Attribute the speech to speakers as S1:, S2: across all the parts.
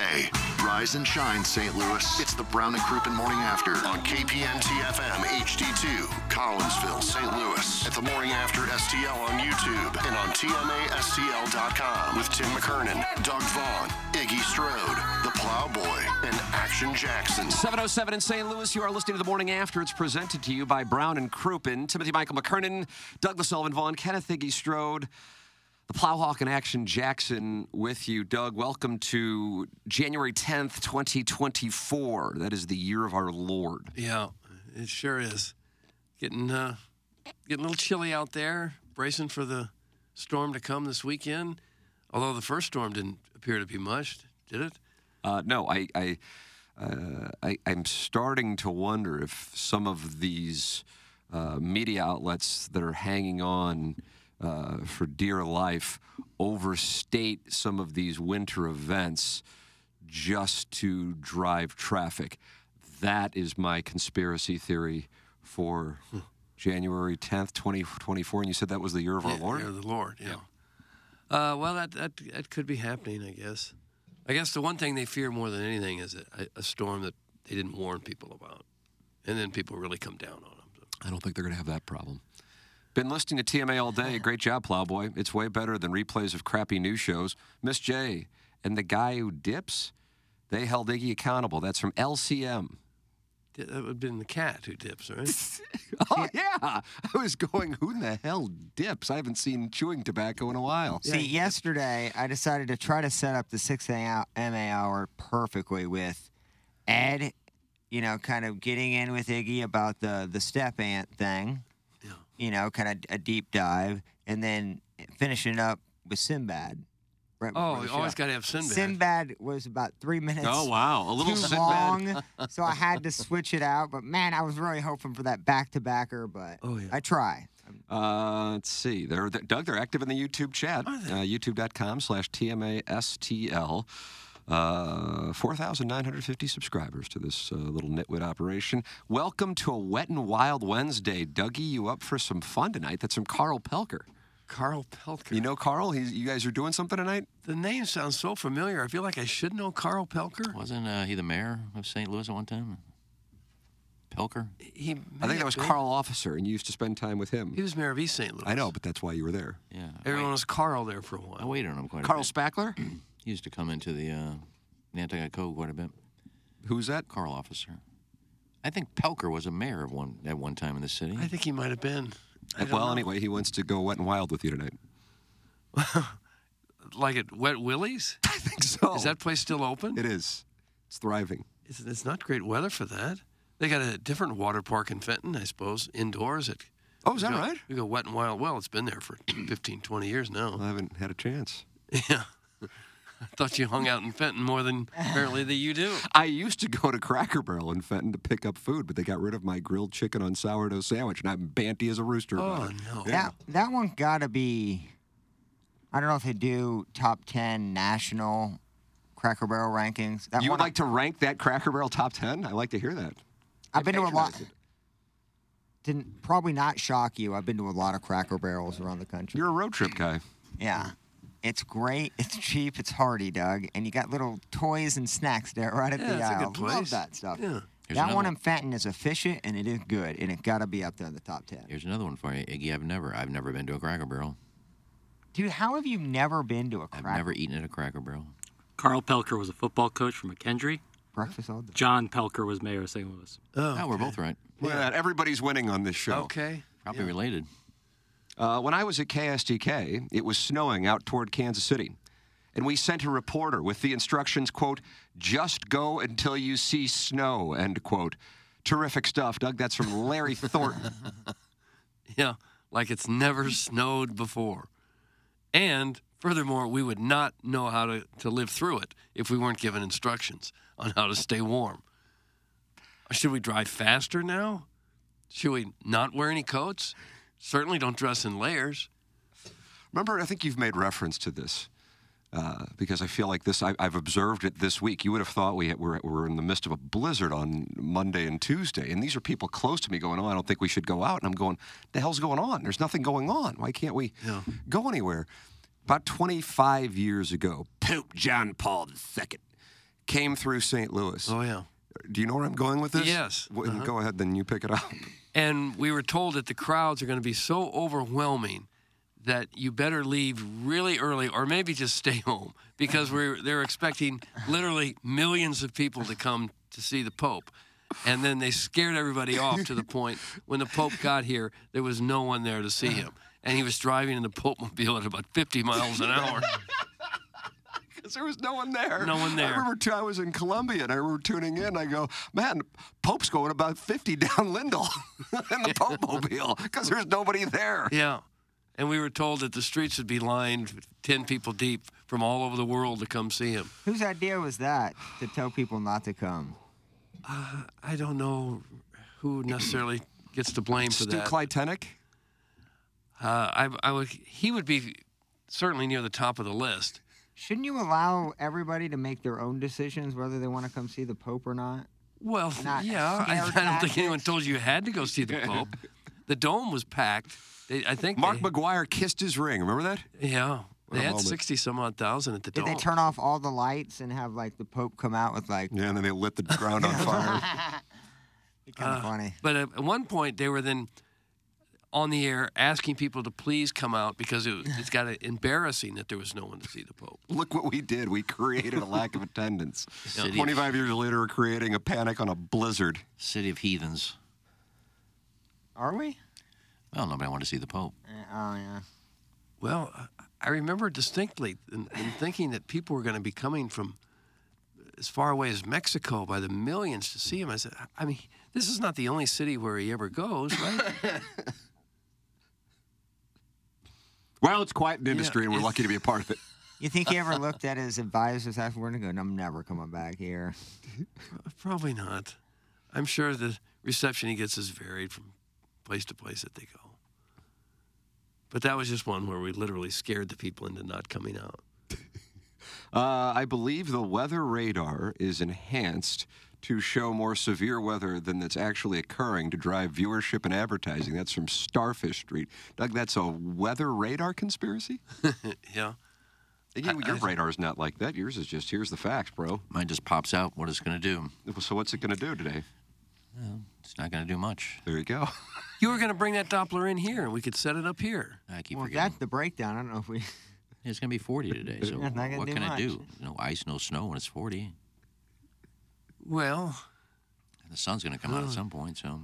S1: Hey, rise and shine, St. Louis. It's the Brown and Crouppen Morning After on KPNT FM HD2, Collinsville, St. Louis. At the Morning After STL on YouTube and on TMASTL.com with Tim McKernan, Doug Vaughn, Iggy Strode, The Plowboy, and Action Jackson.
S2: 707 in St. Louis, you are listening to The Morning After. It's presented to you by Brown and Crouppen, Timothy Michael McKernan, Douglas Sullivan Vaughn, Kenneth Iggy Strode, the Plowhawk and Action Jackson with you. Doug, welcome to January 10th, 2024. That is the year of our Lord.
S3: Yeah, it sure is. Getting uh, getting a little chilly out there. Bracing for the storm to come this weekend. Although the first storm didn't appear to be much, did it?
S2: Uh, no, I, I, uh, I, I'm starting to wonder if some of these uh, media outlets that are hanging on uh, for dear life overstate some of these winter events just to drive traffic. That is my conspiracy theory for
S3: Hmm.
S2: January 10th, 2024. And you said that was the year of our Lord?
S3: Fear of the Lord. Yeah. Uh, well, that, that that could be happening, I guess. I guess the one thing they fear more than anything is a, a storm that they didn't warn people about, and then people really come down on them.
S2: I don't think they're going to have that problem. Been listening to TMA all day. Great job, Plowboy. It's way better than replays of crappy news shows. Miss J and the guy who dips, they held Iggy accountable. That's from LCM.
S3: That would have been the cat who dips, right?
S2: Oh, yeah. I was going, who in the hell dips? I haven't seen chewing tobacco in a while.
S4: See, yesterday I decided to try to set up the 6 a.m. hour perfectly with Ed, you know, kind of getting in with Iggy about the, the step ant thing, you know, kind of a deep dive, and then finishing up with Sinbad. Right
S3: Oh,
S4: before the
S3: you always
S4: show.
S3: got to have Sinbad.
S4: Sinbad was about three minutes.
S2: Oh, wow. A little
S4: too
S2: Sinbad.
S4: long, so I had to switch it out. But man, I was really hoping for that back to backer, but I try.
S2: Uh, let's see. They're, they're- Doug, they're active in the YouTube chat. Uh, YouTube.com slash TMASTL. Uh, 4,950 subscribers to this uh, little nitwit operation. Welcome to a wet and wild Wednesday. Dougie, you up for some fun tonight? That's from Carl Pelker.
S3: Carl Pelker.
S2: You know Carl? He's, you guys are doing something tonight?
S3: the name sounds so familiar. I feel like I should know Carl Pelker.
S5: Wasn't uh, he the mayor of St. Louis at one time? Pelker?
S3: He
S2: I
S3: may
S2: think
S3: have
S2: that was
S3: been.
S2: Carl Officer, and you used to spend time with him.
S3: He was mayor of East St. Louis.
S2: I know, but that's why you were there.
S5: Yeah.
S3: Everyone was Carl there for a
S5: I
S3: while.
S5: waited on him quite
S2: Carl
S5: a bit.
S2: Spackler?
S5: He used to come into the uh, Nantucket Cove quite a bit.
S2: Who's that?
S5: Carl officer. I think Pelker was a mayor of one at one time in the city.
S3: I think he might have been. I don't
S2: Well,
S3: know.
S2: anyway, he wants to go wet and wild with you tonight.
S3: like at Wet Willie's.
S2: I think so.
S3: Is that place still open?
S2: Oh. It is. It's thriving.
S3: It's, it's not great weather for that. They got a different water park in Fenton, I suppose, indoors. At,
S2: Oh, is that
S3: we go-
S2: right?
S3: We go wet and wild. Well, it's been there for 15, 20 years now.
S2: I haven't had a chance.
S3: Yeah. I thought you hung out in Fenton more than apparently that you do.
S2: I used to go to Cracker Barrel in Fenton to pick up food, but they got rid of my grilled chicken on sourdough sandwich, and I'm banty as a rooster.
S3: Oh,
S2: about it.
S3: no.
S4: That that one gotta be. I don't know if they do top ten national Cracker Barrel rankings. That
S2: You
S4: one
S2: would like to rank that Cracker Barrel top 10? I like to hear that.
S4: I, have been to a lot.
S2: patronize it.
S4: Didn't probably not shock you. I've been to a lot of Cracker Barrels around the country.
S2: You're a road trip guy.
S4: yeah, it's great. It's cheap. It's hearty, Doug. And you got little toys and snacks there right at
S3: Yeah,
S4: the
S3: it's a
S4: aisle.
S3: good
S4: Love
S3: place.
S4: that stuff.
S3: Yeah.
S4: That
S5: Here's another
S4: one
S5: one.
S4: in Fenton is efficient and it is good, and it gotta be up there in the top ten.
S5: Here's another one for you, Iggy. I've never, I've never been to a Cracker Barrel.
S4: Dude, how have you never been to a
S5: I've e
S4: Cracker?
S5: never eaten at a Cracker Barrel.
S6: Carl Pelker was a football coach for McKendree.
S4: Breakfast all day.
S6: John Pelker was mayor of St. Louis.
S1: Oh, we're both right.
S2: Look at that. Everybody's winning on this show.
S3: Okay.
S1: Probably related.
S2: Uh, when I was at KSTK, it was snowing out toward Kansas City. And we sent a reporter with the instructions, quote, just go until you see snow, end quote. Terrific stuff, Doug. That's from Larry Thornton.
S3: Yeah, like it's never snowed before. And furthermore, we would not know how to, to live through it if we weren't given instructions on how to stay warm. Should we drive faster now? Should we not wear any coats? Certainly don't dress in layers.
S2: Remember, I think you've made reference to this uh, because I feel like this, I, I've observed it this week. You would have thought we were, were in the midst of a blizzard on Monday and Tuesday. And these are people close to me going, Oh, I don't think we should go out. And I'm going, The hell's going on? There's nothing going on. Why can't we go anywhere? About 25 years ago, Pope John Paul II came through St. Louis.
S3: Oh, yeah.
S2: Do you know where I'm going with this?
S3: Yes. Uh-huh.
S2: W- Go ahead, then you pick it up.
S3: And we were told that the crowds are going to be so overwhelming that you better leave really early or maybe just stay home because we're, they're expecting literally millions of people to come to see the Pope. And then they scared everybody off to the point when the Pope got here, there was no one there to see him. And he was driving in the Pope mobile at about 50 miles an hour.
S2: because there was no one there.
S3: No one there.
S2: I remember t- I was in Columbia and I remember tuning in. I go, man, Pope's going about 50 down Lindell in the Pope mobile because there's nobody there.
S3: Yeah. And we were told that the streets would be lined with 10 people deep from all over the world to come see him.
S4: Whose idea was that to tell people not to come?
S3: I don't know who necessarily gets to blame for
S2: Stu
S3: that.
S2: Kleitenick?
S3: uh, I, I would, he would be certainly near the top of the list.
S4: Shouldn't you allow everybody to make their own decisions whether they want to come see the Pope or not?
S3: Well,
S4: Not
S3: yeah, I, I
S4: scare
S3: don't think
S4: tactics.
S3: anyone told you you had to go see the Pope. the dome was packed. They, I think
S2: Mark
S3: they,
S2: McGuire kissed his ring. Remember that?
S3: yeah, they
S2: a
S3: had
S2: moment.
S3: sixty some odd thousand at the
S4: Did
S3: dome.
S4: they turn off all the lights and have like the Pope come out with like
S2: Yeah, and then they lit the ground on fire.
S4: kind of funny?
S3: But at one point, they were then on the air asking people to please come out because it, it's got embarrassing that there was no one to see the Pope.
S2: Look what we did. We created a lack of attendance.
S1: City of-
S2: 25 years later, we're creating a panic on a blizzard.
S1: City of heathens.
S4: Are we?
S1: Well, nobody wanted to see the Pope.
S4: Eh, Oh yeah.
S3: Well, I- I remember distinctly in, in thinking that people were going to be coming from as far away as Mexico by the millions to see him. I said, I mean, this is not the only city where he ever goes, right?
S2: Well, it's quite an industry, and we're lucky to be a part of it.
S4: You think he ever looked at his advisors after we're gonna go? I'm never coming back here.
S3: Probably not. I'm sure the reception he gets is varied from place to place that they go. But that was just one where we literally scared the people into not coming out.
S2: Uh, I believe the weather radar is enhanced to show more severe weather than that's actually occurring to drive viewership and advertising. That's from Starfish Street. Doug, that's a weather radar conspiracy?
S3: Yeah.
S2: Your, your radar's not like that. Yours is just here's the facts, bro.
S1: Mine just pops out what it's going to do.
S2: So what's it going to do today?
S1: It's not going to do much.
S2: There you go.
S3: You were going to bring that Doppler in here and we could set it up here.
S1: I keep
S4: Well,
S1: forgetting.
S4: that's the breakdown. I don't know if we.
S1: It's going to be 40 today. So
S4: not gonna
S1: what
S4: do
S1: can I
S4: much.
S1: do? No ice, no snow when it's 40. And
S3: Well,
S1: the sun's going to come out at some point. So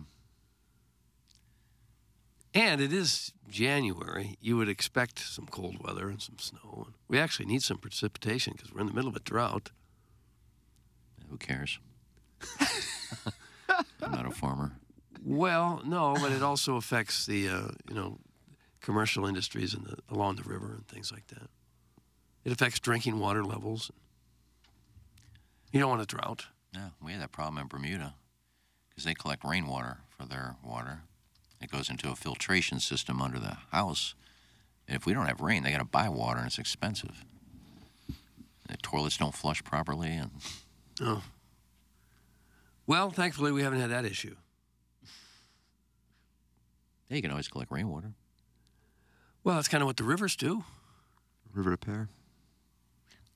S3: and it is January. You would expect some cold weather and some snow. We actually need some precipitation because we're in the middle of a drought.
S1: who cares? I'm not a farmer.
S3: Well, no, but it also affects the uh, you know commercial industries and the, along the river and things like that. It affects drinking water levels. You don't want a drought.
S1: No, we had that problem in Bermuda because they collect rainwater for their water. It goes into a filtration system under the house. And if we don't have rain, they got to buy water and it's expensive. The toilets don't flush properly and
S3: Well, thankfully we haven't had that issue.
S1: they can always collect rainwater.
S3: Well, that's kind of what the rivers do.
S2: River repair.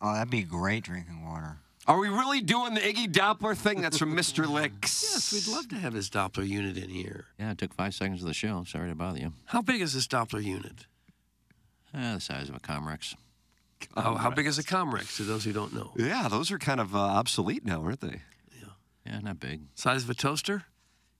S4: Oh, that'd be great drinking water.
S2: Are we really doing the Iggy Doppler thing? That's from Mr. Licks.
S3: Yes, we'd love to have his Doppler unit in here.
S1: Yeah, it took five seconds of the show. Sorry to bother you. Ah,
S3: How big is this Doppler unit?
S1: Uh, the size of a Comrex.
S3: How, how big is a Comrex? To those who don't know,
S2: Yeah, those are kind of uh, obsolete now, aren't they?
S5: Yeah, not big.
S3: size of a toaster.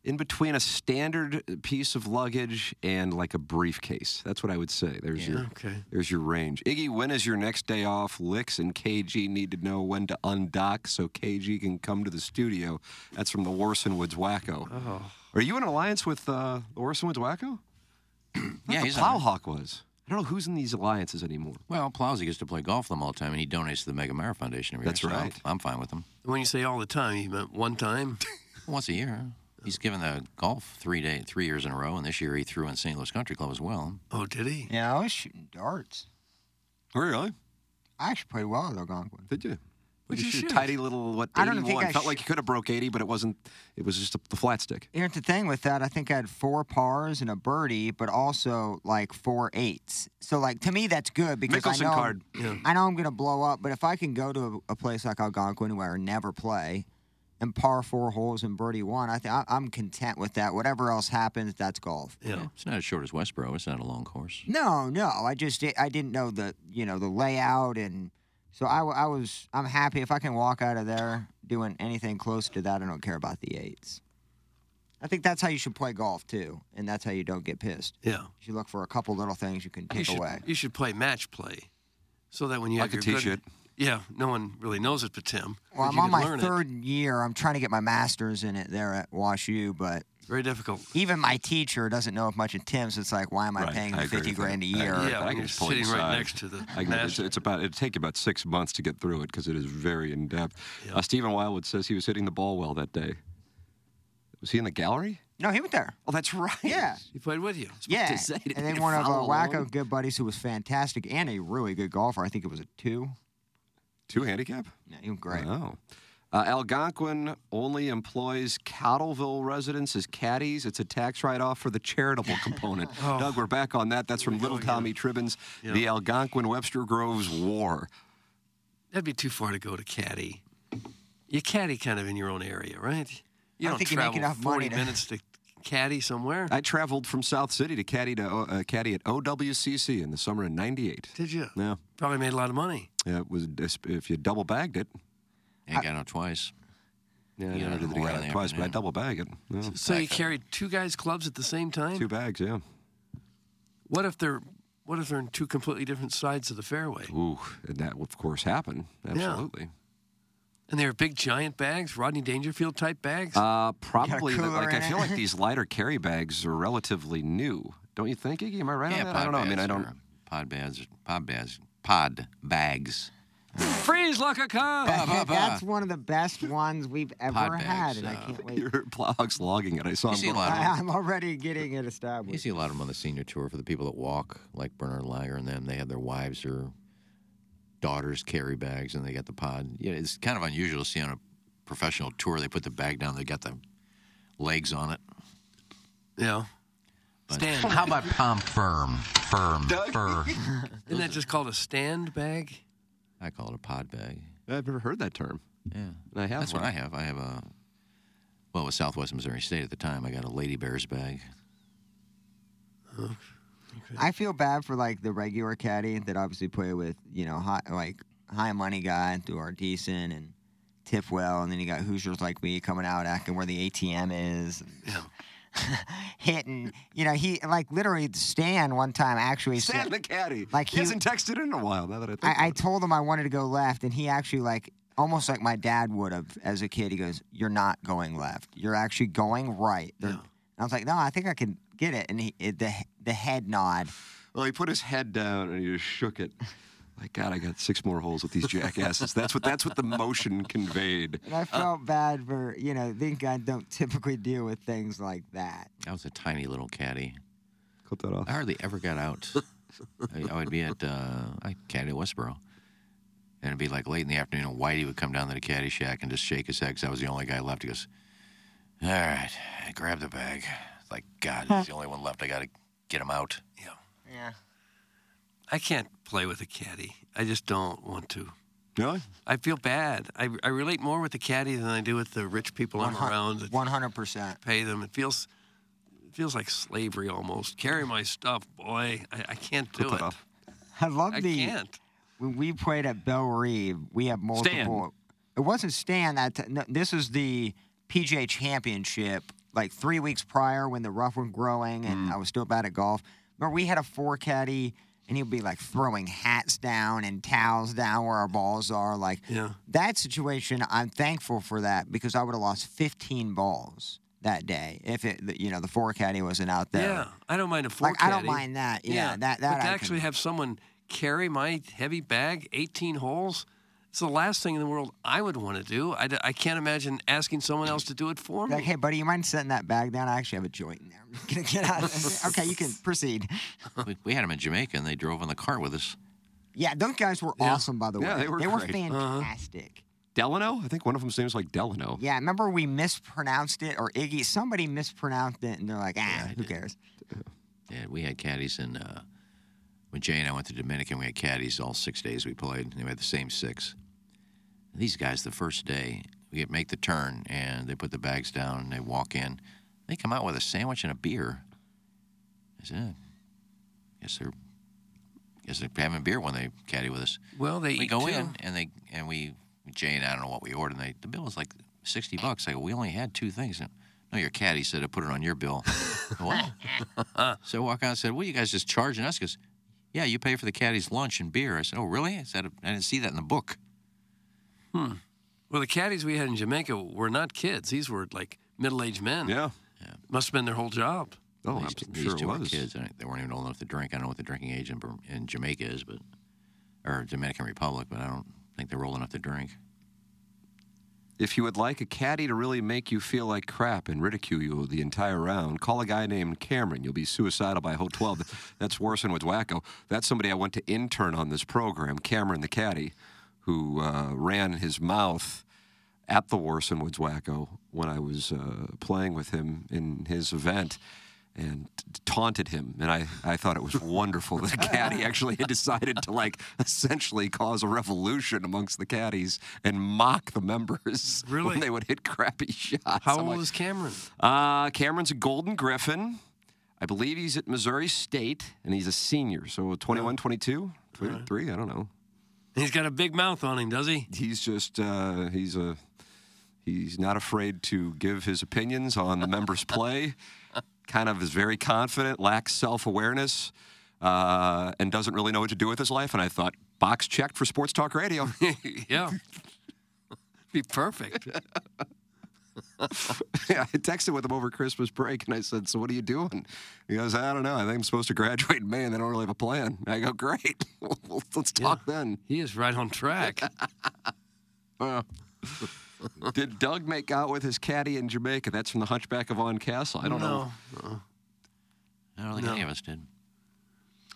S2: In between a standard piece of luggage and like a briefcase. That's what I would say. There's your
S3: Okay.
S2: there's your range. Iggy, when is your next day off? Licks and KG need to know when to undock so KG can come to the studio. That's from the Warson Woods Wacko. Oh. Are you in alliance with uh, the Warson Woods Wacko?
S5: Yeah,
S2: the
S5: he's on it.
S2: Plowhawk was. I don't know who's in these alliances anymore.
S5: Well, Plowsy gets to play golf with them all the time, and he donates to the Mega Mara Foundation every
S2: That's
S5: year. so I'm-
S2: right.
S5: I'm fine with him.
S3: When you say all the time, you meant one time.
S5: Once a year, he's given the golf three day, three years in a row, and this year he threw in St. Louis Country Club as well.
S3: Oh, did he?
S4: Yeah, I was shooting darts.
S2: Really?
S4: I actually played well at Algonquin.
S2: Did you?
S3: What'd
S2: you
S3: you
S2: shoot
S3: shoot?
S2: tidy little what?
S4: I don't
S2: 81.
S4: think I
S2: Felt
S4: sh-
S2: like you could have broke 80, but it wasn't. It was just a, the flat stick.
S4: Here's the thing with that. I think I had four pars and a birdie, but also like four eights. So like to me, that's good because
S2: Mickelson
S4: I know
S2: card.
S4: I know I'm gonna blow up. But if I can go to a, a place like Algonquin where I never play, and par four holes and birdie one, I think I'm content with that. Whatever else happens, that's golf.
S3: Yeah.
S5: It's not as short as Westboro. It's not a long course.
S4: No, no. I just di- I didn't know the you know the layout and so I, w- I was I'm happy if I can walk out of there doing anything close to that. I don't care about the eights. I think that's how you should play golf too, and that's how you don't get pissed.
S3: Yeah.
S4: You look for a couple little things you can
S3: You
S4: take
S3: should,
S4: away.
S3: you should play match play, so that when you
S2: I
S3: have
S2: could
S3: your
S2: teach
S3: good,
S2: it.
S3: Yeah, no one really knows it but Tim. but
S4: Well, I'm
S3: you
S4: on
S3: could
S4: my
S3: learn it.
S4: third year. I'm trying to get my master's in it there at Wash U, but
S3: Very difficult.
S4: even my teacher doesn't know if much of Tim's. It's like, why am I
S2: Right,
S4: paying
S2: I
S4: the
S2: agree
S4: fifty
S2: with that.
S4: grand a
S2: I
S4: year?
S2: agree. I
S3: Yeah, when
S2: can
S3: you're
S2: just pull it
S3: sitting right
S2: aside.
S3: next to the
S2: I agree. It's,
S3: national-
S2: it's about it'd take about six months to get through it because it is very in depth. Uh, Stephen Wildwood says he was hitting the ball well that day. Was he in the gallery?
S4: No, he went there.
S2: Oh, that's right.
S4: Yeah.
S3: He played with you.
S4: Yeah,
S2: say, didn't
S4: and
S2: you
S4: then one of our
S2: follow along?
S4: wacko good buddies who was fantastic and a really good golfer. I think it was a two.
S2: Two handicap.
S4: Yeah, he was great.
S2: Wow. Uh, Algonquin only employs Cattleville residents as caddies. It's a tax write-off for the charitable component. Doug, we're back on that. That's from Little Tommy Tribbins, the Algonquin Webster Groves War.
S3: That'd be too far to go to caddy. You caddy kind of in your own area, right? You
S4: I
S3: don't
S4: think you make
S3: travel
S4: enough money
S3: 40
S4: to-
S3: minutes to caddy somewhere.
S2: I traveled from South City to caddy to uh, caddy at OWCC in the summer of '98.
S3: Did you?
S2: Yeah,
S3: Probably made a lot of money.
S2: yeah, it was if you double bagged it.
S5: Yeah, I got out twice.
S2: Yeah,
S5: You
S2: I
S5: got
S2: did
S5: it
S2: it
S5: all
S2: again
S5: in the
S2: twice, but I
S5: afternoon.
S2: double bagged it. Yeah.
S3: So you carried two guys' clubs at the same time.
S2: Two bags, yeah.
S3: What if they're what if they're in two completely different sides of the fairway?
S2: Ooh, and that will of course happen. Absolutely.
S3: And they're big giant bags, Rodney Dangerfield type bags.
S2: Uh, probably.
S4: cooler
S2: like I
S4: in
S2: feel
S4: it.
S2: like these lighter carry bags are relatively new, don't you think, Iggy? Am I right
S5: yeah,
S2: on that? I don't know. I mean, I don't.
S5: Pod bags, pod bags, pod bags.
S3: Freeze like a cop.
S4: That-
S5: bah, bah.
S4: That's one of the best ones we've ever had,
S5: bags,
S4: and I
S5: uh,
S4: can't wait.
S2: Your plog's logging it. I saw
S5: You
S2: him
S5: see a
S2: go-
S5: lot of
S4: I,
S5: them.
S4: I'm already getting it
S5: You
S4: established.
S5: see a lot of them on the senior tour for the people that walk, like Bernard Lager and them. They have their wives or daughters carry bags, and they got the pod. Yeah, it's kind of unusual to see on a professional tour they put the bag down. They got the legs on it.
S3: yeah. Stand.
S5: How about palm firm, firm, fur?
S3: Isn't that just called a stand bag?
S5: I call it a pod bag.
S2: I've never heard that term.
S5: Yeah,
S2: And I have
S5: that's
S2: one.
S5: what I have. I have a well, it was Southwest Missouri State at the time. I got a Lady Bears bag.
S4: I feel bad for like the regular caddy that obviously play with you know high like high money guys who are decent and tip well, and then you got Hoosiers like me coming out acting where the ATM is. Hitting, you know, he like literally Stan one time actually
S2: Stan
S4: said,
S2: the caddy.
S4: Like
S2: he,
S4: he-
S2: hasn't texted in a while. Now that I think.
S4: I, I
S2: about it.
S4: told him I wanted to go left, and he actually like almost like my dad would have as a kid. He goes, "You're not going left. You're actually going right." They're- And I was like, "No, I think I can get it." And he it, the the head nod.
S2: well, he put his head down and he just shook it. Like God, I got six more holes with these jackasses. that's what that's what the motion conveyed.
S4: And I felt bad for you know. Think I don't typically deal with things like that.
S5: I was a tiny little caddy.
S2: Clip that off.
S5: I hardly ever got out. I, I would be at uh, I caddy at Westboro, and it'd be like late in the afternoon. And Whitey would come down to the caddy shack and just shake his head 'cause I was the only guy left. He goes, "All right, grab the bag." It's like God, he's the only one left. I gotta get him out.
S4: Yeah.
S3: I can't play with a caddy. I just don't want to.
S2: Really?
S3: I feel bad. I, I relate more with the caddy than I do with the rich people I'm
S4: Uh-huh.
S3: around that
S4: One hundred percent.
S3: pay them. It feels it feels like slavery almost. Carry my stuff, boy. I, I can't do
S2: Clip
S3: it.
S2: that off.
S4: I love
S3: I
S4: the
S3: can't.
S4: when we played at Bell Reeve, we had multiple. It wasn't Stan that. T- no, this was the PGA Championship, like three weeks prior when the rough was growing, and
S3: Mm.
S4: I was still bad at golf. Remember, we had a four caddy, and he'd be like throwing hats down and towels down where our balls are. Like
S3: Yeah.
S4: that situation, I'm thankful for that because I would have lost 15 balls that day if it, you know, the four caddy wasn't out there.
S3: Yeah, I don't mind a fork.
S4: Like, I don't
S3: caddy.
S4: mind that. Yeah, that- that
S3: but to
S4: I
S3: actually
S4: can-
S3: have someone carry my heavy bag 18 holes, it's the last thing in the world I would want to do. I, d- I can't imagine asking someone else to do it for me.
S4: Like, hey, buddy, you mind setting that bag down? I actually have a joint in there. I'm just gonna get out. of there." okay, you can proceed.
S5: we, we had them in Jamaica, and they drove in the car with us.
S4: Yeah, those guys were awesome, by the way.
S2: Yeah, they were great. Uh-huh.
S4: fantastic.
S2: Delano? I think one of them seems like Delano.
S4: Yeah, remember we mispronounced it, or Iggy, somebody mispronounced it, and they're like, ah, who cares?
S5: Yeah, we had caddies in. Uh, when Jay and I went to Dominican, we had caddies all six days we played, and we had the same six. And these guys, the first day, we could make the turn, and they put the bags down, and they walk in. They come out with a sandwich and a beer. I said, "Eh, guess they're, guess they're having beer when they caddy with us.
S3: Well, they
S5: we
S3: eat
S5: go
S3: too.
S5: in and they and we Jay and I don't know what we ordered. And they the bill was like sixty bucks. I go, we only had two things. And, no, your caddy said to put it on your bill. what? so I walk out and said, well, you guys just charging us? Because yeah, you pay for the caddy's lunch and beer. I said, oh really? I said, I didn't see that in the book.
S3: Well, the caddies we had in Jamaica were not kids. These were like middle-aged men.
S2: Yeah.
S3: Must have been their whole job.
S2: Oh,
S5: these,
S2: I'm
S5: these
S2: sure it
S5: two were
S2: was.
S5: kids. and They weren't even old enough to drink. I don't know what the drinking age in, Bur- in Jamaica is, but or Dominican Republic, but I don't think they were old enough to drink.
S2: If you would like a caddy to really make you feel like crap and ridicule you the entire round, call a guy named Cameron. You'll be suicidal by hole 12. That's worse than with Wacko. That's somebody I went to intern on this program, Cameron the caddy, who uh, ran his mouth at the Warson Woods Wacko when I was uh, playing with him in his event and t- taunted him. And I, I thought it was wonderful that a caddy actually had decided to, like, essentially cause a revolution amongst the caddies and mock the members
S3: Really?
S2: when they would hit crappy shots.
S3: How
S2: I'm
S3: old
S2: like,
S3: is Cameron?
S2: uh, Cameron's a Golden Griffin. I believe he's at Missouri State, and he's a senior. So 21, 22, 23, I don't know.
S3: He's got a big mouth on him, does he?
S2: He's just, uh, he's a, he's not afraid to give his opinions on the members' play. Kind of is very confident, lacks self-awareness, uh, and doesn't really know what to do with his life. And I thought, box checked for Sports Talk Radio.
S3: yeah. Be perfect.
S2: Yeah, I texted with him over Christmas break and I said, So what are you doing? He goes, I don't know. I think I'm supposed to graduate in May and I don't really have a plan. I go, Great. Let's talk then.
S3: He is right on track.
S2: Did Doug make out with his caddy in Jamaica? That's from the Hunchback of On Castle. I don't know.
S5: I don't think any of us did.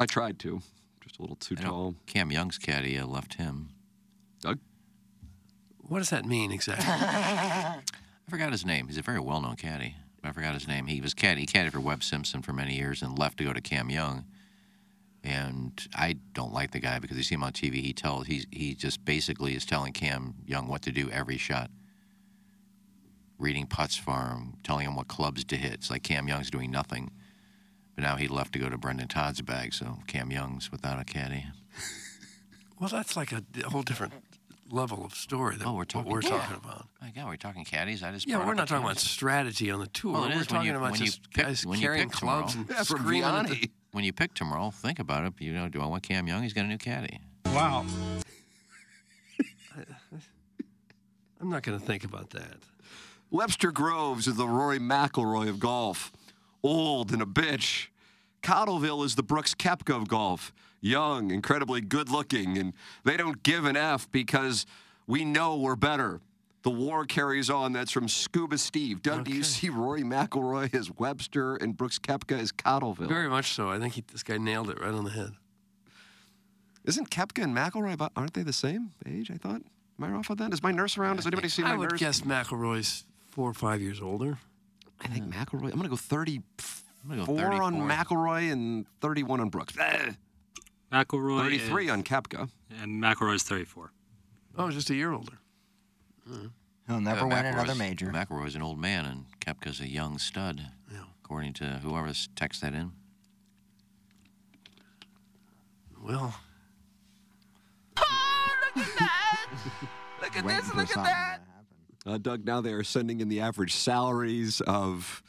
S2: I tried to. Just a little too
S5: I know
S2: tall.
S5: Cam Young's caddy uh, left him.
S2: Doug?
S3: What does that mean exactly?
S5: I forgot his name. He's a very well known caddy. I forgot his name. He was caddy. He caddied for Webb Simpson for many years and left to go to Cam Young. And I don't like the guy because you see him on TV. He tells he's he just basically is telling Cam Young what to do every shot. Reading putts for him, telling him what clubs to hit. It's like Cam Young's doing nothing. But now he left to go to Brendan Todd's bag, so Cam Young's without a caddy.
S3: well, that's like a d- whole different level of story than
S5: Oh, we're
S3: what
S5: talking-
S3: we're
S5: yeah.
S3: talking about.
S5: My God, we're talking caddies. I just
S3: Yeah,
S5: brought
S3: we're
S5: up
S3: not
S5: a
S3: talking about
S5: caddy.
S3: strategy on the tour.
S5: Well, it
S3: we're
S5: is when
S3: talking
S5: you-
S3: about
S5: when you
S3: just
S5: pick-
S3: guys
S5: when you
S3: carrying
S5: pick tomorrow.
S3: clubs and
S2: Yeah, from
S3: screaming. at the-
S2: Vianney.
S5: when you pick tomorrow, think about it. You know, do I want Cam Young? He's got a new caddy.
S3: I'm not going to think about that.
S2: Webster Groves is the Rory McIlroy of golf. Old and a bitch. Cottleville is the Brooks Kepka of golf. Young, incredibly good looking, and they don't give an F because we know we're better. The war carries on. That's from Scuba Steve. Doug, do you see Rory McIlroy as Webster and Brooks Kepka as Cottleville?
S3: Very much so. I think he, this guy nailed it right on the head.
S2: Isn't Kepka and McIlroy about, aren't they the same age? I thought. Am I off on that? Is my nurse around? Does anybody see my
S3: I would
S2: nurse?
S3: guess McElroy's four or five years older.
S2: I think McIlroy. I'm gonna go 34
S5: I'm gonna go
S2: on
S5: 34.
S2: McIlroy and 31 on Brooks. Eh.
S1: McElroy
S2: 33
S1: is,
S2: on Kepka.
S1: and McElroy's 34.
S3: Oh, just a year older.
S4: He'll
S1: Uh,
S4: never win another
S5: McElroy's-
S4: major.
S5: McElroy's an old man, and Kepka's a young stud, according to whoever's text that in.
S3: Well,
S1: Look at
S4: waiting
S1: this,
S4: for
S1: look at
S4: something to
S1: that.
S4: happen.
S2: Uh, Doug, now they are sending in the average salaries of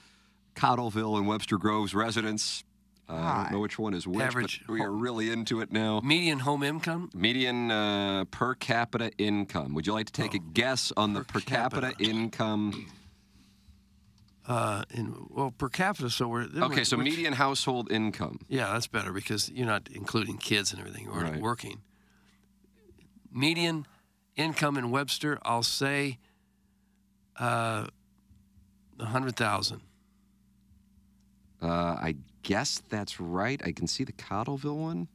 S2: Cottleville and Webster Grove's residents. Uh, I don't know which one is which,
S3: Average.
S2: but we are really into it now.
S3: Median home income?
S2: Median uh, per capita income. Would you like to take a guess on the Oh, per capita, income?
S3: Uh, in, well, per capita, so we're. then
S2: Okay,
S3: we're-
S2: so
S3: we're-
S2: median household income.
S3: Yeah, that's better because you're not including kids and everything who aren't
S2: Right.
S3: working. Median income in Webster, I'll say uh, 100,000.
S2: Uh, I guess that's right. I can see the Cottleville one.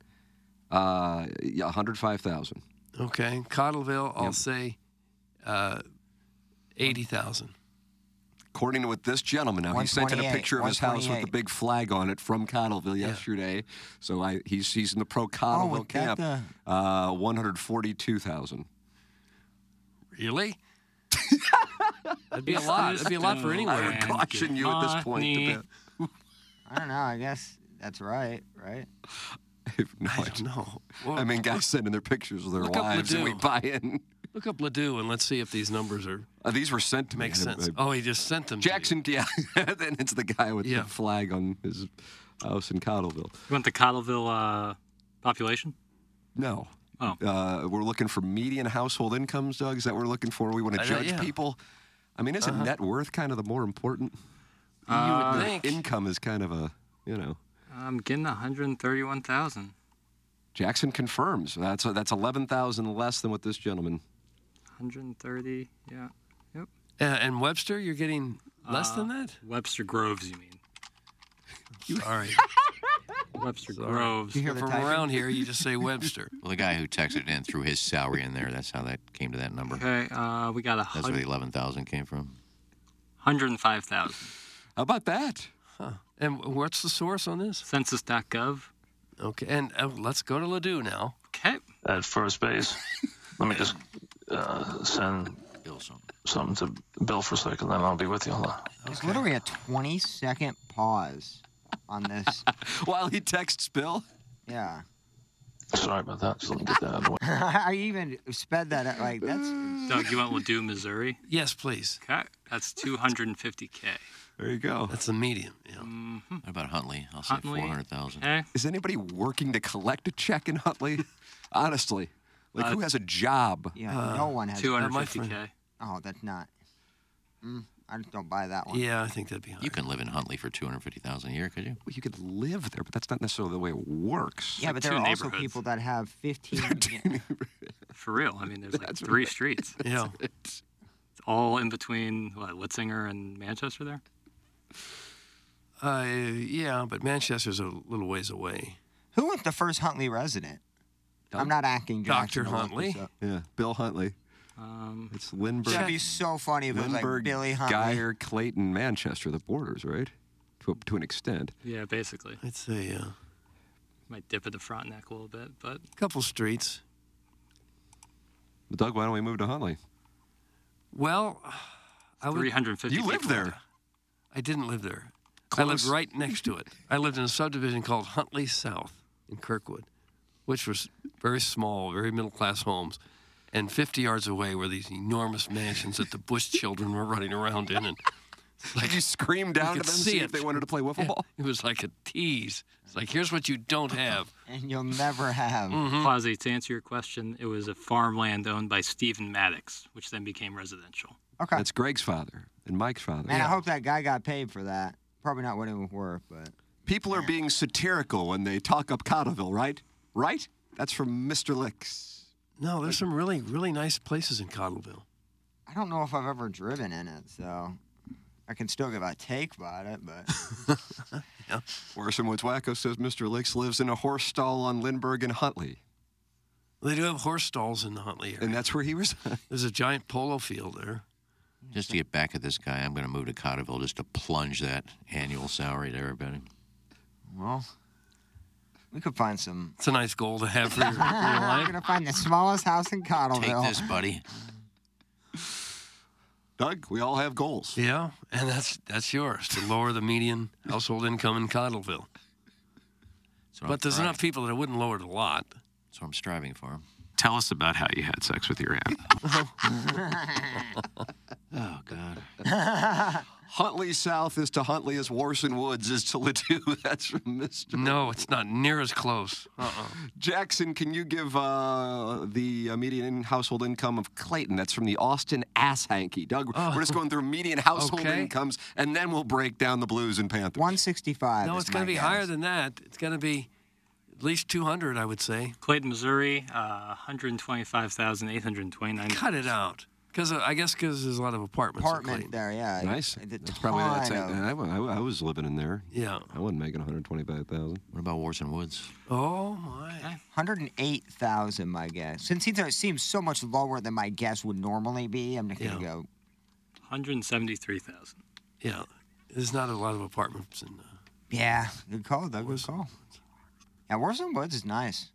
S2: Uh, yeah, 105,000.
S3: Okay. Cottleville, I'll say uh, 80,000.
S2: According to what this gentleman, now he sent in a
S4: 128,
S2: picture of his house with the
S4: 128.
S2: big flag on it from Cottleville yesterday. So I, he's, he's in the
S3: Oh,
S2: pro Cottleville
S4: with that,
S2: camp. Uh, 142,000.
S3: Really? That'd be a lot. That'd be a lot for
S2: I
S3: anywhere.
S2: would caution you at this point. To bet.
S4: I don't know. I guess that's right, right?
S2: I have no
S3: I
S2: idea.
S3: don't know.
S2: I mean, guys sending their pictures of their
S3: Look up
S2: lives and we
S3: Ladue.
S2: buy in.
S3: look up Ledoux and let's see if these numbers are
S2: Uh, these were sent to me.
S3: make
S2: I-
S3: sense.
S2: I-
S3: Oh, he just sent them. to you.
S2: Jackson, yeah. then it's the guy with
S3: Yeah.
S2: the flag on his house in Cottleville.
S6: You want the Cottleville uh, population?
S2: No.
S6: Oh.
S2: Uh, we're looking for median household incomes, Doug. Is that what we're looking for? We want to
S3: I-
S2: judge
S3: yeah. Uh-huh.
S2: people. I mean, isn't net worth kind of the more important?
S3: You would think.
S2: Income is kind of a, you know.
S6: I'm getting 131,000.
S2: Jackson confirms. That's that's 11,000 less than what this gentleman.
S6: 130, yeah. Yep.
S3: Uh, and Webster, you're getting less than
S2: Uh,
S3: that.
S6: Webster Groves, you mean?
S3: Sorry.
S6: Webster Groves.
S4: hear
S3: From
S4: the typing?
S3: around here, you just say Webster.
S1: Well, the guy who texted in threw his salary in there. That's how that came to that number.
S6: Okay, uh, we got a
S1: That's where the
S6: hun-
S1: 11,000 came from.
S6: 105,000.
S2: How about that?
S3: and what's the source on this?
S6: Census.gov.
S3: Okay. And uh, let's go to Ledoux now.
S6: Okay.
S7: at first base. Let me just uh, send
S1: Bill something.
S7: something to Bill for a second, then I'll be with you. Hold on.
S4: There's literally a 20 second pause on this.
S2: While he texts Bill.
S4: yeah.
S7: Sorry about that. Just let me get that out of the way.
S4: I even sped that up. Like, that's.
S6: Doug, you want Ladue, Missouri?
S3: Yes, please.
S6: Okay. That's 250K.
S2: There you go.
S3: That's the medium. You know.
S1: What about Huntley? I'll say
S6: Huntley. Eh,
S1: 400,000.
S6: Okay.
S2: Is anybody working to collect a check in Huntley? Honestly, like
S3: Uh,
S2: who has a job?
S4: Yeah. no one has.
S3: my
S6: 250K.
S4: Oh, that's not. Mm, I just don't buy that one.
S3: Yeah, I think that'd be high.
S1: You can live in Huntley for 250,000 a year, could you?
S2: Well, you could live there, but that's not necessarily the way it works.
S4: Yeah, but there
S6: two
S4: are also
S6: neighborhoods.
S4: people that have 15.
S6: For real. I mean, there's like three streets.
S3: yeah.
S6: It's all in between what, Litzinger and Manchester there?
S3: Uh, yeah, but Manchester's a little ways away.
S4: Who was the first Huntley resident? I'm not acting. Josh,
S3: Dr.
S4: I'm gonna look
S3: Huntley?
S4: this up.
S2: Yeah, Bill Huntley.
S6: Um,
S2: It's Lindbergh.
S4: That'd be so funny if it was
S2: Lindbergh,
S4: like Billy Huntley.
S2: Geyer, Clayton, Manchester, the borders, right? To, to an extent.
S6: yeah, basically.
S3: I'd say uh,
S6: Might dip at the front neck a little bit, but
S3: a couple streets.
S2: Well, Doug, why don't we move to Huntley?
S3: Well, I would.
S6: 350.
S2: You live
S6: people.
S2: there.
S3: I didn't live there. I lived
S2: Close.
S3: right next to it. I lived in a subdivision called Huntley South in Kirkwood, which was very small, very middle class homes. And 50 yards away were these enormous mansions that the Bush children were running around in. And
S2: Did you scream down to
S3: could
S2: them
S3: see
S2: see if
S3: it.
S2: they wanted to play wiffle ball?
S3: it was like a tease. It's like, here's what you don't have.
S4: and you'll never have.
S5: Mm,
S6: Quasi, to answer your question, it was a farmland owned by Stephen Maddox, which then became residential.
S4: Okay.
S2: That's Greg's father and Mike's father.
S4: Man, I hope that guy got paid for that. Probably not what it was worth, but
S2: People are being satirical when they talk up Cottleville, right? Right? That's from Mr. Licks.
S3: No, there's some really, really nice places in Cottleville.
S4: I don't know if I've ever driven in it, so I can still give a take about it. But
S2: Orson Woods Wacko says Mr. Licks lives in a horse stall on Lindbergh and Huntley,
S3: They do have horse stalls in the Huntley area.
S2: and that's where he was.
S3: There's a giant polo field there.
S1: Just to get back at this guy, I'm going to move to Cotterville just to plunge that annual salary to everybody.
S4: well, we could find some.
S3: It's a nice goal to have for your, for your
S4: I'm
S3: life.
S4: gonna find the smallest house in
S1: Take
S4: Cottleville.
S1: this, buddy.
S2: Doug, we all have goals.
S3: Yeah, and that's that's yours to lower the median household income in Cottleville.
S4: Oh,
S1: That's what I'm
S3: But there's
S1: striving-
S3: enough people that it wouldn't lower it a lot.
S1: That's what I'm striving for.
S8: Tell us about how you had sex with your aunt.
S1: oh God.
S2: Huntley South is to Huntley as Warson Woods is to Ladue. That's from Mr.
S3: No, it's not near as close.
S4: Oh,
S3: Uh-uh.
S2: Jackson, can you give uh, the uh, median household income of Clayton? That's from the Austin Ass Hanky. Doug, we're just going through median household
S3: Okay.
S2: incomes, and then we'll break down the Blues and Panthers.
S4: 165.
S3: No,
S4: is
S3: it's going
S4: my
S3: to be
S4: guess.
S3: higher than that. It's going to be at least 200, I would say.
S6: Clayton, Missouri, uh, 125,829.
S3: Cut it out. Because I guess because there's a lot of apartments. in
S4: Apartment
S3: Clayton.
S4: there, yeah.
S2: Nice.
S4: The
S2: That's probably that's uh,
S4: ton of-
S2: I, I- I was living in there.
S3: Yeah.
S2: I wasn't making 125,000.
S1: What about Wars and Woods?
S3: Oh my.
S4: 108,000, my guess. Since it seems so much lower than my guess would normally be, I'm going to
S3: Yeah.
S4: go
S6: 173,000.
S3: Yeah. There's not a lot of apartments in. Uh,
S4: Yeah, good call, Doug. Good call. Yeah, Warson Woods is nice.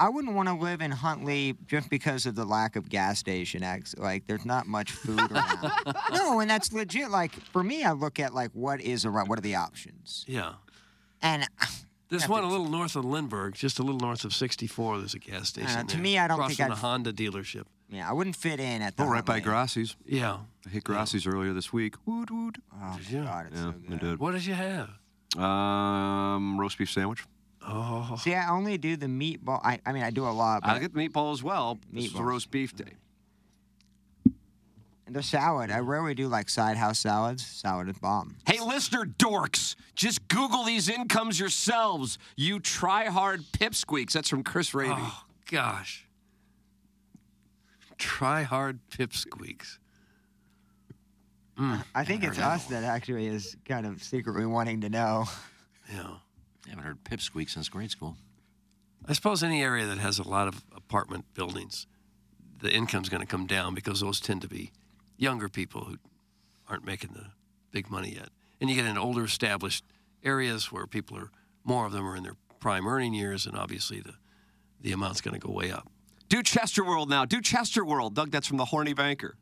S4: I wouldn't want to live in Huntley just because of the lack of gas station. ex- Like, there's not much food around. no, and that's legit. Like, for me, I look at, like, what is around, what are the options?
S3: yeah.
S4: And
S3: There's
S4: Have
S3: one
S4: to-
S3: a little north of Lindbergh, just a little north of 64. There's a gas station.
S4: Uh, to
S3: there,
S4: me, I don't
S3: across
S4: think
S3: from
S4: I'd-
S3: the Honda dealership.
S4: yeah, I wouldn't fit in at the
S2: Oh, right by
S4: Huntley.
S2: Grassi's.
S3: Yeah.
S2: I hit Grassi's earlier this week. Woot, woot.
S4: Oh,
S3: Yeah.
S4: God, it's
S2: Yeah,
S4: so
S2: I
S4: good.
S2: did.
S3: What did you have?
S2: Um, roast beef sandwich.
S3: Oh.
S4: See, I only do the meatball. I, I mean, I do a lot, but
S2: I get the meatball as well. This is a
S4: Meatballs.
S2: roast beef day.
S4: the salad. I rarely do, like, side house salads. Salad is bomb.
S2: Hey, listener dorks, just Google these incomes yourselves. You try hard pipsqueaks. That's from Chris Raby.
S3: Oh gosh. Try hard pipsqueaks.
S4: I think it's us that actually is kind of secretly wanting to know.
S3: Yeah.
S1: I haven't heard pipsqueak since grade school.
S3: I suppose any area that has a lot of apartment buildings, the income's going to come down because those tend to be younger people who aren't making the big money yet. And you get in older established areas where people are more of them are in their prime earning years, and obviously the the amount's going to go way up.
S2: Do Chester World now. Do Chester World. Doug, that's from the Horny Banker.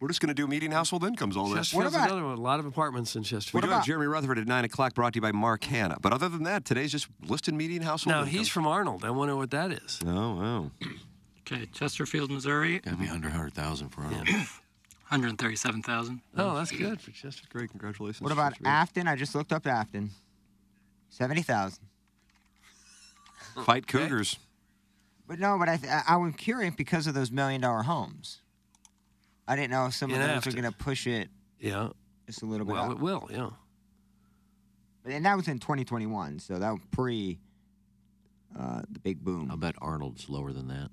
S2: We're just going to do median household incomes all this.
S3: Chesterfield's
S4: about-
S3: another one. A lot of apartments in
S2: We
S3: Chesterfield.
S2: do have Jeremy Rutherford at 9 o'clock, brought to you by Mark Hanna. But other than that, today's just listed median household
S3: now
S2: income.
S3: he's from Arnold. I wonder what that is.
S2: Oh, wow.
S6: Okay, Chesterfield, Missouri,
S1: Gotta be under 100,000 for Arnold.
S6: 137,000.
S3: Oh, that's good for Chesterfield.
S2: Great, congratulations.
S4: What about Afton? I just looked up Afton. 70,000.
S2: Fight Cougars.
S4: But no, but I, th- I was curious because of those million dollar homes. I didn't know if some of
S3: In
S4: those
S3: Afton.
S4: were going to push it
S3: Yeah.
S4: just a little bit.
S3: Well,
S4: up.
S3: it will. Yeah.
S4: and that was in 2021, so that was pre uh, the big boom.
S3: Um,
S1: I'll bet Arnold's lower than that.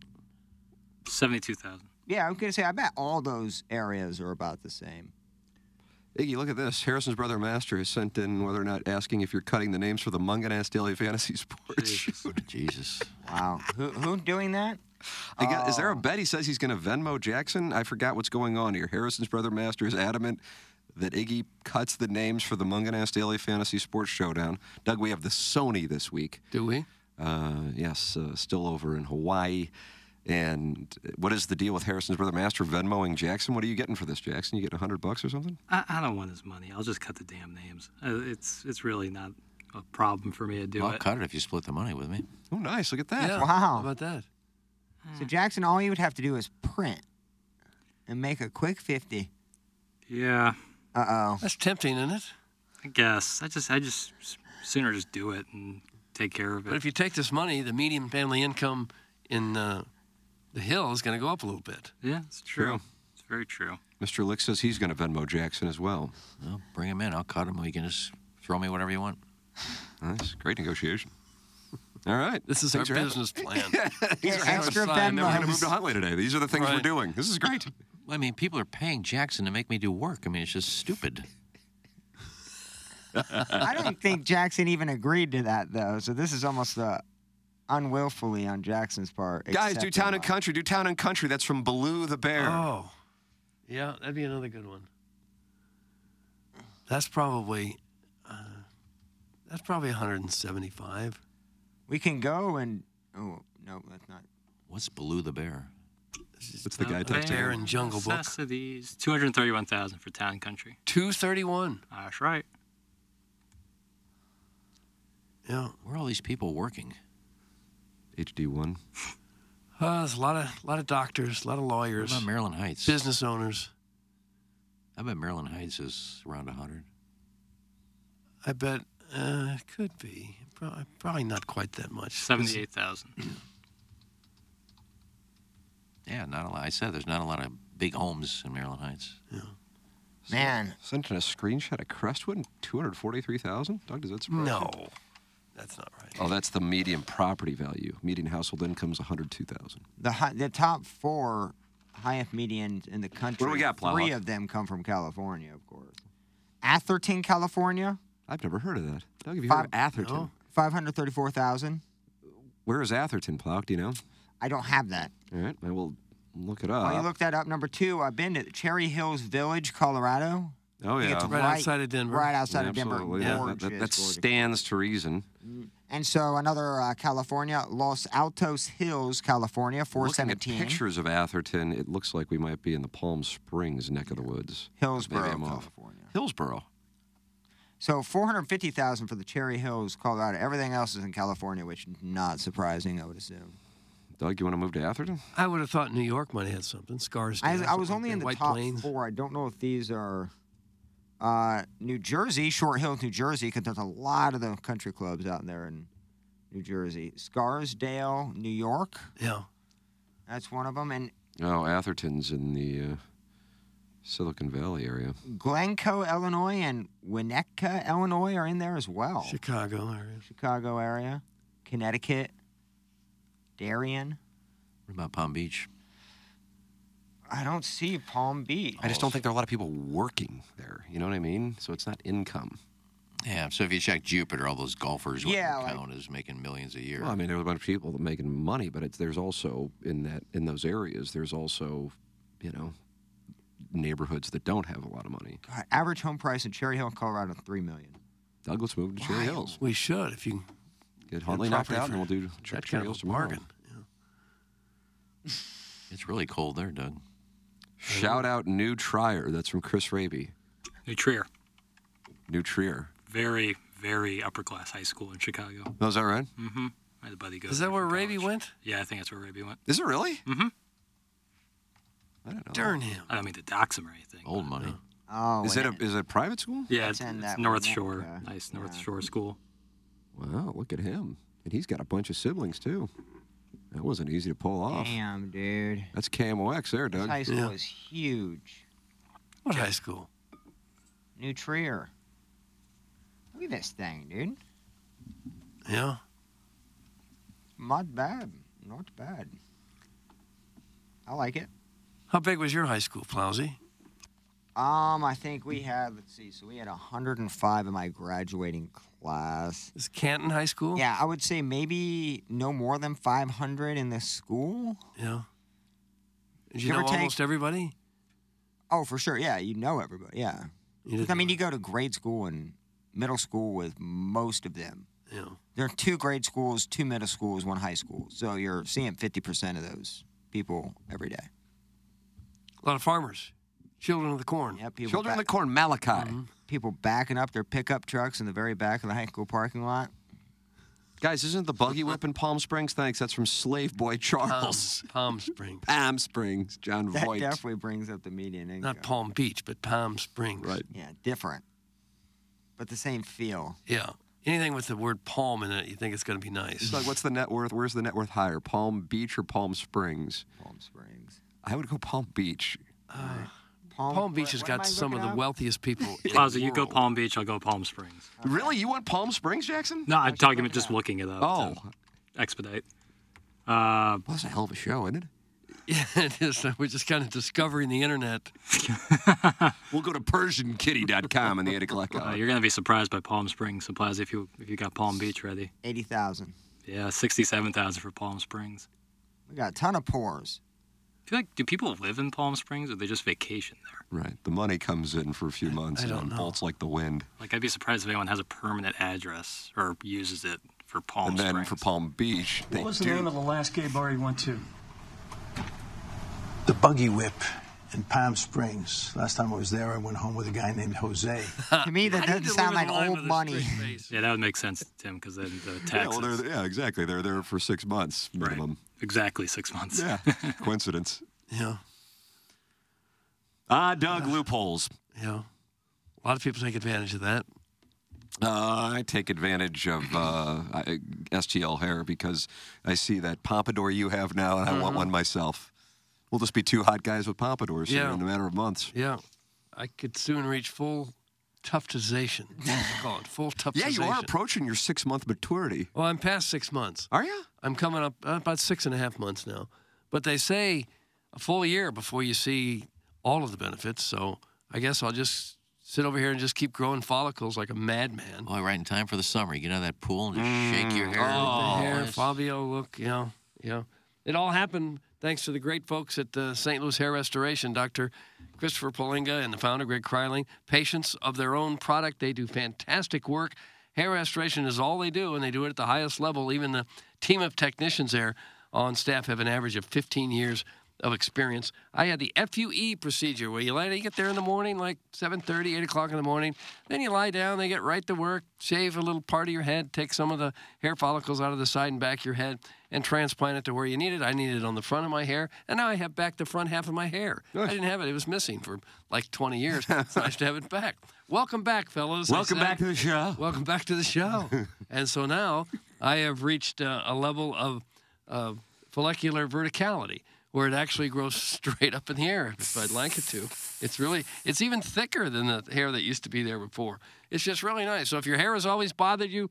S6: 72,000.
S4: yeah, I'm going to say, I bet all those areas are about the same.
S2: Iggy, look at this. Harrison's brother Master has sent in whether or not asking if you're cutting the names for the Munganass Daily Fantasy Sports. shoot.
S1: Jesus.
S4: Wow. Who, who's doing that?
S2: I guess, Is there
S3: Oh.
S2: a bet he says he's going to Venmo Jackson? I forgot what's going on here. Harrison's brother Master is adamant that Iggy cuts the names for the Munganass Daily Fantasy Sports Showdown. Doug, we have the Sony this week.
S3: Do we?
S2: Uh, yes, uh, still over in Hawaii. And what is the deal with Harrison's brother Master Venmoing Jackson? What are you getting for this, Jackson? You getting 100 bucks or something?
S6: I, I don't want his money. I'll just cut the damn names. Uh, it's it's really not a problem for me to do
S1: I'll
S6: it.
S1: cut it if you split the money with me.
S2: Oh, nice. Look at that.
S3: Yeah.
S4: Wow.
S3: How about that?
S4: So, Jackson, all you would have to do is print and make a quick 50.
S6: Yeah,
S4: Uh oh.
S3: That's tempting, isn't it?
S6: I guess. I just I just s- sooner just do it and take care of
S3: But
S6: it.
S3: if you take this money, the median family income in uh, the hill is going to go up a little bit.
S6: yeah, it's true. It's very true.
S2: Mr. Lick says he's going to Venmo Jackson as well.
S1: Well, bring him in. I'll cut him. You can just throw me whatever you want.
S2: Nice. Great negotiation. All right.
S3: This is
S2: Thanks
S3: our
S2: for having-
S3: business plan.
S4: Yeah,
S3: are
S4: extra
S3: outside. Never
S2: We're going to
S4: Venmo.
S2: move to Huntley today. These are the things we're
S3: Right.
S2: doing. This is great.
S1: Well, I mean, people are paying Jackson to make me do work. I mean, it's just stupid.
S4: I don't think Jackson even agreed to that though. So this is almost uh, unwillfully on Jackson's part.
S2: Guys, do
S4: accepting
S2: Town and
S4: that.
S2: Country. Do Town and Country. That's from Baloo the Bear.
S3: Oh, yeah, that'd be another good one. That's probably uh, that's probably 175.
S4: We can go and oh no, that's not.
S1: What's Baloo the bear?
S2: It's the guy texting.
S3: Bear and Jungle Book.
S6: Necessities. 231,000 for town and country.
S3: 231.
S6: That's right.
S3: Yeah.
S1: Where are all these people working?
S2: HD1.
S3: Uh, there's a lot of lot of doctors, a lot of lawyers.
S1: What about Maryland Heights?
S3: Business owners.
S1: I bet Maryland Heights is around 100.
S3: I bet uh, it could be. Pro- Probably not quite that much.
S6: 78,000.
S1: Yeah, not a lot. I said there's not a lot of big homes in Maryland Heights.
S4: Man.
S2: Sent in a screenshot of Crestwood, and 243,000? Doug, does that surprise
S3: No.
S2: you?
S3: That's not right.
S2: Oh, that's the median property value. Median household income's 102,000.
S4: The hi- the top four highest medians in the country.
S2: What do we got, Plowhawk?
S4: Three of them come from California, of course. Atherton, California.
S2: I've never heard of that. Doug, have you
S4: Five-
S2: heard of Atherton?
S4: Five hundred thirty-four thousand.
S2: Where is Atherton, Plow? Do you know?
S4: I don't have that.
S2: All right, I will Oh, look it
S4: While you
S2: up.
S4: look that up, number two, I've been to Cherry Hills Village, Colorado.
S2: oh,
S4: I think
S2: yeah.
S4: it's
S3: Right outside of Denver.
S4: Right outside of Denver.
S2: Absolutely. Yeah, that,
S4: Gorgeous,
S2: that, that
S4: gorgeous.
S2: stands to reason.
S4: And so another uh, California, Los Altos Hills, California,
S2: Looking at
S4: 417.
S2: pictures of Atherton, it looks like we might be in the Palm Springs neck of the woods.
S4: Hillsborough,
S2: Maybe I'm off.
S4: California.
S2: Hillsborough.
S4: So 450,000 for the Cherry Hills, Colorado. Everything else is in California, which is not surprising, I would assume.
S2: Doug, you want to move to Atherton?
S3: I would have thought New York might have had something. Scarsdale.
S4: I, I
S3: something
S4: was
S3: like
S4: only
S3: that.
S4: in the
S3: White
S4: top
S3: Plains.
S4: four. I don't know if these are. Uh, New Jersey, Short Hills, New Jersey, because there's a lot of the country clubs out there in New Jersey. Scarsdale, New York,
S3: Yeah.
S4: that's one of them. And
S2: Oh, Atherton's in the uh, Silicon Valley area.
S4: Glencoe, Illinois, and Winnetka, Illinois are in there as well.
S3: Chicago area.
S4: Chicago area, Connecticut, Darien.
S1: What about Palm Beach?
S4: I don't see Palm Beach.
S2: I just don't think there are a lot of people working there. You know what I mean? So it's not income.
S1: Yeah, so if you check Jupiter, all those golfers wouldn't
S4: Yeah, like-
S1: count as making millions a year.
S2: Well, I mean, there are a bunch of people that are making money, but it's, there's also in that in those areas, there's also, you know, neighborhoods that don't have a lot of money.
S4: God, average home price in Cherry Hill, Colorado, three million.
S2: Doug, let's move to Cherry Hills.
S3: We should if you
S2: Get Huntley knocked
S3: property
S2: out, and we'll
S3: for
S2: do Cher-
S3: that
S2: Cherry
S3: kind
S2: Hills
S3: of a
S2: tomorrow.
S3: bargain.
S1: It's really cold there, Doug.
S2: Shout out New Trier. That's from Chris Raby.
S6: New Trier.
S2: New Trier.
S6: Very, very upper class high school in Chicago.
S2: Oh, is that right?
S6: Mm-hmm. I had a buddy go.
S3: Is
S6: there
S3: that where
S6: from
S3: Raby
S6: college.
S3: went?
S6: Yeah, I think that's where Raby went.
S2: Is it really?
S6: Mm-hmm.
S2: I don't know.
S3: Darn him.
S6: I don't mean to dox him or anything.
S1: Old money.
S4: Oh,
S2: Is
S4: wait.
S2: it a is it a private school?
S6: Yeah,
S4: That's
S6: it's,
S4: in
S6: it's
S4: that
S6: North
S4: one,
S6: Shore.
S4: okay.
S6: Nice North
S4: Yeah.
S6: Shore school.
S2: Wow, look at him. And he's got a bunch of siblings too. That wasn't easy to pull off.
S4: damn, dude?
S2: That's KMOX there,
S4: This
S2: Doug.
S4: high school
S3: Yeah.
S4: is huge.
S3: What high school?
S4: New Trier. Look at this thing, dude.
S3: Yeah.
S4: Not bad. Not bad. I like it.
S3: How big was your high school, Plowsy?
S4: Um, I think we had. Let's see. So we had 105 in my graduating class.
S3: Is Canton High School?
S4: Yeah, I would say maybe no more than 500 in the school.
S3: Yeah. Did you
S4: Give or
S3: know
S4: take.
S3: almost everybody?
S4: Oh, for sure. Yeah, you know everybody. Yeah.
S3: You did
S4: I mean, you go to grade school and middle school with most of them.
S3: Yeah.
S4: There are two grade schools, two middle schools, one high school. So you're seeing 50% of those people every day.
S3: A lot of farmers. Children of the corn.
S4: Yeah, people,
S2: Children of the
S4: back-
S2: Corn, Malachi.
S4: people backing up their pickup trucks in the very back of the high school parking lot.
S2: Guys, isn't the buggy whip in Palm Springs? Thanks. That's from Slave Boy
S3: Palm,
S2: Charles.
S3: Palm Springs.
S2: Palm Springs, John
S4: That
S2: Voight.
S4: definitely brings up the median income.
S3: Not Palm Beach, but Palm Springs.
S2: Right.
S4: yeah, different, but the same feel.
S3: Yeah. Anything with the word palm in it, you think it's going to be nice.
S2: Doug, what's the net worth? Where's the net worth higher, Palm Beach or Palm Springs?
S4: Palm Springs.
S2: I would go Palm Beach.
S3: Palm Beach has
S4: what am
S3: got
S4: I
S3: some of
S4: looking
S3: the
S4: up?
S3: wealthiest people. in
S6: Plaza,
S3: the
S6: you go
S3: world.
S6: Palm Beach, I'll go Palm Springs.
S2: Really? You want Palm Springs, Jackson?
S6: No, I'm talking about just looking it up.
S2: Oh,
S6: to
S2: well,
S6: expedite. Uh,
S2: that's a hell of a show, isn't it?
S3: Yeah, it is. We're just kind of discovering the internet.
S2: We'll go to PersianKitty.com in the 8 o'clock
S6: uh,
S2: hour.
S6: you're gonna be surprised by Palm Springs. So Plaza, if you if you got Palm Beach ready,
S4: 80,000.
S6: yeah, sixty-seven thousand for Palm Springs.
S4: We got a ton of pores.
S6: I feel like do people live in Palm Springs or they just vacation there?
S2: Right. The money comes in for a few months
S3: I
S2: and then
S3: don't know.
S2: bolts like the wind.
S6: Like I'd be surprised if anyone has a permanent address or uses it for Palm
S2: and then
S6: Springs.
S2: for Palm Beach, they
S9: What was the
S2: do.
S9: name of the last gay bar you went to?
S7: The buggy whip
S9: in Palm Springs. Last time I was there, I went home with a guy named Jose.
S4: to me, that doesn't sound like old money.
S6: Yeah, that would make sense, Tim, because then the
S8: Yeah,
S6: taxes.
S8: well, they're, yeah, exactly. They're there for six months minimum.
S6: Exactly six months.
S8: Yeah, coincidence.
S3: Yeah.
S6: Uh,
S8: Ah, Doug, loopholes.
S3: Yeah. A lot of people take advantage of that.
S2: Uh, I take advantage of uh, I- STL hair because I see that pompadour you have now, and I want
S3: Mhm.
S2: one myself. We'll just be two hot guys with pompadours here
S3: Yeah.
S2: in a matter of months.
S3: Yeah. I could soon reach full tuftization. That's what they call it. Full tuftization.
S2: Yeah, you are approaching your six month maturity.
S3: Well, I'm past six months.
S2: Are you?
S3: I'm coming up uh, about six and a half months now. But they say a full year before you see all of the benefits. So I guess I'll just sit over here and just keep growing follicles like a madman.
S1: Boy, right in time for the summer. You get out of that pool and just shake your hair.
S3: Oh, the hair,
S1: Yes.
S3: Fabio look, you know, you know. It all happened thanks to the great folks at uh, St. Louis Hair Restoration, Dr. Christopher Polinga and the founder, Greg Kryling, patients of their own product. They do fantastic work. Hair restoration is all they do, and they do it at the highest level. Even the team of technicians there on staff have an average of 15 years of experience. I had the FUE procedure where you lie down, you get there in the morning, like 7.30, 8 o'clock in the morning. Then you lie down, they get right to work, shave a little part of your head, take some of the hair follicles out of the side and back of your head and transplant it to where you need it. I needed it on the front of my hair, and now I have back the front half of my hair. I didn't have it. It was missing for like 20 years. it's nice to have it back. Welcome back, fellas. I
S2: Welcome
S3: said.
S2: back to the show.
S3: Welcome back to the show. and so now I have reached uh, a level of uh, follicular verticality where it actually grows straight up in the air if I'd like it to. It's really, it's even thicker than the hair that used to be there before. It's just really nice. So if your hair has always bothered you,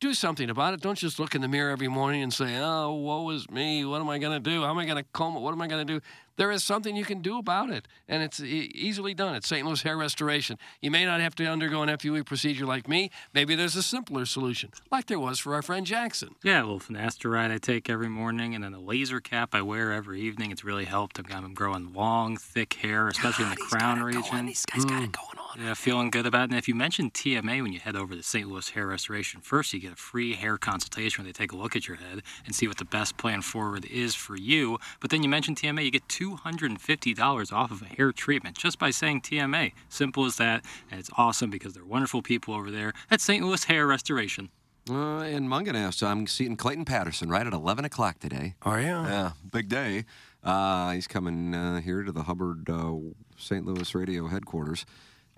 S3: do something about it. Don't just look in the mirror every morning and say, oh, woe is me. What am I going to do? How am I going to comb it? What am I going to do? There is something you can do about it, and it's e- easily done. It's St. Louis Hair Restoration. You may not have to undergo an FUE procedure like me. Maybe there's a simpler solution, like there was for our friend Jackson.
S6: Yeah, a little finasteride I take every morning, and then a laser cap I wear every evening. It's really helped. I'm, I'm growing long, thick hair, especially in the crown region. These guys got it going on. Yeah, feeling good about it. And if you mention TMA when you head over to St. Louis Hair Restoration, first you get a free hair consultation where they take a look at your head and see what the best plan forward is for you. But then you mention TMA, you get $250 off of a hair treatment just by saying TMA. Simple as that. And it's awesome because they're wonderful people over there at St. Louis Hair Restoration.
S2: Uh, and Munganast, I'm seeing Clayton Patterson right at 11 o'clock today.
S3: Are you?
S2: Yeah, big day. Uh, he's coming uh, here to the Hubbard uh, St. Louis radio headquarters,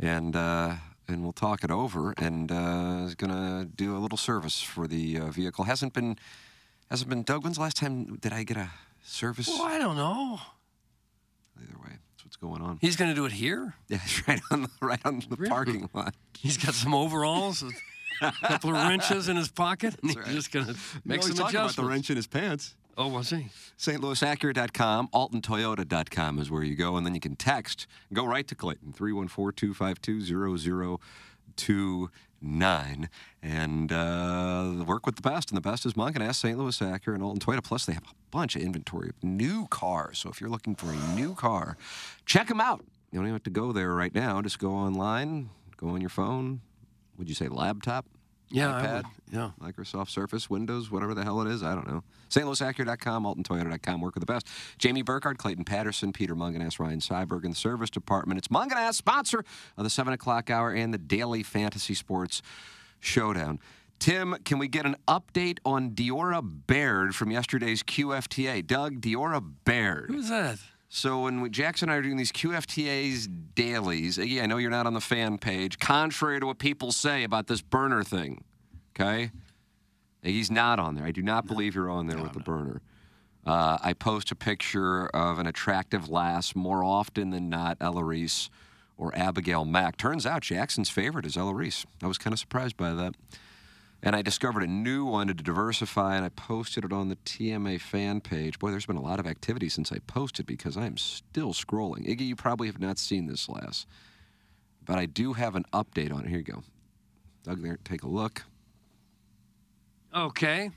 S2: and uh, and we'll talk it over. And uh, is gonna do a little service for the uh, vehicle. Hasn't been hasn't been. Doug, when's the last time did I get a service?
S3: Well, I don't know.
S2: That's what's going on?
S3: He's going to do it here?
S2: Yeah, it's right on the, right on the parking lot.
S3: He's got some overalls, with a couple of wrenches in his pocket, and he's just going to make some adjustments.
S2: About the wrench in his pants.
S3: Oh, was he?
S2: StLouisAcura.com, AltonToyota.com is where you go, and then you can text. Go right to Clayton, 314-252-0029, and uh, work with the best, and the best is Monk and Ask St. Louis Acura and Alton Toyota. Plus, they have a bunch of inventory of new cars, so if you're looking for a new car, check them out. You don't even have to go there right now. Just go online, go on your phone. Would you say laptop?
S3: Yeah, I
S2: iPad?
S3: would. Yeah.
S2: Microsoft Surface, Windows, whatever the hell it is. I don't know. StLouisAcura.com, AltonToyota.com, work with the best. Jamie Burkhardt, Clayton Patterson, Peter Munganess, Ryan Seiberg in the Service Department. It's Munganess, sponsor of the 7 o'clock hour and the Daily Fantasy Sports Showdown. Tim, can we get an update on Diora Baird from yesterday's QFTA? Doug, Diora Baird.
S3: Who's that?
S2: So when we, Jackson and I are doing these QFTA's dailies, yeah, I know you're not on the fan page, contrary to what people say about this burner thing, okay? He's not on there. I do not believe you're on there with the burner. Uh, I post a picture of an attractive lass more often than not, Eloise or Abigail Mack. Turns out Jackson's favorite is Eloise. I was kind of surprised by that. And I discovered a new one to diversify, and I posted it on the TMA fan page. Boy, there's been a lot of activity since I posted because I am still scrolling. Iggy, you probably have not seen this lass, but I do have an update on it. Here you go. Doug, there, take a look.
S3: Okay.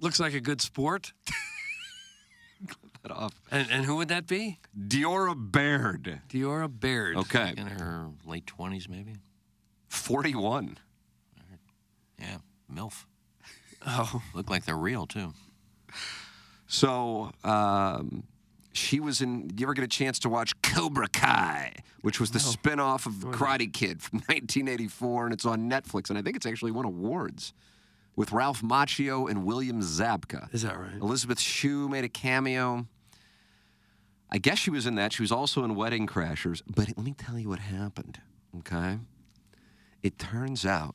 S3: Looks like a good sport.
S2: Cut off.
S3: And, and who would that be?
S2: Diora Baird.
S3: Diora Baird.
S2: Okay.
S1: In her late 20s, maybe?
S2: 41.
S1: Yeah, MILF.
S3: Oh.
S1: Look like they're real, too.
S2: So um, She was in. You ever get a chance to watch Cobra Kai, which was the spin-off of Karate Kid from 1984, and it's on Netflix, and I think it's actually won awards with Ralph Macchio and William Zabka.
S3: Is that right?
S2: Elizabeth Shue made a cameo. I guess she was in that. She was also in Wedding Crashers. But let me tell you what happened. Okay. It turns out,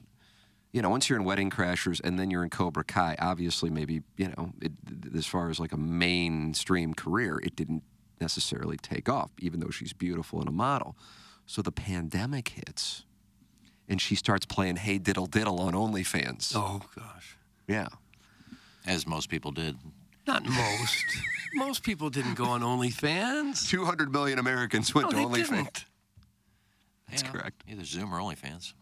S2: you know, once you're in Wedding Crashers and then you're in Cobra Kai, obviously, maybe, you know, it, th- as far as like a mainstream career, it didn't necessarily take off, even though she's beautiful and a model. So the pandemic hits and she starts playing Hey Diddle Diddle on OnlyFans.
S3: Oh, gosh.
S2: Yeah.
S1: As most people did.
S3: Not most. most people didn't go on OnlyFans.
S2: 200 million Americans went
S3: No,
S2: to
S3: they
S2: OnlyFans.
S3: didn't.
S2: That's correct.
S1: Either Zoom or OnlyFans.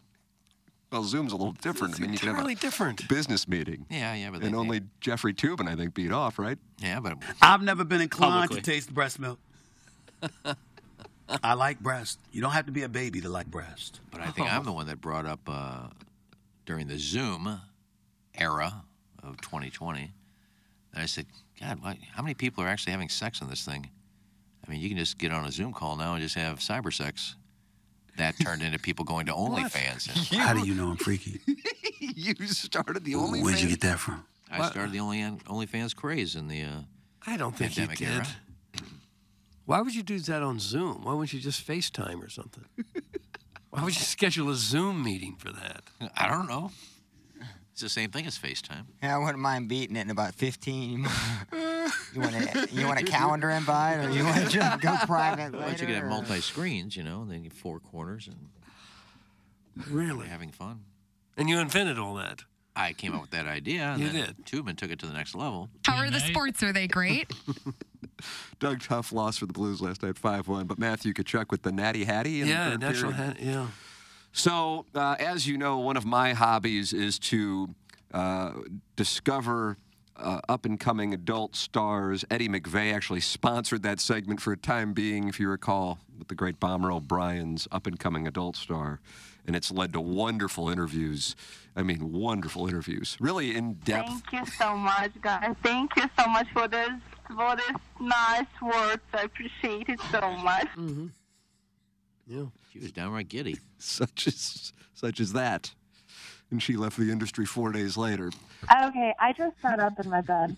S2: Well, Zoom's a little different. I mean, you can have a
S1: entirely
S3: different
S2: business meeting.
S1: Yeah, yeah, but they-
S2: and only Jeffrey Tubin, I think, beat off, right?
S1: Yeah, but
S10: I've never been inclined
S2: Publicly.
S10: to taste breast milk. I like breast. You don't have to be a baby to like breast.
S1: But I
S2: Oh.
S1: think I'm the one that brought up uh, during the Zoom era of 2020. And I said, God, what, how many people are actually having sex on this thing? I mean, you can just get on a Zoom call now and just have cyber sex. That turned into people going to OnlyFans.
S10: How do you know I'm freaky?
S2: you started the
S1: OnlyFans.
S10: Where'd you get that from?
S1: I started the only OnlyFans craze in the uh,
S3: I don't think you
S1: pandemic
S3: did.
S1: era.
S3: Why would you do that on Zoom? Why wouldn't you just FaceTime or something? Why would you schedule a Zoom meeting for that?
S1: I don't know. It's the same thing as FaceTime.
S4: Yeah, I wouldn't mind beating it in about 15. you, want a, you want a calendar invite or you want to just go private
S1: But
S4: later?
S1: you could have
S4: or-
S1: multi screens, you know, and then you four corners and
S3: really
S1: having fun.
S3: And you invented all that.
S1: I came up with that idea. And
S3: You
S1: then did. Tubin took it to the next level.
S11: How are the sports? Are they great?
S8: Doug Tough lost for the Blues last night, 5 1, but Matthew Kachuk with the Natty Hattie. In the
S2: Yeah,
S8: third
S2: natural
S8: period.
S3: hat- yeah.
S2: So, uh, as you know, one of my hobbies is to uh, discover uh, up and coming adult stars. Eddie McVeigh actually sponsored that segment for a time being, if you recall, with the great Bomber O'Brien's up and coming adult star. And it's led to wonderful interviews. I mean, wonderful interviews, really in depth.
S5: Thank you so much, guys. Thank you so much for this for this nice words. I appreciate it so much.
S3: Yeah.
S1: She was downright giddy.
S8: such as such as that. And she left the industry four days later.
S12: Okay, I just sat up in my bed.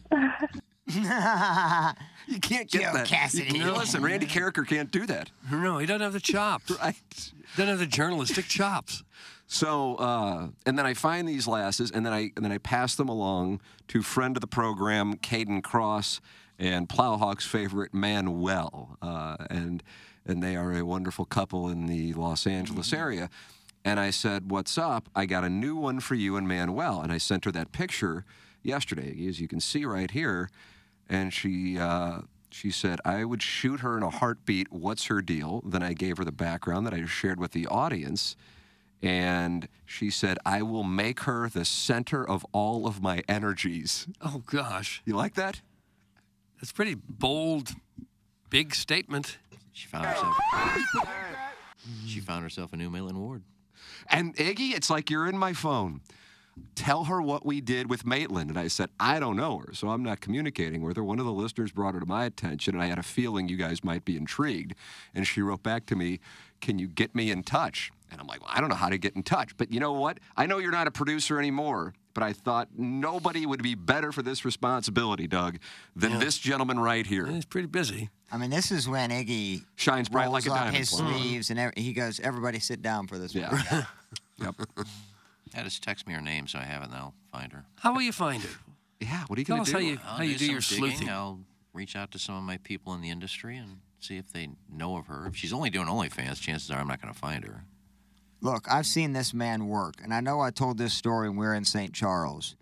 S2: you can't get that. You- you know, listen, Randy Carricker can't do that.
S3: No, he doesn't have the chops.
S2: right.
S3: Doesn't have the journalistic chops.
S2: So, uh, and then I find these lasses, and then I and then I pass them along to friend of the program, Caden Cross, and Plowhawk's favorite Manuel, uh, and and they are a wonderful couple in the Los Angeles area. And I said, "What's up? I got a new one for you and Manuel." And I sent her that picture yesterday, as you can see right here. And she uh, she said, "I would shoot her in a heartbeat. What's her deal?" Then I gave her the background that I shared with the audience. And she said, I will make her the center of all of my energies.
S3: Oh, gosh.
S2: You like that?
S3: That's a pretty bold, big statement.
S1: She found herself. She found herself a new Maitland Ward.
S2: And Iggy, it's like you're in my phone. Tell her what we did with Maitland. And I said, I don't know her, so I'm not communicating with her. One of the listeners brought her to my attention, and I had a feeling you guys might be intrigued. And she wrote back to me, Can you get me in touch? And I'm like, well, I don't know how to get in touch. But you know what? I know you're not a producer anymore, but I thought nobody would be better for this responsibility, Doug, than this gentleman right here.
S3: He's Eh, pretty busy.
S4: I mean, this is when Iggy
S2: Shines bright like
S4: rolls
S2: a
S4: up
S2: diamond.
S4: his sleeves and every, he goes, everybody sit down for this one.
S2: Yeah. yep.
S1: Yeah, just text me her name so I have it and I'll find her.
S3: How will you find her?
S2: Yeah, what are you
S3: Tell
S1: going
S3: us
S1: to
S3: how you- how you do your sleuthing.
S1: I'll reach out to some of my people in the industry and see if they know of her. If she's only doing OnlyFans, chances are I'm not going to find her.
S4: Look, I've seen this man work, and I know I told this story when we were in St. Charles.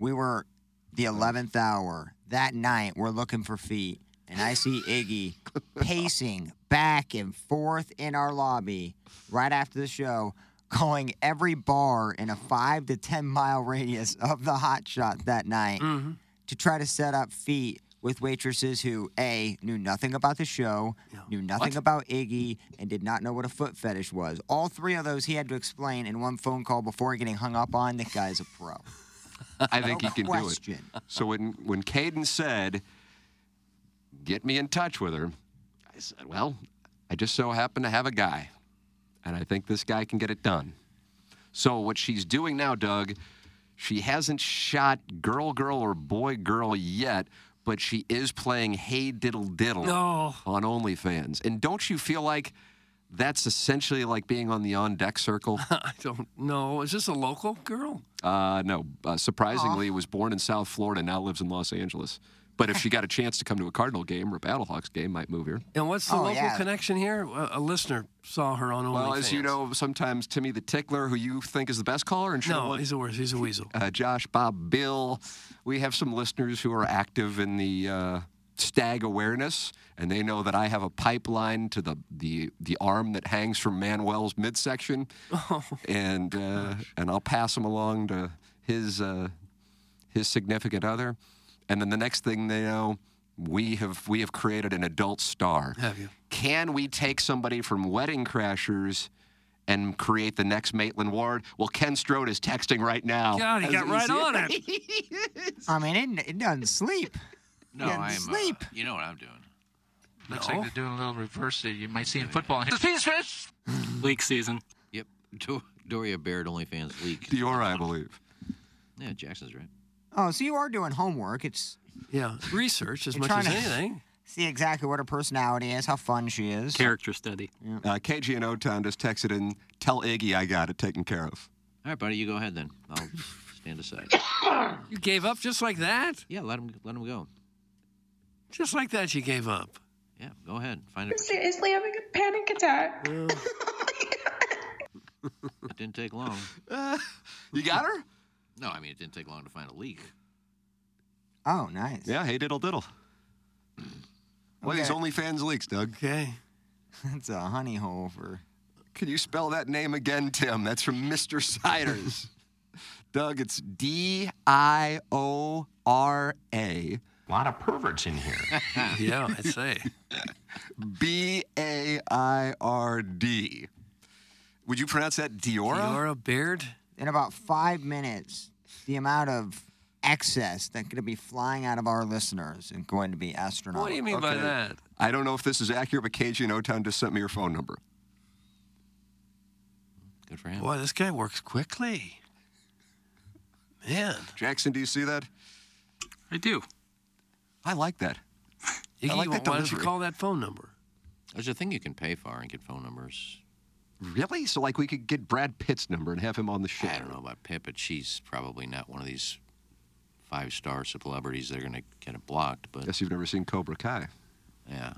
S4: We were the 11th hour. That night, we're looking for feet, and I see Iggy pacing back and forth in our lobby right after the show, calling every bar in a five to 10 mile radius of the hot shot that
S2: Mm.
S4: night to try to set up feet with waitresses who a knew nothing about the show, knew nothing about Iggy, and did not know what a foot fetish was. All three of those he had to explain in one phone call before getting hung up on. The guy's a pro.
S2: I think
S4: No
S2: he can do
S4: question.
S2: it. So when when Caden said, get me in touch with her. I said, Well, I just so happen to have a guy, and I think this guy can get it done. So, what she's doing now, Doug, she hasn't shot girl girl or boy girl yet, but she is playing Hey Diddle Diddle on OnlyFans. And don't you feel like that's essentially like being on the on deck circle?
S3: I don't know. Is this a local girl?
S2: Uh, no, uh, surprisingly, was born in South Florida, now lives in Los Angeles. But if she got a chance to come to a Cardinal game or a Battlehawks game, might move here.
S3: And what's the
S2: Oh,
S3: local
S2: yeah.
S3: connection here? A, a listener saw her on OnlyFans.
S2: Well, as you know, sometimes Timmy the Tickler, who you think is the best caller, and
S3: No, he's the worst. He's a weasel.
S2: Uh, Josh, Bob, Bill. We have some listeners who are active in the uh, stag awareness, and they know that I have a pipeline to the the, the arm that hangs from Manuel's midsection, and uh, and I'll pass them along to his uh, his significant other, and then the next thing they know, we have we have created an adult star.
S3: Have you?
S2: Can we take somebody from Wedding Crashers and create the next Maitland Ward? Well, Ken Strode is texting right now.
S3: God, he
S2: As
S3: got right
S2: see
S3: on it.
S4: I mean, it, it doesn't sleep.
S1: No,
S4: Getting
S1: I'm.
S4: sleep.
S1: Uh, you know what I'm doing.
S4: Looks
S1: Looks like
S4: like No.
S1: they're doing a little reverse. You might see in
S6: football.
S1: football.
S6: Penis fish. Leak season.
S1: Yep. Do- Doria Baird OnlyFans leak.
S2: Diora, I believe.
S1: Yeah, Jackson's right.
S4: Oh, so you are doing homework. It's
S3: yeah, research as
S4: You're
S3: much
S4: trying
S3: as
S4: to-
S3: anything.
S4: see exactly what her personality is, how fun she is.
S6: Character study.
S2: Uh, KG and O Town just texted in, tell Iggy I got it taken care of.
S1: All right, buddy, you go ahead then. I'll stand aside.
S3: You gave up just like that?
S1: Yeah, let him let him go.
S3: Just like that, you gave up.
S1: Yeah, go ahead. Find it.
S13: Seriously, having a panic attack.
S1: It didn't take long.
S2: you got her?
S1: No, I mean it didn't take long to find a leak.
S4: Oh, nice.
S2: Yeah, hey diddle diddle. What is OnlyFans leaks, Doug?
S3: Okay.
S4: That's a honey hole for.
S2: Can you spell that name again, Tim? That's from Mr. Siders. Doug, it's D I O R A. A lot of perverts in here.
S3: yeah, I'd say.
S2: B A I R D. Would you pronounce that Diora?
S3: Diora Baird?
S4: In about five minutes, the amount of excess that's going to be flying out of our listeners is going to be astronomical.
S2: Okay. I don't know if this is accurate, but KG and O Town just sent me your phone number.
S1: Good for him.
S3: Boy, this guy works quickly. Man.
S2: Jackson, do you see that?
S6: I do.
S2: I like that.
S3: Iggy,
S1: I like that
S3: why don't you
S1: delivery.
S3: call that phone number?
S1: There's a thing you can pay for and get phone numbers.
S2: Really? So, like, we could get Brad Pitt's number and have him on the show.
S1: I don't know about Pip, but she's probably not one of these five star celebrities that are going to get it blocked. But
S2: Guess you've never seen Cobra Kai.
S1: yeah,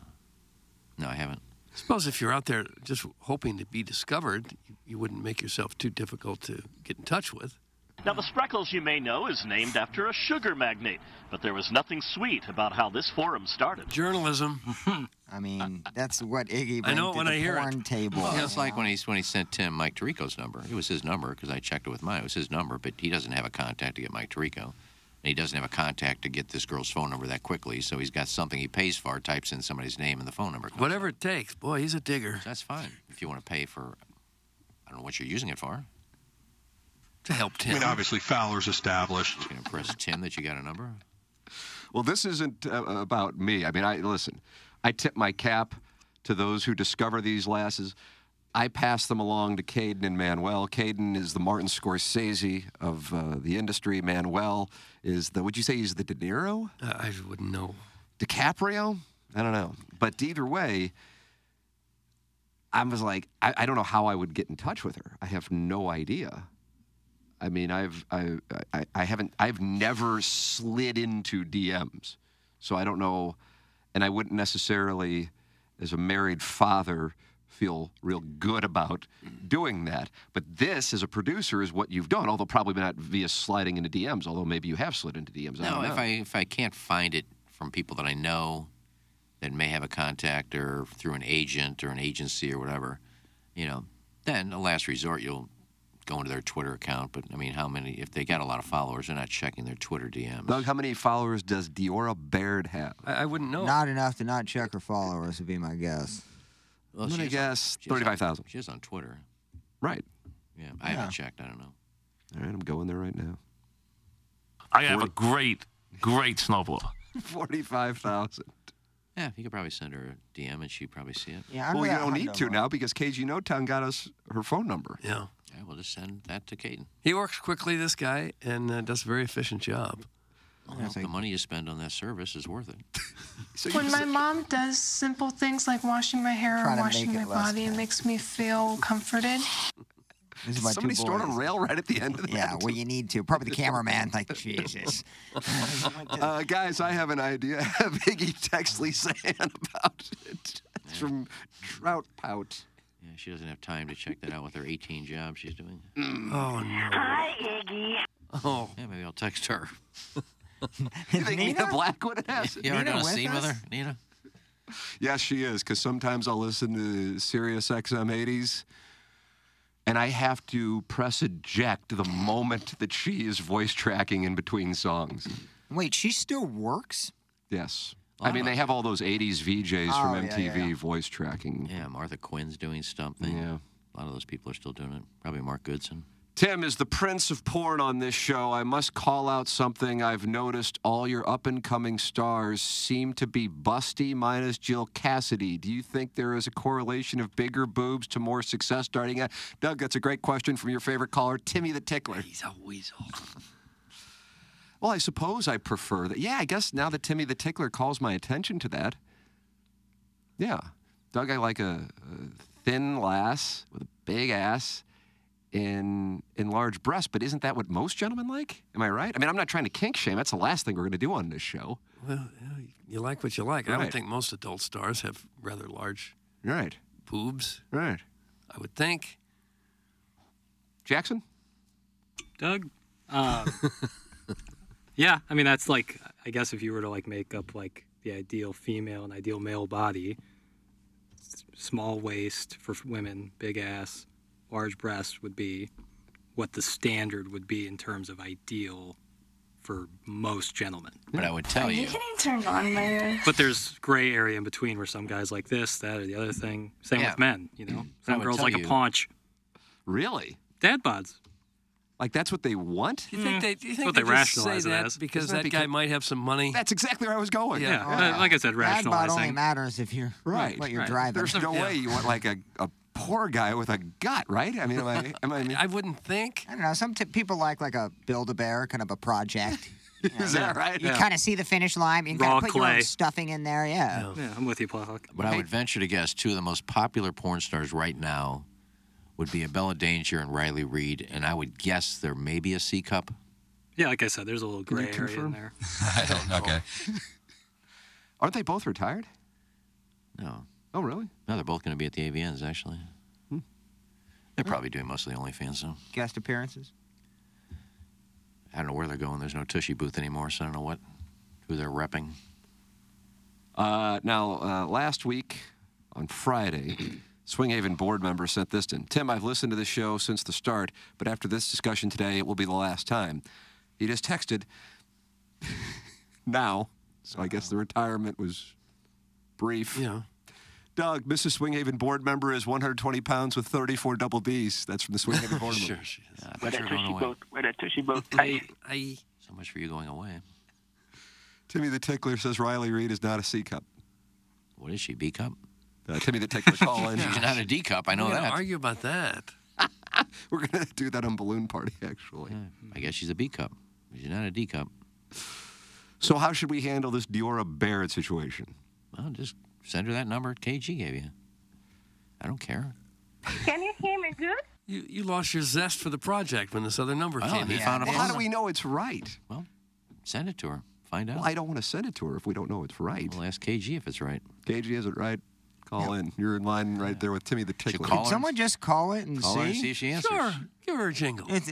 S1: no, I haven't.
S3: Suppose if you're out there just hoping to be discovered, you- you wouldn't make yourself too difficult to get in touch with.
S14: Now, the Spreckles, you may know, is named after a sugar magnate, but there was nothing sweet about how this forum started.
S3: Journalism.
S4: I mean, that's what Iggy
S1: I
S4: brings
S1: know
S4: to
S1: when
S4: the
S1: I hear it.
S4: porn table.
S1: Well, it's like when he when he sent Tim Mike Tirico's number. It was his number because I checked it with mine. It was his number, but he doesn't have a contact to get Mike Tirico, and he doesn't have a contact to get this girl's phone number that quickly. So he's got something he pays for, types in somebody's name and the phone number.
S3: Whatever it takes. Boy, he's a digger.
S1: That's fine if you want to pay for. I don't know what you're using it for.
S3: To help
S10: I mean, obviously, Fowler's established.
S1: You can press Tim that you got a number.
S2: Well, this isn't uh, about me. I mean, I listen. I tip my cap to those who discover these lasses. I pass them along to Caden and Manuel. Caden is the Martin Scorsese of uh, the industry. Manuel is the. Would you say he's the De Niro?
S3: Uh, I wouldn't know.
S2: DiCaprio? I don't know. But either way, I was like, I, I don't know how I would get in touch with her. I have no idea. I mean, I've I, I I haven't I've never slid into DMs, so I don't know, and I wouldn't necessarily, as a married father, feel real good about doing that. But this, as a producer, is what you've done. Although probably not via sliding into DMs. Although maybe you have slid into DMs. I
S1: No,
S2: don't
S1: if
S2: know.
S1: I if I can't find it from people that I know that may have a contact or through an agent or an agency or whatever, you know, then a last resort you'll go into their Twitter account. But I mean, how many? If they got a lot of followers, they're not checking their Twitter DM.
S2: Doug, how many followers does Diora Baird have?
S3: I, I wouldn't know.
S4: Not enough to not check her followers would be my guess.
S1: Well,
S2: I'm
S1: Oh,
S2: gonna
S1: she is on-
S2: guess
S1: she is on-
S2: 35,000.
S1: She is on Twitter.
S2: Right.
S1: Yeah, I
S2: Yeah.
S1: haven't checked. I don't know.
S2: All right, I'm going there right now.
S15: I have a great, great snowblower.
S2: Forty-five thousand.
S1: Yeah, you could probably send her a DM and she'd probably see it.
S4: Yeah, I'm
S2: well, you
S4: not
S2: don't
S4: hung
S2: need
S4: up
S2: to
S4: on
S2: now because KG No Town got us her phone number.
S3: Yeah.
S1: Yeah, we'll just send that to Caden.
S3: He works quickly, this guy, and uh, does a very efficient job.
S1: Well, the money you spend on that service is worth it.
S16: when my mom does simple things like washing my hair
S1: Try
S16: or
S1: to
S16: washing
S1: make
S16: my
S1: it less
S16: body, it makes me feel comforted.
S4: This is my
S2: Somebody
S4: two
S2: stored a
S4: boys.
S2: rail right at the end of that.
S4: Yeah, well, you need to. Probably the cameraman. Like, Jesus.
S2: uh, guys, I have an idea. Have Iggy text Lisa Ann about it. It's from Trout Pout.
S1: Yeah, she doesn't have time to check that out with her 18 jobs she's doing.
S3: Oh, no.
S17: Hi, Iggy.
S3: Oh.
S1: Yeah, maybe I'll text her.
S2: You think Nina
S1: Nina?
S2: Blackwood has it?
S1: You ever done a scene with her, Nina?
S2: Yes, she is. Because sometimes I'll listen to Sirius XM 80s, and I have to press eject the moment that she is voice tracking in between songs.
S4: Wait, she still works?
S2: Yes.
S4: Wow.
S1: Ah.
S2: I mean, they have all those 80s VJs
S4: Oh,
S2: from
S4: yeah,
S2: MTV
S4: yeah, yeah.
S2: voice tracking.
S1: Yeah, Martha Quinn's doing something.
S2: Yeah.
S1: A lot of those people are still doing it. Probably Mark Goodson.
S2: Tim is the prince of porn on this show. I must call out something I've noticed. All your up and coming stars seem to be busty, minus Jill Cassidy. Do you think there is a correlation of bigger boobs to more success starting out? Doug, that's a great question from your favorite caller, Timmy the Tickler.
S3: He's a weasel.
S2: Well, I suppose I prefer that. Yeah, I guess now that Timmy the Tickler calls my attention to that. Yeah. Doug, I like a, a thin lass with a big ass and and large breasts, but isn't that what most gentlemen like? Am I right? I mean, I'm not trying to kink shame. That's the last thing we're going to do on this show.
S3: Well, yeah, you like what you like. I
S2: Right.
S3: don't think most adult stars have rather large
S2: Right.
S3: boobs.
S2: Right.
S3: I would think.
S2: Jackson?
S6: Doug? Um, yeah, I mean that's like I guess if you were to like make up like the ideal female and ideal male body, s- small waist for f- women, big ass, large breasts would be what the standard would be in terms of ideal for most gentlemen.
S1: But I would tell you.
S16: turned on by
S6: But there's gray area in between where some guys like this, that, or the other thing. Same
S1: Yeah.
S6: with men, you know.
S1: But I
S6: Some
S1: would
S6: girls
S1: tell
S6: like
S1: you-
S6: a paunch.
S2: Really?
S6: Dad bods.
S2: Like that's what they want?
S3: Do you think they, do you think
S6: That's Hmm. what
S3: they,
S6: they
S3: just say
S6: rationalize it
S3: that
S6: as.
S3: because
S6: Isn't
S3: that
S6: it
S3: guy might have some money?
S2: That's exactly where I was going.
S3: Yeah.
S4: Oh, yeah.
S6: like I said,
S4: Ad bod only
S6: rationalizing.
S4: matters if you're
S2: Right.
S4: What you're driving.
S2: There's no way you want like a, a poor guy with a gut, right? I mean, am I? Am I,
S3: I wouldn't think.
S4: I don't know. Some t- people like like a build a bear kind of a project.
S2: Is that right?
S4: You kind of see the finish line. You can kind
S1: Raw
S4: of put your own
S1: clay.
S4: stuffing in there. Yeah.
S6: Yeah, I'm with you, Plahawk.
S1: But I would venture to guess two of the most popular porn stars right now would be Abella Danger and Riley Reed, and I would guess there may be a C cup.
S6: Yeah, like I said, there's a little
S1: Can you
S6: gray area
S1: confirm?
S6: in there.
S1: I don't know. Okay.
S2: Aren't they both retired?
S1: No.
S2: Oh, really?
S1: No, they're both going to be at the AVNs, actually. They're probably doing mostly OnlyFans, though.
S4: Guest appearances.
S1: I don't know where they're going. There's no Tushy booth anymore, so I don't know what who they're repping.
S2: Uh, now, uh, last week on Friday, Swinghaven board member sent this in. Tim, I've listened to this show since the start, but after this discussion today, it will be the last time. He just texted now, so I guess the retirement was brief.
S3: Yeah.
S2: Doug, Mrs. Swinghaven board member is 120 pounds with 34 double B's. That's from the Swinghaven board member.
S3: Sure she
S1: is.
S2: thought you were going away.
S18: Where that tushy boat
S3: I,
S1: So much for you going away.
S2: Timmy the Tickler says Riley Reed is not a C cup.
S1: What is she, B cup?
S2: Uh, Timmy the Tickler, call in.
S1: She's not a D cup. I know
S3: We're gonna
S1: that.
S3: Argue about that.
S2: We're going to do that on Balloon Party, actually.
S1: I guess she's a B cup. She's not a D cup.
S2: So, how should we handle this Diora Barrett situation?
S1: Well, just send her that number KG gave you. I don't care.
S5: Can you hear me good?
S3: You you lost your zest for the project when this other number
S1: Well,
S3: came.
S1: Oh, he
S3: in.
S1: found a
S2: Well, how do we know it's right?
S1: Well, send it to her. Find out.
S2: Well, I don't want to send it to her if we don't know it's right.
S1: We'll ask KG if it's right.
S2: KG, is it right? Call in. You're in line right there with Timmy the Tickler.
S1: call her?
S4: Someone just call it and
S1: Call
S4: see.
S1: her and see if she answers.
S3: Sure, give her a jingle.
S4: It's,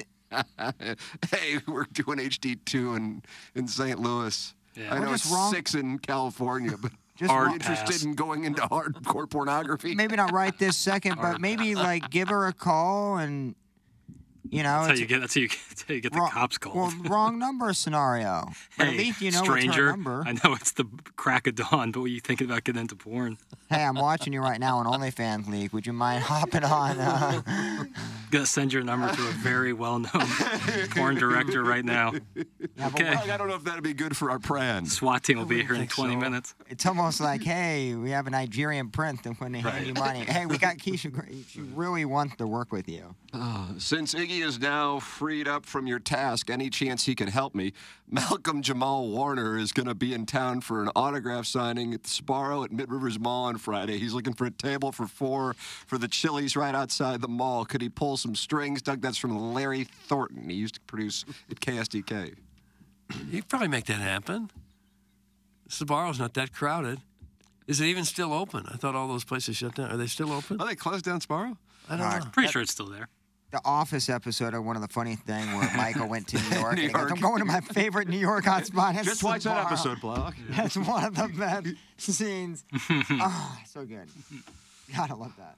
S2: hey, we're doing HD2 in, in St. Louis.
S3: Yeah.
S2: I
S3: We're
S2: know
S3: just
S2: it's
S3: wrong-
S2: six in California, but
S4: Just
S2: are
S4: wrong-
S2: you interested
S4: Pass.
S2: in going into hardcore pornography?
S4: maybe not right this second, but maybe like give her a call and You know,
S6: that's how
S4: it's-
S6: you get. That's how you get. That's how you get the cops called.
S4: well, wrong number scenario. But
S6: Hey,
S4: at least you know it's
S6: stranger.
S4: her number.
S6: I know it's the crack of dawn, but were you thinking about getting into porn?
S4: Hey, I'm watching you right now on OnlyFans League. Would you mind hopping on? Uh,
S6: Gonna send your number to a very well-known porn director right now. okay.
S2: I don't know if that'd be good for our brand.
S6: SWAT team will be here in 20 minutes.
S4: it's almost like, hey, we have a Nigerian print, and when they hand you money, hey, we got Keisha. Gray. She really wants to work with you.
S2: Uh, since Iggy is now freed up from your task, any chance he could help me, Malcolm Jamal Warner is going to be in town for an autograph signing at the Sparrow at Mid Rivers Mall on Friday. He's looking for a table for four for the Chili's right outside the mall. Could he pull some strings? Doug, that's from Larry Thornton. He used to produce at KSDK.
S3: You could probably make that happen. Sabaro's not that crowded. Is it even still open? I thought all those places shut down. Are they still open?
S2: Are they closed down Sparrow?
S3: I
S1: uh,
S3: don't
S4: God.
S3: know.
S6: Pretty sure it's still there.
S4: The Office episode of one of the funny thing where Michael went to New York.
S2: New
S4: and he goes,
S2: York.
S4: I'm going to my favorite New York hot spot. It's
S2: Just watch that
S4: Sbarro."
S2: episode, Block.
S4: That's one of the best scenes. oh, so good. Gotta love that.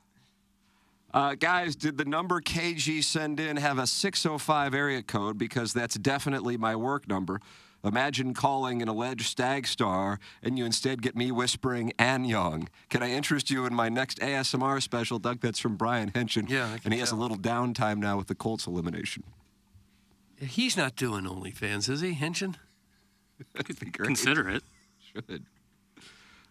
S2: Uh, guys, did the number KG send in have a 605 area code? Because that's definitely my work number. Imagine calling an alleged stag star and you instead get me whispering An Young. Can I interest you in my next ASMR special, Doug? That's from Brian Henson.
S3: Yeah, I can
S2: And he has a
S3: tell.
S2: little downtime now with the Colts elimination.
S3: He's not doing OnlyFans, is he, Henshin?
S2: That'd be great.
S6: Consider it.
S2: Should.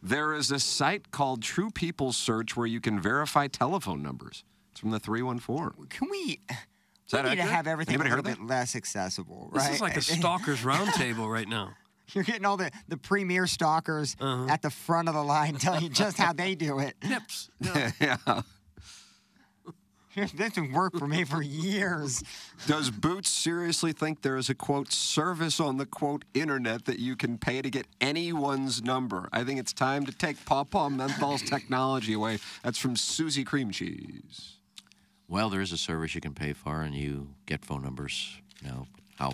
S2: There is a site called True People Search where you can verify telephone numbers. It's from the 314.
S4: Can we?
S2: Is that
S4: we need to
S2: accurate?
S4: have everything
S2: Anybody
S4: a
S2: heard
S4: little
S2: that?
S4: bit less accessible, right?
S3: This is like a stalker's roundtable right now.
S4: You're getting all the, the premier stalkers
S2: Uh-huh.
S4: at the front of the line telling you just how they do it.
S3: Tips.
S2: yeah.
S4: This has worked for me for years.
S2: Does Boots seriously think there is a quote service on the quote internet that you can pay to get anyone's number? I think it's time to take Paw Paw Menthol's technology away. That's from Susie Cream Cheese.
S1: Well, there is a service you can pay for, and you get phone numbers. Now, how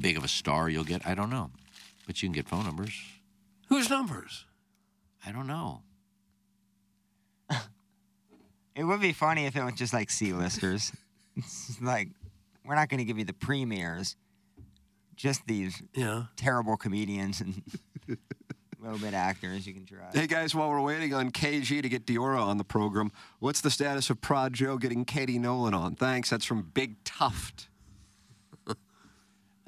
S1: big of a star you'll get, I don't know, but you can get phone numbers.
S3: Whose numbers?
S1: I don't know.
S4: It would be funny if it was just like C-listers. It's like, we're not going to give you the premiers, just these
S3: Yeah.
S4: terrible comedians and little bit actors you can try.
S2: Hey guys, while we're waiting on KG to get Diora on the program, what's the status of Prod Joe getting Katie Nolan on? Thanks. That's from Big Tuft.
S1: I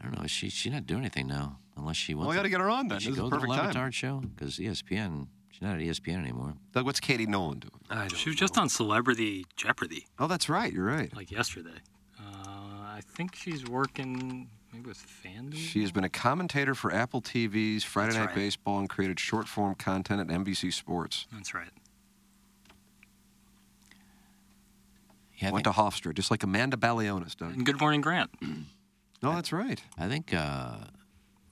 S1: don't know. Is She she's not doing anything now, unless she wants.
S2: Well, we got to get her on
S1: Did
S2: then.
S1: she
S2: This is
S1: go
S2: the
S1: to
S2: perfect
S1: the
S2: time.
S1: Levitard show E because ESPN. She's not at E ESPN anymore.
S2: Doug, what's Katie Nolan doing?
S3: I don't
S6: She was just on Celebrity Jeopardy
S2: Oh, that's right. You're right.
S6: like yesterday. Uh, I think she's working maybe with FanDuel.
S2: She has been a commentator for Apple TV's Friday
S6: That's
S2: Night
S6: right.
S2: Baseball and created short form content at NBC Sports.
S6: That's right.
S1: Yeah, I
S2: Went
S1: think-
S2: to Hofstra, just like Amanda Balionis does.
S6: And Good Morning Grant.
S2: No, that's right.
S1: I think uh,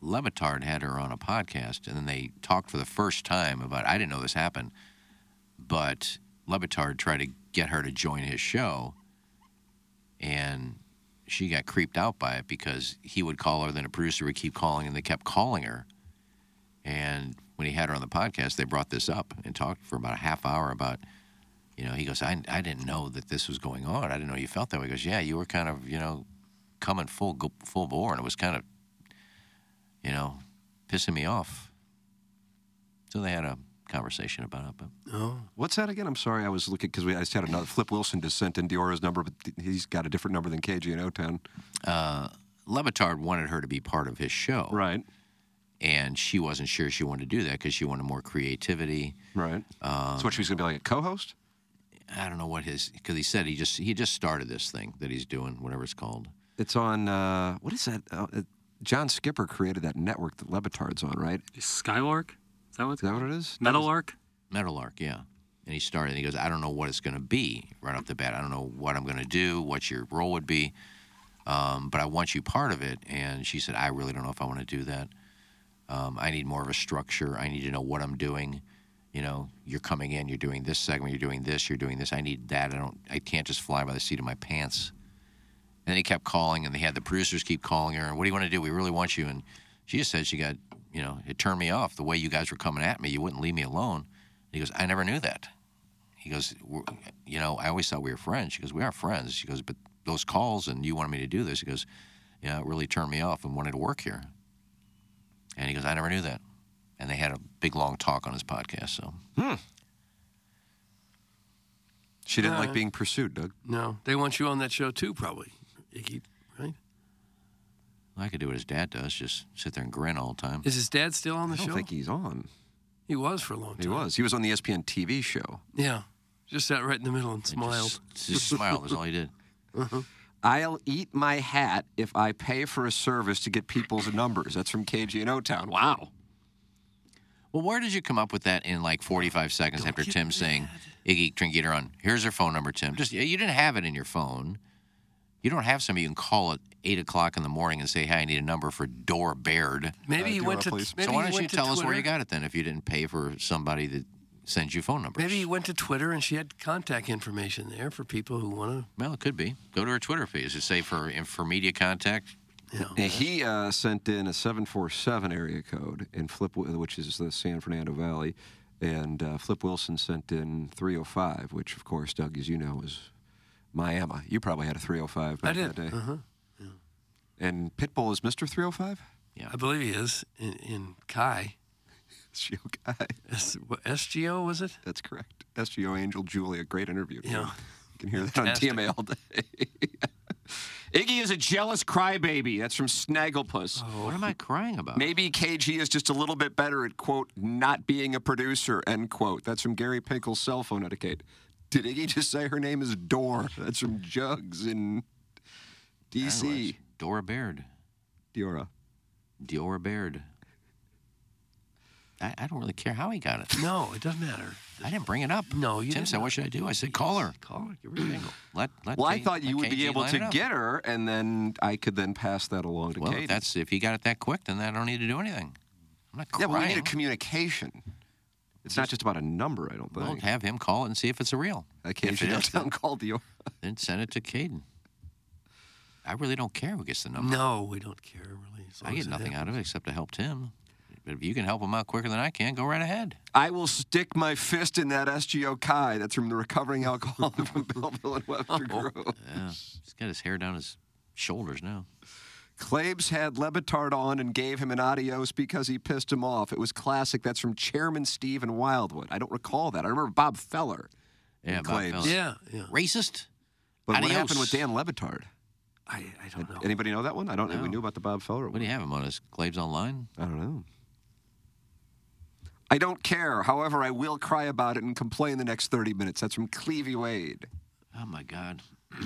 S1: Levitard had her on a podcast, and then they talked for the first time about. I didn't know this happened, but Levitard tried to get her to join his show, and she got creeped out by it because he would call her, then a producer would keep calling, and they kept calling her. And when he had her on the podcast, they brought this up and talked for about a half hour about. You know, he goes, I, I didn't know that this was going on. I didn't know you felt that way. He goes, Yeah, you were kind of, you know, coming full go- full bore, and it was kind of, you know, pissing me off. So they had a conversation about it. But
S3: Oh.
S2: What's that again? I'm sorry, I was looking because I just had another Flip Wilson just sent in Diora's number, but th- he's got a different number than KG in O Town.
S1: uh, Levitard wanted her to be part of his show,
S2: Right,
S1: and she wasn't sure she wanted to do that because she wanted more creativity.
S2: right.
S1: Um,
S2: so what she was going to be like a co-host?
S1: I don't know what his because he said he just he just started this thing that he's doing, whatever it's called.
S2: It's on uh, what is that? Uh, uh, John Skipper created that network that Levitard's on, right?
S6: Skylark? Is that what
S2: Is that what it is?
S6: Metal Arc?
S1: Metal Arc, yeah. And he started, and he goes, I don't know what it's going to be right off the bat. I don't know what I'm going to do, what your role would be, um, but I want you part of it. And she said, I really don't know if I want to do that. Um, I need more of a structure. I need to know what I'm doing. You know, you're coming in, you're doing this segment, you're doing this, you're doing this. I need that. I don't, I can't just fly by the seat of my pants. And then he kept calling, and they had the producers keep calling her, and what do you want to do? We really want you. And she just said she got, you know, it turned me off the way you guys were coming at me. You wouldn't leave me alone. He goes, I never knew that. He goes, "We're- you know, I always thought we were friends. She goes, we are friends. She goes, but those calls and you wanted me to do this. He goes, yeah, it really turned me off and wanted to work here. And he goes, I never knew that. And they had a big long talk on his podcast. So
S2: Hmm. She didn't like
S3: Uh,
S2: being pursued, Doug.
S3: No, they want you on that show too, probably. Iggy, right?
S1: I could do what his dad does, just sit there and grin all the time.
S3: Is his dad still on the
S1: I don't
S3: show?
S1: think
S2: he's on.
S3: He was for a long time.
S2: He was. He was on the E ESPN TV show.
S3: Yeah, just sat right in the middle and smiled.
S1: Just uh, smiled is all he did.
S2: I'll eat my hat if I pay for a service to get people's numbers. That's from KG in O Town. Wow.
S1: Well, where did you come up with that in like 45 seconds after Tim saying, Iggy Trinketer on, here's her phone number, Tim? Just You didn't have it in your phone. You don't have somebody you can call at 8 o'clock in the morning and say, hey, I need a number for Dora Baird.
S3: Maybe Uh, he Dora, went to- please. maybe
S1: so why
S3: he
S1: don't you
S3: went to
S1: tell us where
S3: Twitter.
S1: you got it then if you didn't pay for somebody that sends you phone numbers?
S3: Maybe he went to Twitter and she had contact information there for people who want
S1: Well, it could be. Go to her Twitter page. Just say for, for media contact.
S2: And he uh, sent in a 747 area code, and Flip, Wi- which is the San Fernando Valley, and uh, Flip Wilson sent in 305, which, of course, Doug, as you know, is Miami. You probably had a 305
S3: to. I
S2: back
S3: did.
S2: that day.
S3: Uh-huh.
S2: And Pitbull is oh Mr. 305?
S1: Yeah.
S3: I believe he is in, in Kai.
S2: SGO Kai.
S3: SGO, was it?
S2: oh, That's correct. SGO Angel Julia. Great interview.
S3: Yeah.
S2: You can hear that on
S3: Fantastic.
S2: TMA all day. Iggy is a jealous crybaby. That's from Snagglepuss.
S3: Oh,
S1: What am I crying about?
S2: Maybe KG is just a little bit better at, quote, not being a producer, end quote. That's from Gary Pinkel's cell phone etiquette. Did Iggy just say her name is Dor? That's from Jugs in D.C.
S1: Dora Baird.
S2: Diora.
S1: Diora Baird. I, I don't really care how he got it.
S3: No, it doesn't matter.
S1: I didn't bring it up.
S3: No, you
S1: Tim
S3: did
S1: said,
S3: not.
S1: "What should I do?" I said, "Call her."
S3: Call her. Give her a jingle.
S1: Let, let
S2: Well, I
S1: Kay-
S2: thought
S1: let
S2: you would be
S1: KG
S2: able
S1: line
S2: to
S1: it up.
S2: get her, and then I could then pass that along to
S1: Well,
S2: Katie.
S1: if that's if he got it that quick, then I don't need to do anything. I'm not
S2: yeah,
S1: crying.
S2: but we need a communication. It's not just about a number, I don't think.
S1: Well, have him call it and see if it's a real.
S2: If it is, then call Diora.
S1: Then send it to Caden. I really don't care who gets the number.
S3: No, we don't care really. as
S1: I
S3: long
S1: get
S3: as it
S1: nothing
S3: happens.
S1: out of it except I helped him. But if you can help him out quicker than I can, go right ahead.
S2: I will stick my fist in that SGO Kai. That's from the recovering alcoholic from Belleville and Webster
S1: Oh.
S2: Grove.
S1: Yeah, he's got his hair down his shoulders now.
S2: Claves had Lebitard on and gave him an adios because he pissed him off. It was classic. That's from Chairman Steve in Wildwood. I don't recall that. I remember Bob Feller.
S1: Yeah,
S2: and
S1: Bob
S2: Claves.
S1: Feller. Yeah, yeah. Racist.
S2: But
S1: Adios.
S2: what happened with Dan Lebitard?
S3: I, I don't know.
S2: Anybody know that one? I don't know. We
S1: No.
S2: knew about the Bob Feller
S1: What
S2: one.
S1: do you have him on? His Glaives Online?
S2: I don't know. I don't care. However, I will cry about it and complain the next 30 minutes. That's from Clevey Wade.
S1: Oh my God.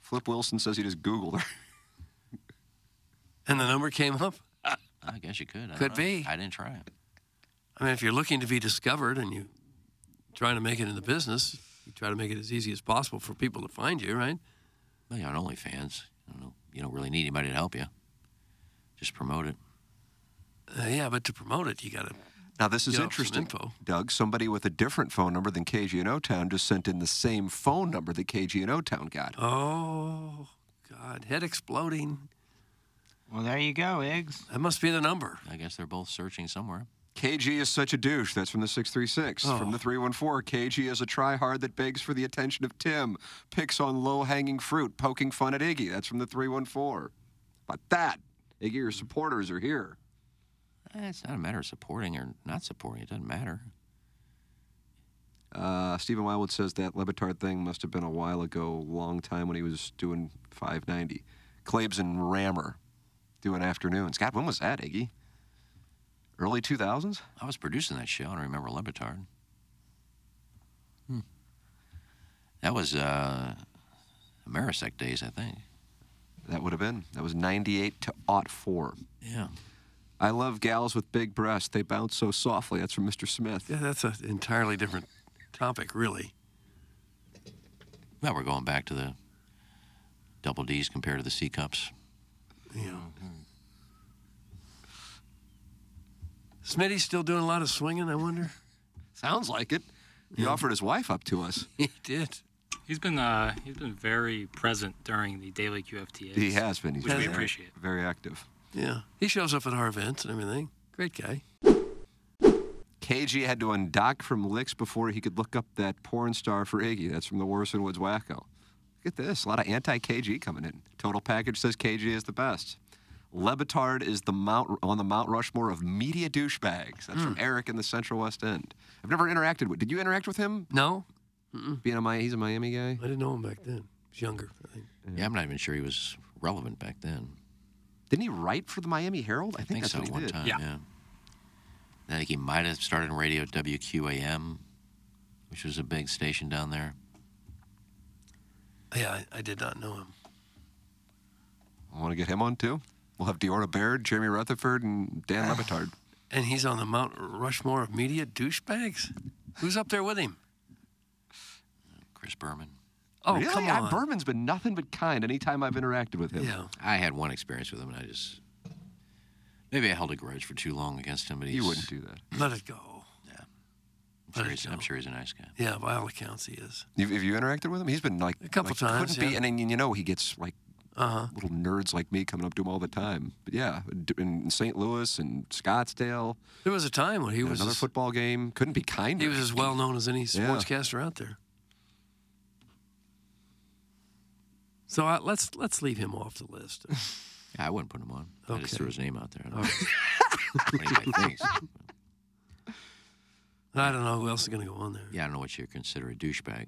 S2: Flip Wilson says he just Googled her.
S3: And the number came up.
S1: I guess you could. I
S3: Could
S1: don't know.
S3: be.
S1: I didn't try it.
S3: I mean, if you're looking to be discovered and you trying to make it in the business, you try to make it as easy as possible for people to find you, right?
S1: Well, you're on OnlyFans. You don't, know, you don't really need anybody to help you. Just promote it.
S3: Uh, yeah, but to promote it, you got to.
S2: Now this
S3: You
S2: is
S3: know, some
S2: interesting,
S3: info.
S2: Doug. Somebody with a different phone number than KG and O Town just sent in the same phone number that KG and O Town got.
S3: Oh God, head exploding.
S4: Well, there you go, Iggs.
S3: That must be the number.
S1: I guess they're both searching somewhere.
S2: KG is such a douche. That's from the 636. From the 314, KG is a tryhard that begs for the attention of Tim, picks on low hanging fruit, poking fun at Iggy. That's from the 314. But that, Iggy, your supporters are here.
S1: Eh, It's not a matter of supporting or not supporting. It doesn't matter.
S2: Uh, Stephen Wildwood says that Levitard thing must have been a while ago, long time when he was doing 590. Klebs and Rammer doing afternoons. God, when was that, Iggy? Early 2000s?
S1: I was producing that show and I remember Lebitard. Hmm. That was uh, Amerisec days, I think.
S2: That would have been. That was 98 to aught 04.
S1: Yeah.
S2: I love gals with big breasts. They bounce so softly. That's from Mr. Smith.
S3: Yeah, that's an entirely different topic, really.
S1: Now we're going back to the double D's compared to the C cups.
S3: Yeah. Smitty's still doing a lot of swinging. I wonder.
S2: Sounds like it. He offered his wife up to us.
S3: He did.
S6: He's been uh, he's been very present during the daily QFTA.
S2: He has been. He's
S6: which we
S2: very,
S6: appreciate.
S2: Very active.
S3: Yeah, he shows up at our events and everything. Great guy.
S2: KG had to undock from Licks before he could look up that porn star for Iggy. That's from the Warson Woods Wacko. Look at this. A lot of anti KG coming in. Total package says KG is the best. Lebitard is the Mount on the Mount Rushmore of media douchebags. That's
S6: Hmm.
S2: from Eric in the Central West End. I've never interacted with. Did you interact with him?
S3: No.
S6: Hmm.
S2: Being a Miami, he's a Miami guy.
S3: I didn't know him back then. He's younger. I think.
S1: Yeah, I'm not even sure he was relevant back then.
S2: Didn't he write for the Miami Herald? I think, that's
S1: so
S2: what he
S1: one
S2: did.
S1: time. Yeah. I think he might have started in radio at WQAM, which was a big station down there.
S3: Yeah, I, I did not know him.
S2: I want to get him on too. We'll have Deorna Baird, Jeremy Rutherford, and Dan Lebitard.
S3: And he's on the Mount Rushmore of media douchebags. Who's up there with him?
S1: Chris Berman.
S3: Oh,
S2: really?
S3: come
S2: I-
S3: on.
S2: Berman's been nothing but kind anytime I've interacted with him.
S3: Yeah.
S1: I had one experience with him, and I just maybe I held a grudge for too long against him. But he's,
S2: You wouldn't do that.
S3: Let it go.
S1: I'm sure, he's, I'm sure he's a nice guy.
S3: Yeah, by all accounts, he is.
S2: You've, have you interacted with him? He's been like
S3: A couple
S2: like,
S3: times,
S2: Couldn't
S3: yeah.
S2: be, and then you know he gets like
S3: Uh-huh.
S2: little nerds like me coming up to him all the time. But yeah, d- in St. Louis and Scottsdale,
S3: There was a time when he
S2: and
S3: was
S2: another
S3: as-
S2: football game. Couldn't be kinder.
S3: He was as well known as any
S2: Yeah.
S3: sportscaster out there. So I, let's let's leave him off the list.
S1: Yeah, I wouldn't put him on. I
S3: Okay.
S1: just threw his name out there. I don't know what anybody thinks.
S3: I don't know who else is going to go on there.
S1: Yeah, I don't know what you consider a douchebag.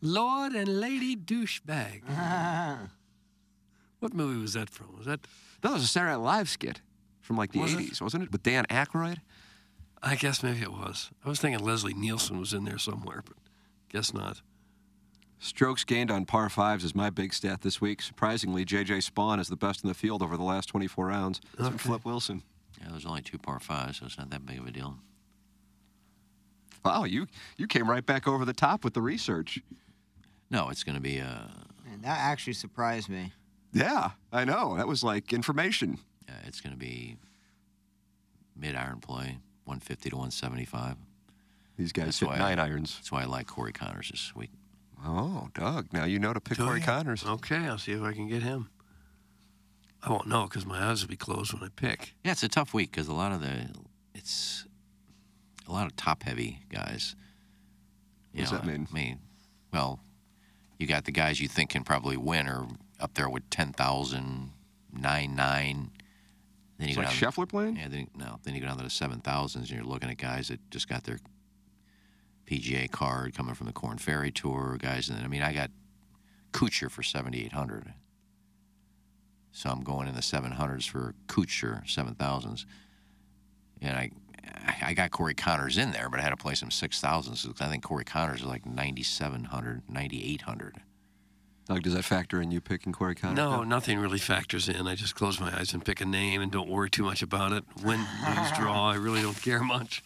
S3: Lord and Lady Douchebag. what movie was that from? Was that?
S2: That was a Saturday Night Live skit from like the
S3: Was it?
S2: 80s, wasn't it? With Dan Aykroyd?
S3: I guess maybe it was. I was thinking Leslie Nielsen was in there somewhere, but guess not.
S2: Strokes gained on par fives is my big stat this week. Surprisingly, JJ Spawn is the best in the field over the last 24 rounds. That's from Flip Wilson.
S1: Yeah, there's only two par fives, so it's not that big of a deal.
S2: Wow, you you came right back over the top with the research.
S1: No, it's going to be uh,
S4: Man, that actually surprised me.
S2: Yeah, I know. That was like information.
S1: yeah, it's going to be mid iron play, 150 to 175.
S2: These guys hit nine irons.
S1: That's why I like Corey Connors this week. Oh.
S2: Oh, Doug, now you know to pick
S3: Do
S2: Corey
S3: you?
S2: Connors.
S3: Okay, I'll see if I can get him. I won't know because my eyes will be closed when I pick.
S1: Yeah, it's a tough week because a lot of the it's a lot of top heavy guys. You
S2: What does that mean?
S1: I mean, well, you got the guys you think can probably win are up there with 10,000, 9, 9. Then
S2: It's
S1: go
S2: like
S1: down-
S2: Scheffler playing?
S1: Yeah, then, no. Then you go down to the 7,000s and you're looking at guys that just got their PGA card coming from the Corn Ferry Tour, guys. And then, I mean, I got Kuchar for 7,800. So I'm going in the 700s for Kuchar, 7,000s. And I I- I got Corey Connors in there, but I had to play some 6,000s. So I think Corey Connors is like 9,700, 9,800.
S2: Doug, does that factor in you picking Corey Connors?
S3: No, nothing really factors in. I just close my eyes and pick a name and don't worry too much about it. Win, lose, draw. I really don't care much.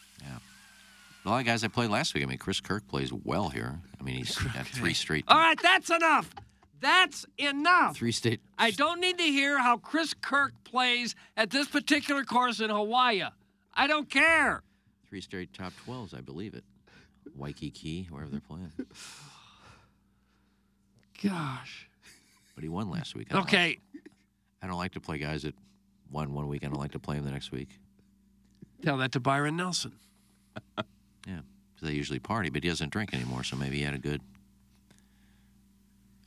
S1: A lot of guys I played last week. I mean, Chris Kirk plays well here. I mean, he's had three straight,
S6: All right, that's enough. That's enough.
S1: three state
S6: I don't need to hear how Chris Kirk plays at this particular course in Hawaii. I don't care.
S1: three straight top 12s, I believe it. Waikiki, wherever they're playing.
S6: Gosh.
S1: But he won last week. I don't like-
S6: Okay.
S1: I don't like to play guys that won one week. I don't like to play them the next week
S3: Tell that to Byron Nelson.
S1: because they usually party. But he doesn't drink anymore, so maybe he had a good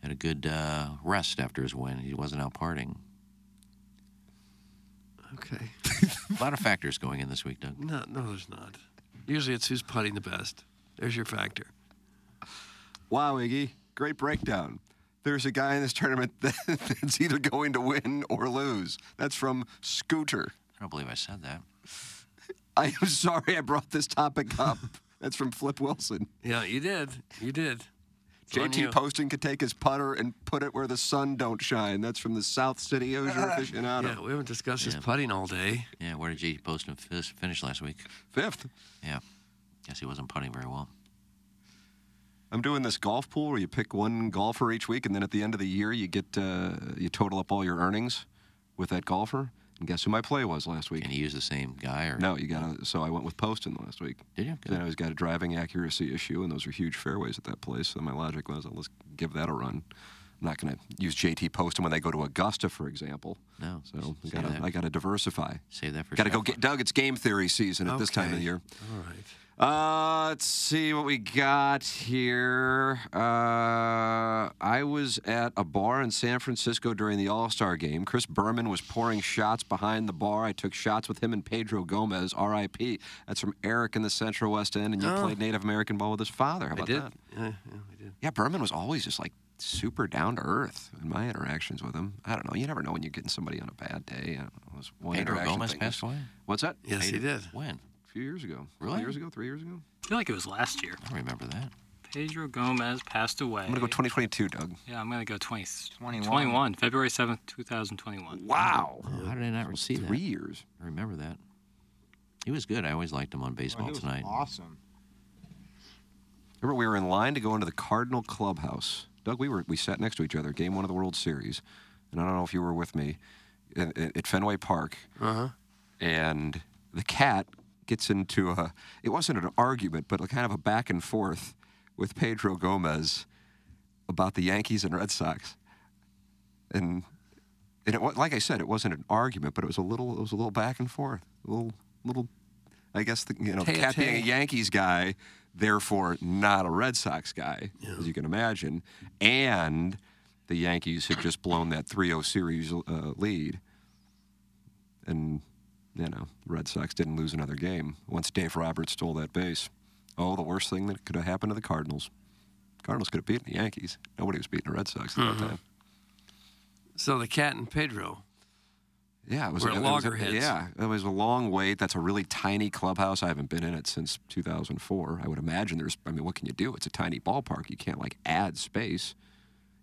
S1: had a good uh, rest after his win. He wasn't out partying.
S3: Okay.
S1: A lot of factors going in this week, Doug.
S3: No, no, there's not. Usually it's who's putting the best. There's your factor.
S2: Wow, Iggy, great breakdown. There's a guy in this tournament that, that's either going to win or lose. That's from Scooter.
S1: I don't believe I said that.
S2: I am sorry I brought this topic up. That's from Flip Wilson.
S3: Yeah, you did. You did. It's on you.
S2: JT Poston could take his putter and put it where the sun don't shine. That's from the South City Hoosier aficionado.
S3: Yeah, we haven't discussed his putting all day.
S1: Yeah, where did JT Poston fi- finish last week?
S2: Fifth.
S1: Yeah, guess he wasn't putting very well.
S2: I'm doing this golf pool where you pick one golfer each week, and then at the end of the year, you get uh, you total up all your earnings with that golfer. And guess who my play was last week?
S1: And he used the same guy, or
S2: No, you got to. So I went with Poston last week.
S1: Did you?
S2: Then I was got a driving accuracy issue, and those are huge fairways at that place. So my logic was, let's give that a run. I'm not going to use JT Poston when they go to Augusta, for example.
S1: No.
S2: So I
S1: Save
S2: gotta,
S1: that.
S2: I got to diversify.
S1: Save that for
S2: Got to go
S1: Scheffler.
S2: get Doug. It's game theory season at this time of
S3: Okay.
S2: the year.
S3: All right.
S2: Uh, let's see what we got here. Uh, I was at a bar in San Francisco during the All Star game. Chris Berman was pouring shots behind the bar. I took shots with him and Pedro Gomez, RIP. That's from Eric in the Central West End, and you
S3: Oh.
S2: played Native American ball with his father. How about
S3: I did.
S2: that?
S3: Yeah, yeah, I did.
S2: Yeah, Berman was always just like super down to earth in my interactions with him. I don't know. You never know when you're getting somebody on a bad day. I don't know. It was one
S1: Pedro
S2: interaction
S1: Gomez
S2: thing.
S1: passed away?
S2: What's that?
S3: Yes, he
S2: Pedro-
S3: did.
S1: When?
S2: A few years ago.
S1: Really?
S2: Years ago? Three years ago?
S6: I feel like it was last year.
S1: I don't remember that.
S6: Pedro Gomez passed away.
S2: I'm going to go 2022, Doug.
S6: Yeah, I'm gonna go 20,
S4: 21.
S6: 21, February 7th, 2021.
S2: Wow.
S1: How did I not see that?
S2: Three years.
S1: I remember that. He was good. I always liked him on Baseball Tonight.
S4: Awesome.
S2: Remember, we were in line to go into the Cardinal clubhouse. Doug, we were we sat next to each other, game one of the World Series, and I don't know if you were with me at, at- at Fenway Park.
S3: Uh-huh.
S2: And the cat gets into a it wasn't an argument, but a kind of a back and forth with Pedro Gomez about the Yankees and Red Sox, and and it, wa- like I said, it wasn't an argument, but it was a little it was a little back and forth, a little little. I guess the, you know,
S3: Tay-a-tay.
S2: cat being a Yankees guy, therefore not a Red Sox guy, as you can imagine, and the Yankees had just blown that 3-0 series uh, lead, and you know, Red Sox didn't lose another game once Dave Roberts stole that base. Oh, the worst thing that could have happened to the Cardinals. Cardinals could have beaten the Yankees. Nobody was beating the Red Sox at that time.
S3: So the cat and Pedro.
S2: Yeah, it was,
S3: We're
S2: it
S3: at
S2: was-
S3: loggerheads.
S2: yeah, it was a long wait. That's a really tiny clubhouse. I haven't been in it since 2004. I would imagine there's. I mean, what can you do? It's a tiny ballpark. You can't like add space.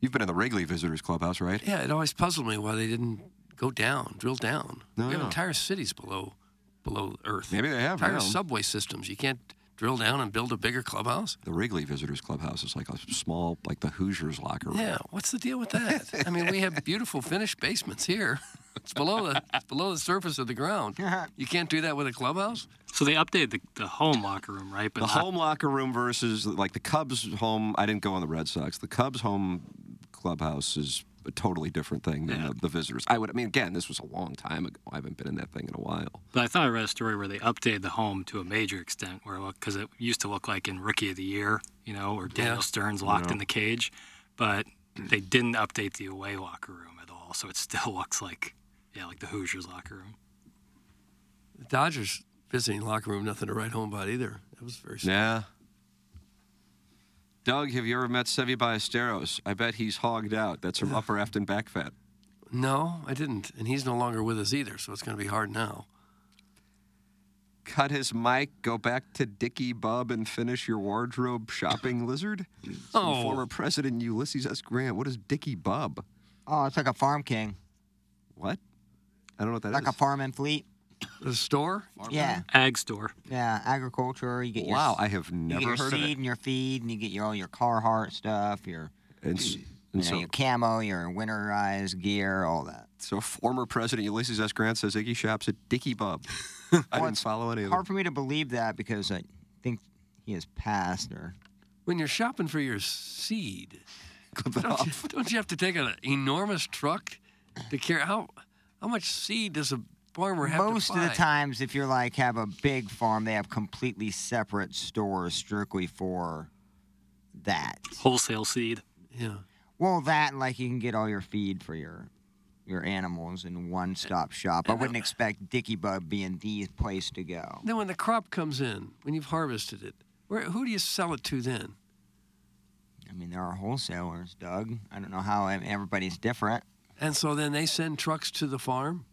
S2: You've been in the Wrigley Visitors Clubhouse, right?
S3: Yeah, it always puzzled me why they didn't go down, drill down.
S2: No,
S3: we have
S2: yeah.
S3: entire cities below below Earth.
S2: Maybe they have
S3: entire
S2: now.
S3: subway systems. You can't drill down and build a bigger clubhouse.
S2: The Wrigley Visitors Clubhouse is like a small, like the Hoosiers locker room.
S3: Yeah, what's the deal with that? I mean, we have beautiful finished basements here. It's below the it's below the surface of the ground. You can't do that with a clubhouse.
S6: So they updated the, the home locker room, right? But
S2: the
S6: not-
S2: home locker room versus like the Cubs home. I didn't go on the Red Sox. The Cubs home clubhouse is a totally different thing than the, the visitors. I would. I mean, again, this was a long time ago. I haven't been in that thing in a while.
S6: But I thought I read a story where they updated the home to a major extent, where because it used to look like in Rookie of the Year, you know, or Daniel
S3: Yeah.
S6: Stearns locked
S3: Yeah.
S6: in the cage, but they didn't update the away locker room at all, so it still looks like, yeah, like the Hoosiers locker room.
S3: The Dodgers visiting locker room, nothing to write home about either. That was very sad.
S2: Yeah. Doug, have you ever met Sevi Ballesteros? I bet he's hogged out. That's from Upper Afton Back Fat.
S3: No, I didn't, and he's no longer with us either, so it's going to be hard now.
S2: Cut his mic, go back to Dickie Bub, and finish your wardrobe shopping lizard? It's from
S4: Oh.
S2: Former President Ulysses S. Grant. What is Dickie Bub?
S4: Oh, it's like a farm king.
S2: What? I don't know what that is.
S4: like a farm and fleet.
S3: The store?
S4: yeah.
S6: Ag store.
S4: Yeah, agriculture. You get your
S2: Wow,
S4: s-
S2: I have
S4: you
S2: never
S4: get your
S2: heard of
S4: seed
S2: it.
S4: and your feed, and you get your all your Carhartt stuff, your
S2: And, s- and
S4: you know,
S2: so,
S4: your camo, your winterized gear, all that.
S2: so former President Ulysses S. Grant says Iggy shops at Dickie Bub. I didn't follow any of it.
S4: Hard for me to believe that because I think he has passed or
S3: When you're shopping for your seed, don't you, don't you have to take an enormous truck to carry? How how much seed does a farmer have
S4: most
S3: to
S4: of
S3: buy?
S4: the times if you're like have a big farm they have completely separate stores strictly for that
S6: Wholesale seed.
S3: Yeah.
S4: well that and like you can get all your feed for your your animals in one stop shop i wouldn't expect dicky bug being the place to go
S3: Then when the crop comes in, when you've harvested it, where, who do you sell it to then?
S4: i mean there are wholesalers doug i don't know how I mean, everybody's different
S3: And so then they send trucks to the farm.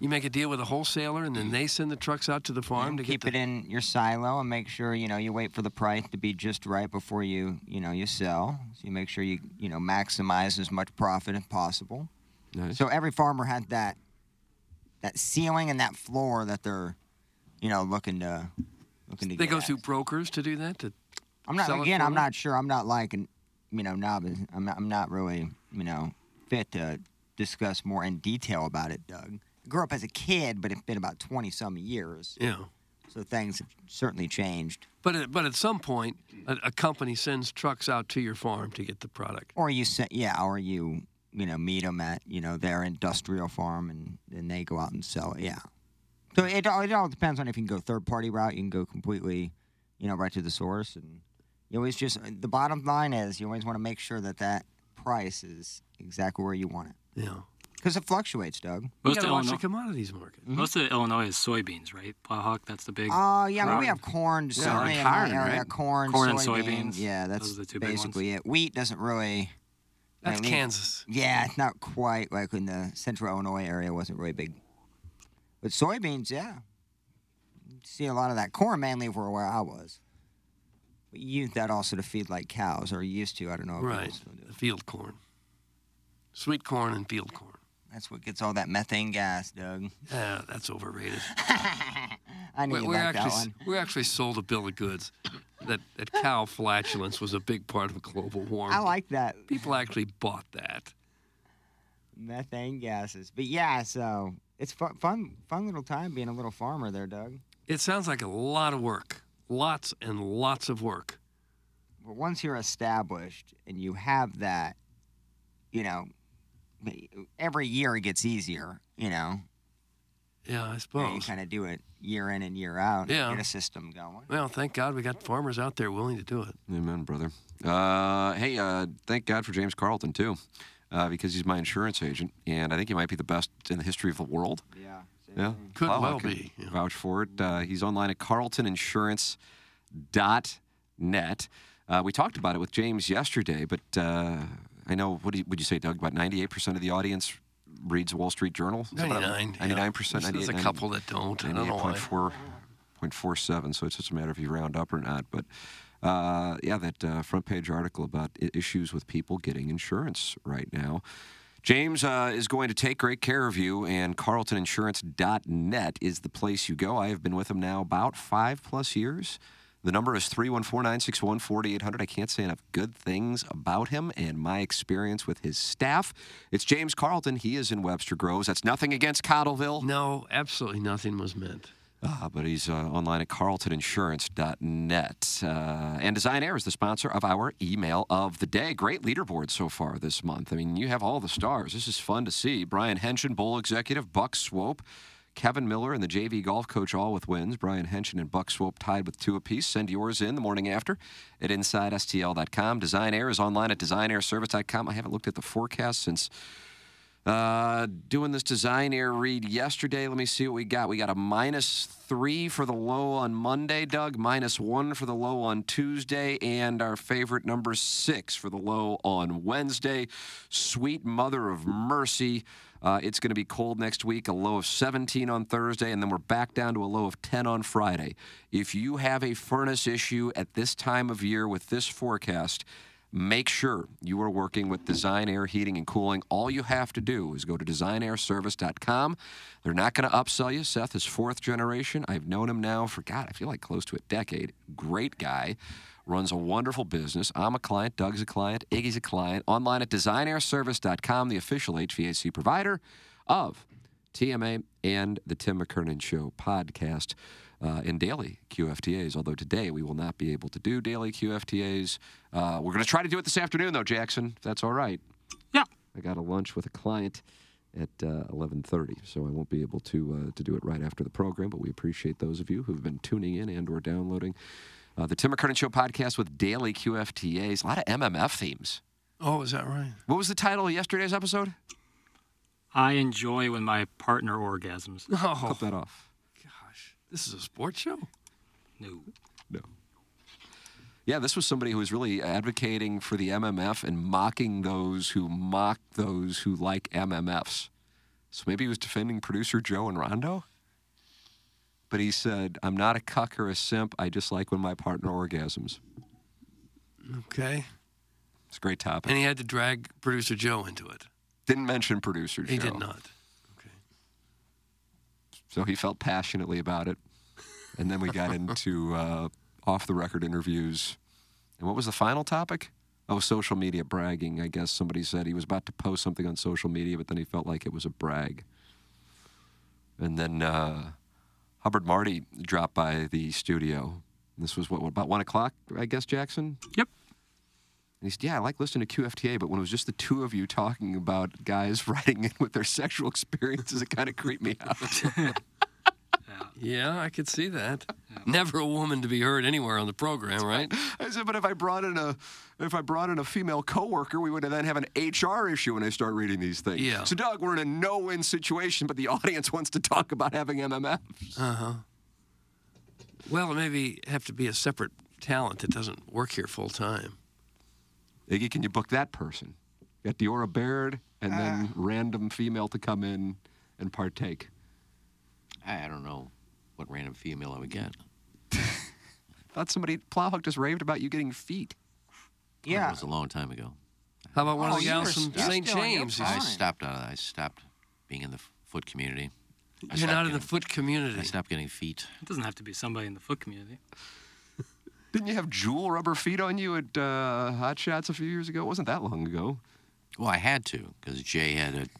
S3: You make a deal with a wholesaler, and then they send the trucks out to the farm to
S4: keep
S3: get
S4: it in your silo and make sure you know you wait for the price to be just right before you you know you sell so you make sure you you know maximize as much profit as possible so every farmer had that that ceiling and that floor that they're you know looking to looking to
S3: They
S4: get
S3: go
S4: at.
S3: through brokers to do that. To
S4: i'm not
S3: sell it
S4: again
S3: for
S4: i'm
S3: them?
S4: not sure i'm not like an you know novice i'm not, I'm not really you know fit to discuss more in detail about it doug I grew up as a kid but it's been about 20 some years
S3: Yeah.
S4: so things have certainly changed
S3: But at, but at some point, a, a company sends trucks out to your farm to get the product.
S4: or you send, yeah, or you you know meet them at you know their industrial farm and then they go out and sell it. Yeah, so it all, it all depends on if you can go third party route, you can go completely you know, right to the source. And you always just the bottom line is you always want to make sure that that price is exactly where you want it.
S3: Yeah.
S4: Because it fluctuates, Doug.
S3: We gotta watch the commodities market.
S6: Most of Illinois is soybeans, right? Plowhawk, that's the big.
S4: Oh yeah, I mean, we
S6: crop.
S4: have corn,
S6: Yeah,
S4: certainly
S6: like
S4: in my
S6: corn,
S4: area,
S6: right?
S4: corn,
S6: Corn and
S4: soybeans.
S6: soybeans.
S4: Yeah, that's
S6: Those are the two big ones.
S4: basically it. Wheat doesn't really. I
S3: That's
S4: mean,
S3: Kansas.
S4: Yeah, it's not quite like in the central Illinois area wasn't really big, but soybeans, yeah. You See a lot of that corn mainly for where I was. We used that also to feed like cows, or used to. I don't know. if people
S3: Right.
S4: still do.
S3: The field corn. Sweet corn and field corn.
S4: That's what gets all that methane gas, Doug.
S3: Yeah, that's overrated.
S4: I knew
S3: We-
S4: you
S3: we're
S4: liked
S3: actually,
S4: that one.
S3: We actually sold a bill of goods that, that cow flatulence was a big part of global warming.
S4: I like that.
S3: People actually bought that.
S4: methane gases. But yeah, so it's fun, fun, fun little time being a little farmer there, Doug.
S3: It sounds like a lot of work. Lots and lots of work.
S4: But once you're established and you have that, you know, every year it gets easier. You know,
S3: Yeah, I
S4: And you
S3: suppose.
S4: kind of do it year in and year out.
S3: Yeah.
S4: and get a system going.
S3: Well, thank God we got farmers out there willing to do it.
S2: Amen, brother. Uh, hey, uh, thank God for James Carlton, too, uh, because he's my insurance agent, and I think he might be the best in the history of the world.
S4: Yeah.
S2: Yeah,
S3: Could
S2: Plowhawk
S3: well
S2: can
S3: be,
S2: Vouch for it. Uh, he's online at carltoninsurance.net. Uh, we talked about it with James yesterday, but uh, I know, what do you, would you say, Doug? About 98% of the audience reads Wall Street Journal? Is that what I'm-
S3: 99, yeah.
S2: 99%.
S3: There's a
S2: 98,
S3: couple that don't. I don't know why.
S2: 98.4, 0.47, so it's just a matter if you round up or not. But uh, yeah, that uh, front page article about i- issues with people getting insurance right now. James uh, is going to take great care of you, and carltoninsurance.net is the place you go. I have been with him now about five plus years. The number is 314 961 4800. I can't say enough good things about him and my experience with his staff. It's James Carlton. He is in Webster Groves. That's nothing against Cottleville.
S3: No, absolutely nothing was meant.
S2: Uh, but he's uh, online at carltoninsurance.net. Uh, and Design Air is the sponsor of our email of the day. Great leaderboard so far this month. I mean, you have all the stars. This is fun to see. Brian Henshin, Bowl Executive, Buck Swope, Kevin Miller, and the JV Golf Coach all with wins. Brian Henshin and Buck Swope tied with two apiece. Send yours in the morning after at InsideSTL.com. Design Air is online at DesignAirService.com. I haven't looked at the forecast since. Uh, doing this design air read yesterday. Let me see what we got. We got a minus three for the low on Monday, Doug, minus one for the low on Tuesday, and our favorite number six for the low on Wednesday. Sweet mother of mercy. Uh, it's going to be cold next week, a low of 17 on Thursday, and then we're back down to a low of 10 on Friday. If you have a furnace issue at this time of year with this forecast, Make sure you are working with Design Air Heating and Cooling. All you have to do is go to designairservice.com. They're not going to upsell you. Seth is fourth generation. I've known him now for, God, I feel like close to a decade. Great guy. Runs a wonderful business. I'm a client. Doug's a client. Iggy's a client. Online at designairservice.com, the official HVAC provider of TMA and the Tim McKernan Show podcast uh, in daily QFTAs. Although today we will not be able to do daily QFTAs. Uh, we're going to try to do it this afternoon, though, Jackson. If that's all right.
S6: Yeah.
S2: I got a lunch with a client at uh, 11:30, so I won't be able to uh, to do it right after the program. But we appreciate those of you who've been tuning in and/or downloading uh, the Tim McKernan Show podcast with daily QFTAs. A lot of MMF themes.
S3: Oh, is that right?
S2: What was the title of yesterday's episode?
S6: I enjoy when my partner orgasms.
S3: Oh,
S2: Cut that off.
S3: this is a sports show.
S6: No.
S2: Yeah, this was somebody who was really advocating for the MMF and mocking those who mock those who like MMFs. So maybe he was defending producer Joe and Rondo? But he said, I'm not a cuck or a simp. I just like when my partner orgasms.
S3: Okay.
S2: It's a great topic.
S3: And he had to drag producer Joe into it.
S2: Didn't mention producer Joe.
S3: He did not.
S2: So he felt passionately about it. And then we got into uh, off the record interviews. And what was the final topic? Oh, social media bragging. I guess somebody said he was about to post something on social media, but then he felt like it was a brag. And then uh, Hubbard Marty dropped by the studio. This was what, what about one o'clock, I guess, Jackson?
S6: Yep.
S2: And he said, Yeah, I like listening to QFTA, but when it was just the two of you talking about guys writing in with their sexual experiences, it kind of creeped me out.
S3: Yeah, I could see that. never a woman to be heard anywhere on the program, right?
S2: I said, but if I brought in a if I brought in a female coworker, we would then have an HR issue when I start reading these things.
S3: Yeah.
S2: So, Doug, we're in a no-win situation, but the audience wants to talk about having MMFs.
S3: Uh huh. Well, it maybe have to be a separate talent that doesn't work here full time.
S2: Iggy, can you book that person? Got Deora Baird, and then random female to come in and partake.
S1: I, I don't know what random female I would get.
S2: Thought somebody Plowhook just raved about you getting feet.
S1: Yeah. That was a long time ago.
S3: How about
S6: Oh,
S3: one of the gals from St. James?
S1: I stopped. Uh, I stopped being in the f- foot community. I
S3: You're
S1: stopped
S3: not in the
S1: getting-
S3: foot community.
S1: I stopped getting feet.
S6: It doesn't have to be somebody in the foot community.
S2: Didn't you have jewel rubber feet on you at uh, Hot Shots a few years ago? It wasn't that long ago.
S1: Well, I had to because Jay had to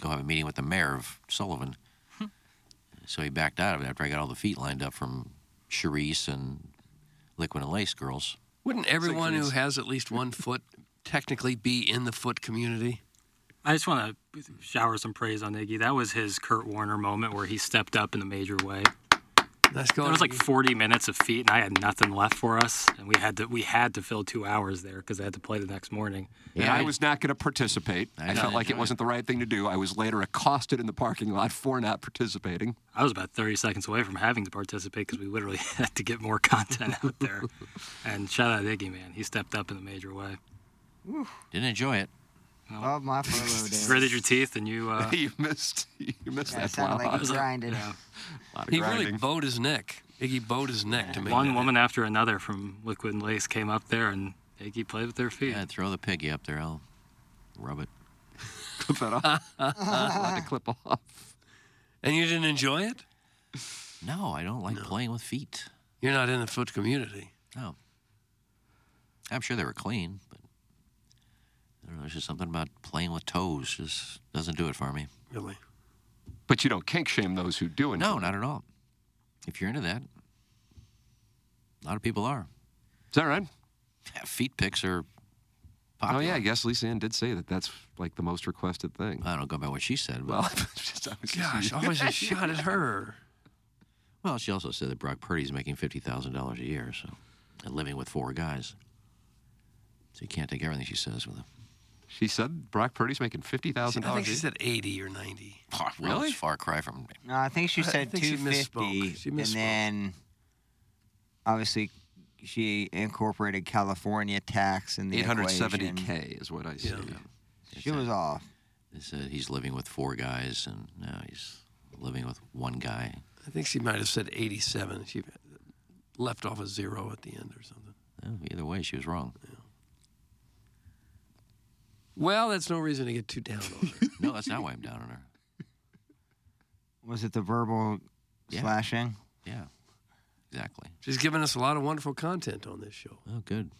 S1: go have a meeting with the mayor of Sullivan. so he backed out of it after I got all the feet lined up from Charisse and Liquid and Lace girls.
S3: Wouldn't everyone who has at least one foot technically be in the foot community?
S6: I just want to shower some praise on Iggy. That was his Kurt Warner moment where he stepped up in a major way.
S3: That's going.
S6: It was like 40 minutes of feet, and I had nothing left for us, and we had to we had to fill two hours there because I had to play the next morning.
S2: And I was not going to participate.
S6: I
S2: I,
S6: know,
S2: felt like
S6: enjoy
S2: it
S6: it.
S2: wasn't the right thing to do. I was later accosted in the parking lot for not participating.
S6: I was about 30 seconds away from having to participate because we literally had to get more content out there. and shout out to Iggy, man. He stepped up in a major way.
S4: Whew.
S1: Didn't enjoy it.
S4: Love my furlough days.
S6: Gritted your teeth and you. Uh,
S2: you missed. You missed
S4: Yeah, that it sounded like you grinded.
S3: He really bowed his neck. Iggy bowed his neck to make
S6: One
S3: that.
S6: woman after another from Liquid and Lace came up there, and Iggy played with their feet.
S1: Yeah, throw the piggy up there. I'll rub it.
S2: clip that off. to clip off.
S3: And you didn't enjoy it?
S1: No, I don't like playing with feet.
S3: You're not in the foot community.
S1: No. I'm sure they were clean, but I don't know. There's just something about playing with toes just doesn't do it for me.
S3: Really?
S2: But you don't kink shame those who do enjoy
S1: No, not at all. If you're into that, a lot of people are.
S2: Is that right?
S1: Yeah, feet pics are
S2: Oh yeah, I guess Lisa Ann did say that. That's like the most requested thing.
S1: I don't go by what she said.
S2: Well, just, I was just-
S3: Gosh, always a shot at her.
S1: Well, she also said that Brock Purdy's making fifty thousand dollars a year, so and living with four guys. So you can't take everything she says with a
S2: She said Brock Purdy's making fifty thousand
S3: I think
S2: dollars.
S3: she said 80 or 90.
S1: well, it's far cry from
S4: No, I think she
S3: I- I
S4: said
S3: think she
S4: two
S3: misspoke.
S4: fifty,
S3: She
S4: and
S3: misspoke.
S4: then obviously she incorporated California tax in the
S1: eight hundred seventy
S4: equation.
S1: k is what I
S4: see.
S1: see.
S4: She was off.
S1: They said he's living with four guys, and now he's living with one guy.
S3: I think she might have said 87. She left off a zero at the end or something.
S1: Oh, either way, she was wrong.
S3: Well, that's no reason to get too down on her.
S1: No, that's not why I'm down on her.
S4: Was it the verbal slashing?
S1: Yeah, exactly.
S3: She's given us a lot of wonderful content on this show.
S1: Oh, good.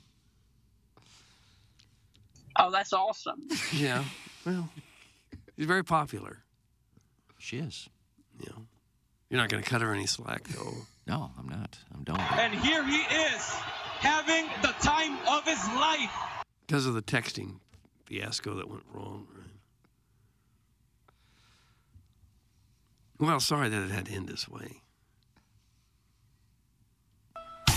S19: Oh, that's awesome.
S3: Yeah. Well, she's very popular.
S1: She is.
S3: Yeah. You're not going to cut her any slack, though.
S1: No, I'm not. I'm done.
S5: And here he is, having the time of his life.
S3: Because of the texting fiasco that went wrong. Right? Well, sorry that it had to end this way.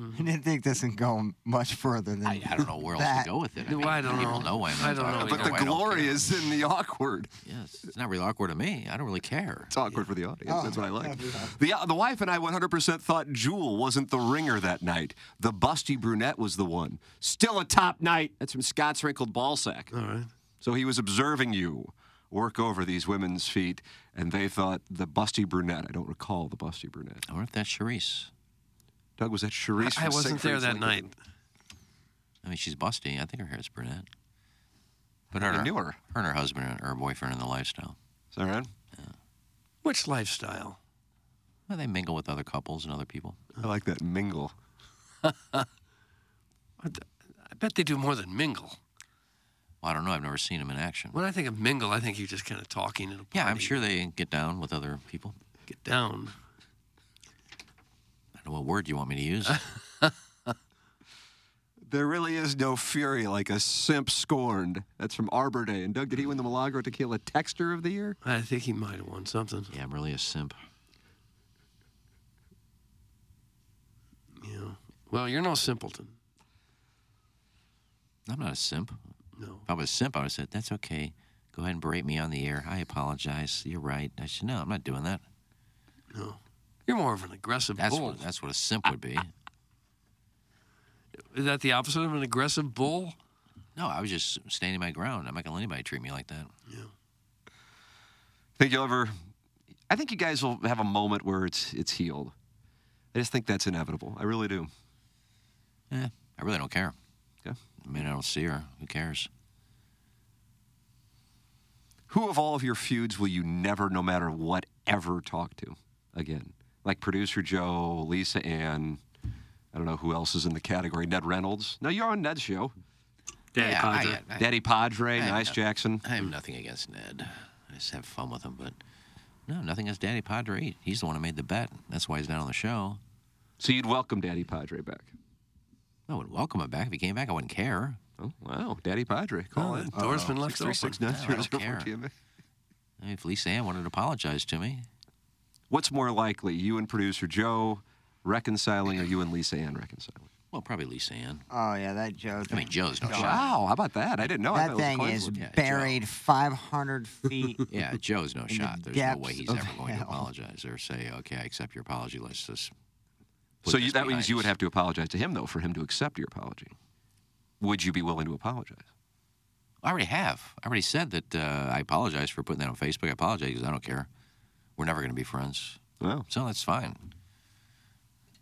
S4: I didn't think this would go much further than
S1: I don't know where else
S4: that.
S1: to go with it.
S4: No, I don't
S1: people
S4: know.
S1: why I'm
S4: I don't
S1: talking
S4: know.
S1: to
S4: But
S1: you.
S4: the
S1: I don't
S2: glory
S1: care.
S2: is in the awkward.
S1: Yes, it's not really awkward to me. I don't really care. It's
S2: awkward for the audience.
S3: Oh,
S2: That's what I like. The, the wife and I 100% thought Jewel wasn't the ringer that night. The busty brunette was the one. Still a top night. That's from Scott's wrinkled ballsack.
S3: All right.
S2: So he was observing you work over these women's feet, and they thought the busty brunette. I don't recall the busty brunette.
S1: I wonder if that's Charisse.
S2: Doug, was that Charisse?
S3: I
S2: from
S3: wasn't there
S2: Siegfried's
S3: that
S2: Lincoln?
S3: night.
S1: I mean, she's busty. I think her hair is brunette. But
S2: I
S1: her,
S2: knew her.
S1: and her husband and her boyfriend in the lifestyle.
S2: Is that right?
S3: Which lifestyle?
S1: Well, they mingle with other couples and other people.
S2: I like that mingle.
S3: I bet they do more than mingle.
S1: Well, I don't know. I've never seen them in action.
S3: When I think of mingle, I think you're just kind of talking at a
S1: Yeah, I'm sure they get down with other people.
S3: Get down.
S1: I don't know what word you want me to use.
S2: There really is no fury like a simp scorned. That's from Arbor Day. And Doug, did he win the Milagro Tequila Texter of the Year?
S3: I think he might have won something.
S1: Yeah, I'm really a simp.
S3: Yeah. Well, you're no simpleton.
S1: I'm not a simp.
S3: No.
S1: If I was a simp, I would have said, that's okay. Go ahead and berate me on the air. I apologize. You're right. I should, no, I'm not doing that.
S3: No. You're more of an aggressive
S1: That's
S3: bull.
S1: what, that's what a simp would be.
S3: Is that the opposite of an aggressive bull?
S1: No, I was just standing my ground. I'm not going to let anybody treat me like that.
S2: Think you'll ever? I think you guys will have a moment where it's it's healed. I just think that's inevitable. I really do.
S1: Eh, I really don't care.
S2: Okay.
S1: I mean, I don't see her. Who cares?
S2: Who of all of your feuds will you never, no matter what, ever talk to again? Like producer Joe, Lisa Ann. I don't know who else is in the category. Ned Reynolds. No, you're on Ned's show.
S1: Daddy Yeah, I- Padre. I-
S2: Daddy Padre.
S1: I have
S2: nice
S1: no-
S2: Jackson.
S1: I have nothing against Ned. I just have fun with him, but no, nothing against Daddy Padre. He's the one who made the bet. That's why he's not on the show.
S2: So you'd welcome Daddy Padre back?
S1: I would welcome him back. If he came back, I wouldn't care.
S2: Oh, wow. Daddy Padre. Call
S1: Oh,
S2: in.
S1: the door's been left open.
S2: 636-900-4
S1: No, I don't care.
S2: TMA.
S1: If Lisa Ann wanted to apologize to me,
S2: What's more likely, you and producer Joe reconciling or you and Lisa Ann reconciling?
S1: well, probably Lisa Ann.
S4: Oh yeah, that Joe.
S1: I mean, Joe's no shot.
S2: Wow, how about that? I didn't know. Oh, I
S4: that
S2: thought it was a
S4: thing
S2: coin
S4: is
S2: flip. Yeah, Joe.
S4: buried 500 feet.
S1: Yeah, Joe's no
S4: In the
S1: shot. There's no way
S4: depths
S1: he's
S4: of
S1: ever going to
S4: hell.
S1: apologize or say, "Okay, I accept your apology. Let's just." put
S2: So you,
S1: this
S2: that
S1: behind
S2: means
S1: us."
S2: you would have to apologize to him, though, for him to accept your apology. Would you be willing to apologize?
S1: I already have. I already said that uh, I apologize for putting that on Facebook. I apologize because I don't care. We're never going to be friends.
S2: Well,
S1: So that's fine.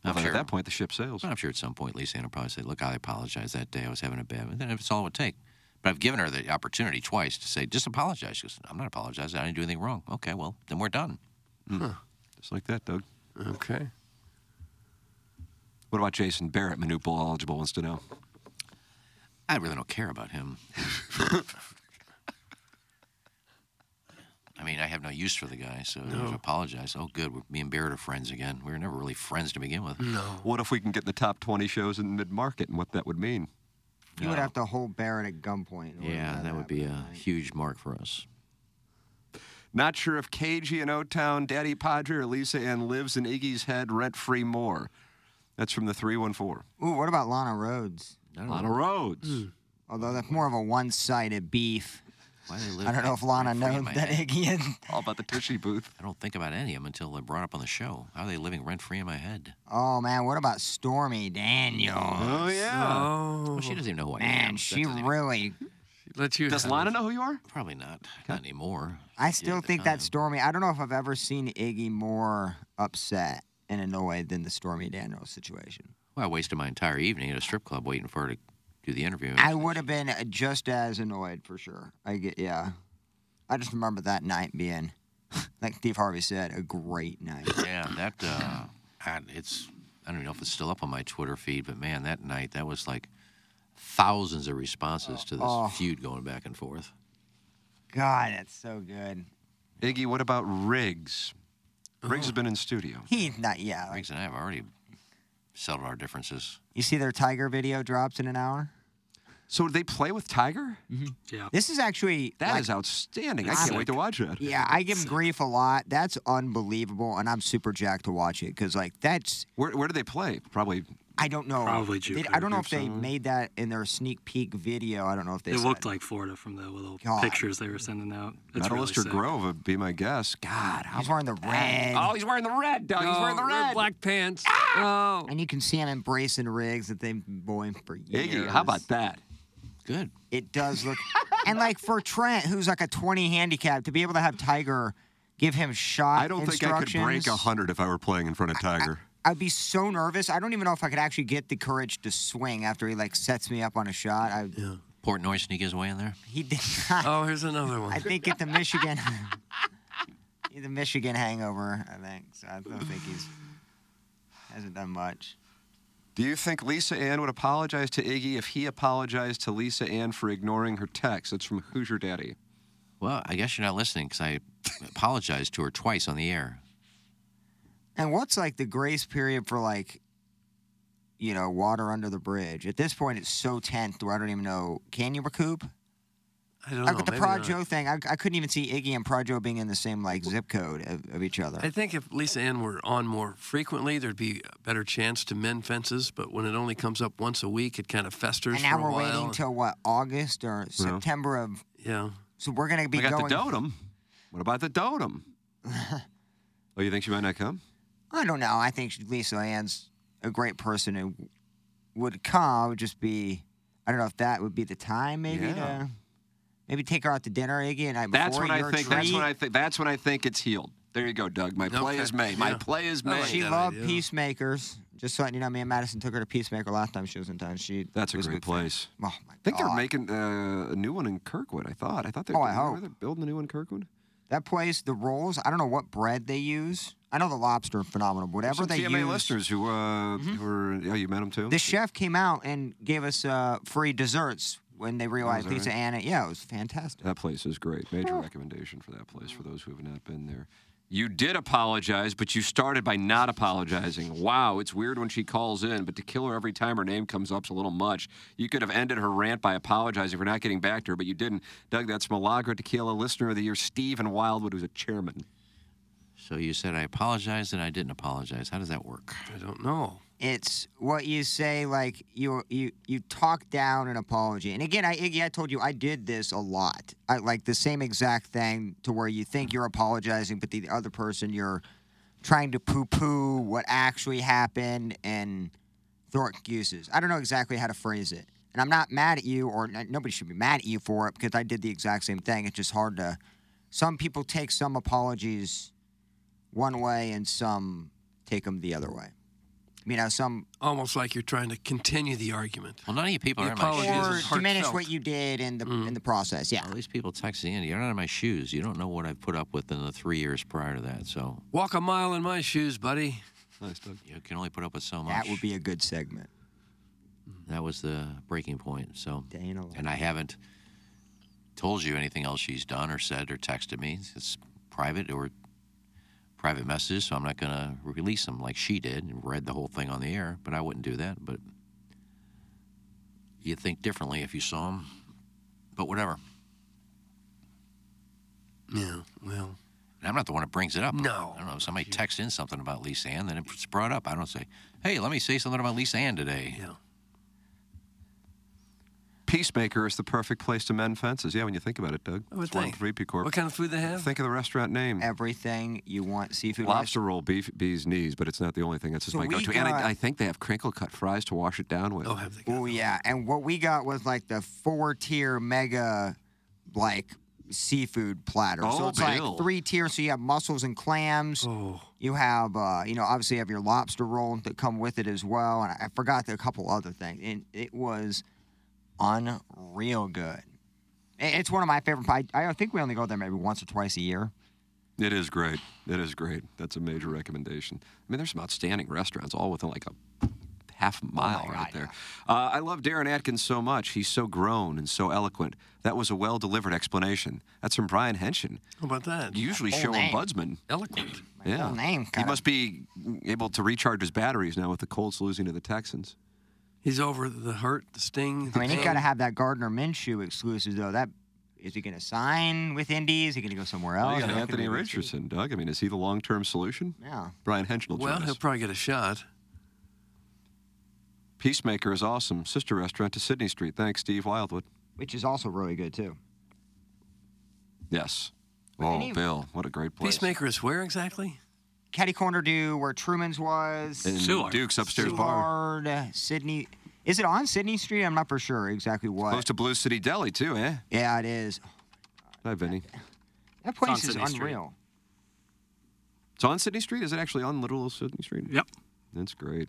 S2: Well, then at that point, the ship sails.
S1: I'm sure at some point Lisa Ann will probably say, Look, I apologize that day. I was having a bad. And then it's all it would take. But I've given her the opportunity twice to say, Just apologize. She goes, I'm not apologizing. I didn't do anything wrong. Okay, well, then we're done.
S2: just like that, Doug.
S3: Okay.
S2: What about Jason Barrett, Manupal eligible, wants to know?
S1: I really don't care about him. I mean, I have no use for the guy, so
S3: No.
S1: I apologize. Oh, good. We're, me and Barrett are friends again. We were never really friends to begin with.
S3: No.
S2: What if we can get in the top 20 shows in mid market and what that would mean?
S4: You would have to hold Barrett at gunpoint. in order
S1: Uh, Yeah,
S4: to
S1: that would be a huge mark for us.
S2: Not sure if KG in O Town, Daddy Padre, or Lisa Ann lives in Iggy's head rent free more. That's from the 314.
S4: Ooh, what about Lana Rhodes?
S2: Lana Rhodes.
S4: Hmm. Although that's more of a one-sided beef.
S1: Why they live
S4: I don't know if Lana
S1: rent-free in
S4: knows
S1: my
S4: that
S1: head.
S4: Iggy and
S2: All about the Tushy booth.
S1: I don't think about any of them until they're brought up on the show. How are they living rent free in my head?
S4: Oh man, what about Stormy Daniels?
S2: Oh, yeah.
S3: Oh.
S1: Well, she doesn't even know who I am.
S4: Man,
S1: That
S4: she
S1: doesn't even-
S4: really.
S3: Let you.
S2: Does
S3: have
S2: Lana
S3: it.
S2: know who you are?
S1: Probably not. Not anymore. She
S4: I
S1: did
S4: still
S1: at the
S4: think that
S1: time.
S4: Stormy. I don't know if I've ever seen Iggy more upset and annoyed than the Stormy Daniels situation.
S1: Well, I wasted my entire evening at a strip club waiting for her to do the interview.
S4: I would have been uh, just as annoyed for sure. I get yeah. I just remember that night being, like Steve Harvey said, a great night.
S1: Yeah, that uh, I, it's. I don't even know if it's still up on my Twitter feed, but man, that night that was like thousands of responses to this
S4: Oh.
S1: feud going back and forth.
S4: God, that's so good.
S2: Iggy, what about Riggs? Riggs
S4: Oh.
S2: has been in studio.
S4: He's not yeah. Like,
S1: Riggs and I have already settled our differences.
S4: you see their Tiger video drops in an hour.
S2: So they play with Tiger?
S6: Yeah.
S4: This is actually
S2: That is
S4: like,
S2: outstanding. I can't wait to watch that.
S4: Yeah, I give him grief a lot. That's unbelievable, and I'm super jacked to watch it because like that's
S2: Where, where do they play? Probably.
S4: I don't know.
S6: Probably
S4: They-
S6: Jupiter
S4: I don't know
S6: or
S4: if they
S6: something.
S4: made that in their sneak peek video. I don't know if they.
S6: It
S4: said.
S6: looked like Florida from the little
S4: God.
S6: pictures they were sending out. It's really
S2: Metalister
S6: sick.
S2: Grove would be my guess. God, how
S4: he's wearing the red,
S2: Oh, he's wearing the red, Doug. he's
S3: Oh,
S2: wearing the
S3: red
S2: red.
S3: black pants. Oh.
S4: and you can see him embracing rigs that they've been boying for years.
S2: Iggy, how about that?
S1: Good.
S4: It does look, and like for Trent, who's like a 20 handicap, to be able to have Tiger give him shot.
S2: I don't think I could break
S4: instructions,
S2: 100 if I were playing in front of Tiger.
S4: I'd be so nervous. I don't even know if I could actually get the courage to swing after he like sets me up on a shot. I,
S1: Portnoy sneak his way in there.
S4: He did not.
S3: Oh, here's another one.
S4: I think at the Michigan, the Michigan hangover. I think so. I don't think he's hasn't done much.
S2: Do you think Lisa Ann would apologize to Iggy if he apologized to Lisa Ann for ignoring her text? That's from Who's Your Daddy.
S1: Well, I guess you're not listening because I apologized to her twice on the air.
S4: And what's like the grace period for like you know, water under the bridge. At this point, it's so tense where I don't even know. Can you recoup?
S3: I don't
S4: Like,
S3: know.
S4: with the
S3: maybe
S4: Projo
S3: not.
S4: thing, I, I couldn't even see Iggy and Projo being in the same like zip code of, of each other.
S3: I think if Lisa Ann were on more frequently, there'd be a better chance to mend fences. But when it only comes up once a week, it kind of festers
S4: and now
S3: for a
S4: we're
S3: while.
S4: waiting till what August or September of.
S3: Yeah.
S4: So we're gonna be
S2: I got
S4: going.
S2: the dotem. What about the dotem? oh, you think she might not come?
S4: I don't know. I think Lisa Ann's a great person who would come. It would just be, I don't know if that would be the time maybe
S2: Yeah.
S4: to maybe take her out to dinner again.
S2: That's when I think. That's when I think. That's when I think it's healed. There you go, Doug. My play
S4: Okay.
S2: is made. My
S4: Yeah.
S2: play is made.
S4: She loved Peacemakers. Just so you know, me and Madison took her to Peacemaker last time she was in town. She
S2: That's a
S4: was
S2: great
S4: big fan.
S2: place.
S4: Oh my
S2: I think
S4: God.
S2: they're making uh, a new one in Kirkwood. I thought. I thought they
S4: Oh,
S2: were
S4: I hope.
S2: they're building a new one in Kirkwood.
S4: That place, the rolls. I don't know what bread they use. I know the lobster are phenomenal. Whatever
S2: Some
S4: they
S2: TMA
S4: use.
S2: listeners who, uh,
S4: Mm-hmm.
S2: who were. Oh, you met them too.
S4: The chef came out and gave us uh, free desserts when they realized
S2: that
S4: Lisa
S2: right?
S4: Anna. Yeah, it was fantastic.
S2: That place is great. Major
S3: Oh.
S2: recommendation for that place for those who have not been there. You did apologize, but you started by not apologizing. Wow, it's weird when she calls in, but to kill her every time her name comes up's a little much. You could have ended her rant by apologizing for not getting back to her, but you didn't. Doug, that's Malagra Tequila Listener of the Year, Steve and Wildwood, who's a chairman.
S5: So you said I apologized and I didn't apologize. How does that work?
S3: I don't know.
S4: It's what you say, like you you you talk down an apology. And again, I Iggy, I told you I did this a lot. I like the same exact thing to where you think you're apologizing, but the other person you're trying to poo-poo what actually happened and throw excuses. I don't know exactly how to phrase it, and I'm not mad at you, or n- nobody should be mad at you for it because I did the exact same thing. It's just hard to. Some people take some apologies one way, and some take them the other way. You know, some
S3: Almost like you're trying to continue the argument.
S5: Well, none of you people
S3: The
S5: are in my
S3: apology is
S5: shoes.
S4: or diminish what you did in the
S2: Mm.
S4: in the process. Yeah.
S5: All these people texting in. You're not in my shoes. You don't know what I've put up with in the three years prior to that. So
S3: Walk a mile in my shoes, buddy.
S2: Nice, Doug.
S5: you can only put up with so
S2: Oh,
S5: much.
S4: That would be a good segment.
S5: That was the breaking point. So,
S4: Dana
S5: and I haven't told you anything else she's done or said or texted me. It's private or private messages, so I'm not going to release them like she did and read the whole thing on the air. But I wouldn't do that. But you'd think differently if you saw them. But whatever.
S3: Yeah. Well.
S5: And I'm not the one that brings it up.
S3: No.
S5: I don't know. Somebody texts in something about Lisa Ann, then it's brought up. I don't say, hey, let me say something about Lisa Ann today.
S3: Yeah.
S2: Peacemaker is the perfect place to mend fences. Yeah, when you think about it, Doug.
S3: I would
S2: It's one
S3: think.
S2: for VP Corp.
S3: What kind of food they have?
S2: Think of the restaurant name.
S4: Everything you want, seafood.
S2: Lobster roll, beef, bee's knees, but it's not the only thing. That's just
S4: So
S2: my
S4: we
S2: go-to. And
S4: got-
S2: I, I think they have crinkle cut fries to wash it down with. Oh,
S3: have
S4: Oh yeah, and what we got was like the four-tier mega, like seafood platter. so
S2: Oh,
S4: it's
S2: Bill. Oh.
S4: like three tiers. So you have mussels and clams. You have, uh, you know, obviously you have your lobster roll that come with it as well. And I forgot a couple other things. And it was unreal good. I- It's one of my favorite. I, I think we only go there maybe once or twice a year.
S2: It is great. It is great. That's a major recommendation. I mean, there's some outstanding restaurants, all within like a half
S3: Oh
S2: mile right there. Uh, I love Darren Atkins so much. He's so grown and so eloquent. That was a well delivered explanation. That's from Brian Henshin.
S3: How about that?
S2: You usually
S3: Full
S2: show
S3: name.
S2: ombudsman.
S3: Eloquent.
S2: yeah.
S3: full name
S2: he
S3: kinda-
S2: must be able to recharge his batteries now with the Colts losing to the Texans.
S3: He's over the hurt, the sting.
S4: I
S3: The
S4: mean, he
S2: uh,
S3: pain.
S4: got to have that Gardner Minshew exclusive though. That is he going to sign with Indy? Is he going to go somewhere
S2: Oh,
S4: else?
S2: you got
S4: That could
S2: Anthony
S4: be risky.
S2: Richardson, Doug. I mean, is he the long term solution?
S4: Yeah.
S2: Brian Henschel will join
S3: Well,
S2: us.
S3: he'll probably get a shot.
S2: Peacemaker is awesome. Sister restaurant to Sydney Street. Thanks, Steve Wildwood.
S4: Which is also really good too.
S2: Yes. Oh,
S4: any-
S2: Bill, what a great place.
S3: Peacemaker is where exactly?
S4: Caddy Corner do where Truman's was.
S2: In Seward. Duke's upstairs bar.
S4: Seward, Sydney. Is it on Sydney Street? I'm not for sure exactly what.
S2: Close to Blue City Deli, too, eh?
S4: Yeah, it is.
S2: Hi, Vinny. It's
S4: That
S2: on
S4: place is
S2: Sydney Street.
S4: unreal.
S2: It's on Sydney Street? Is it actually on Little Sydney Street?
S20: Yep.
S2: That's great.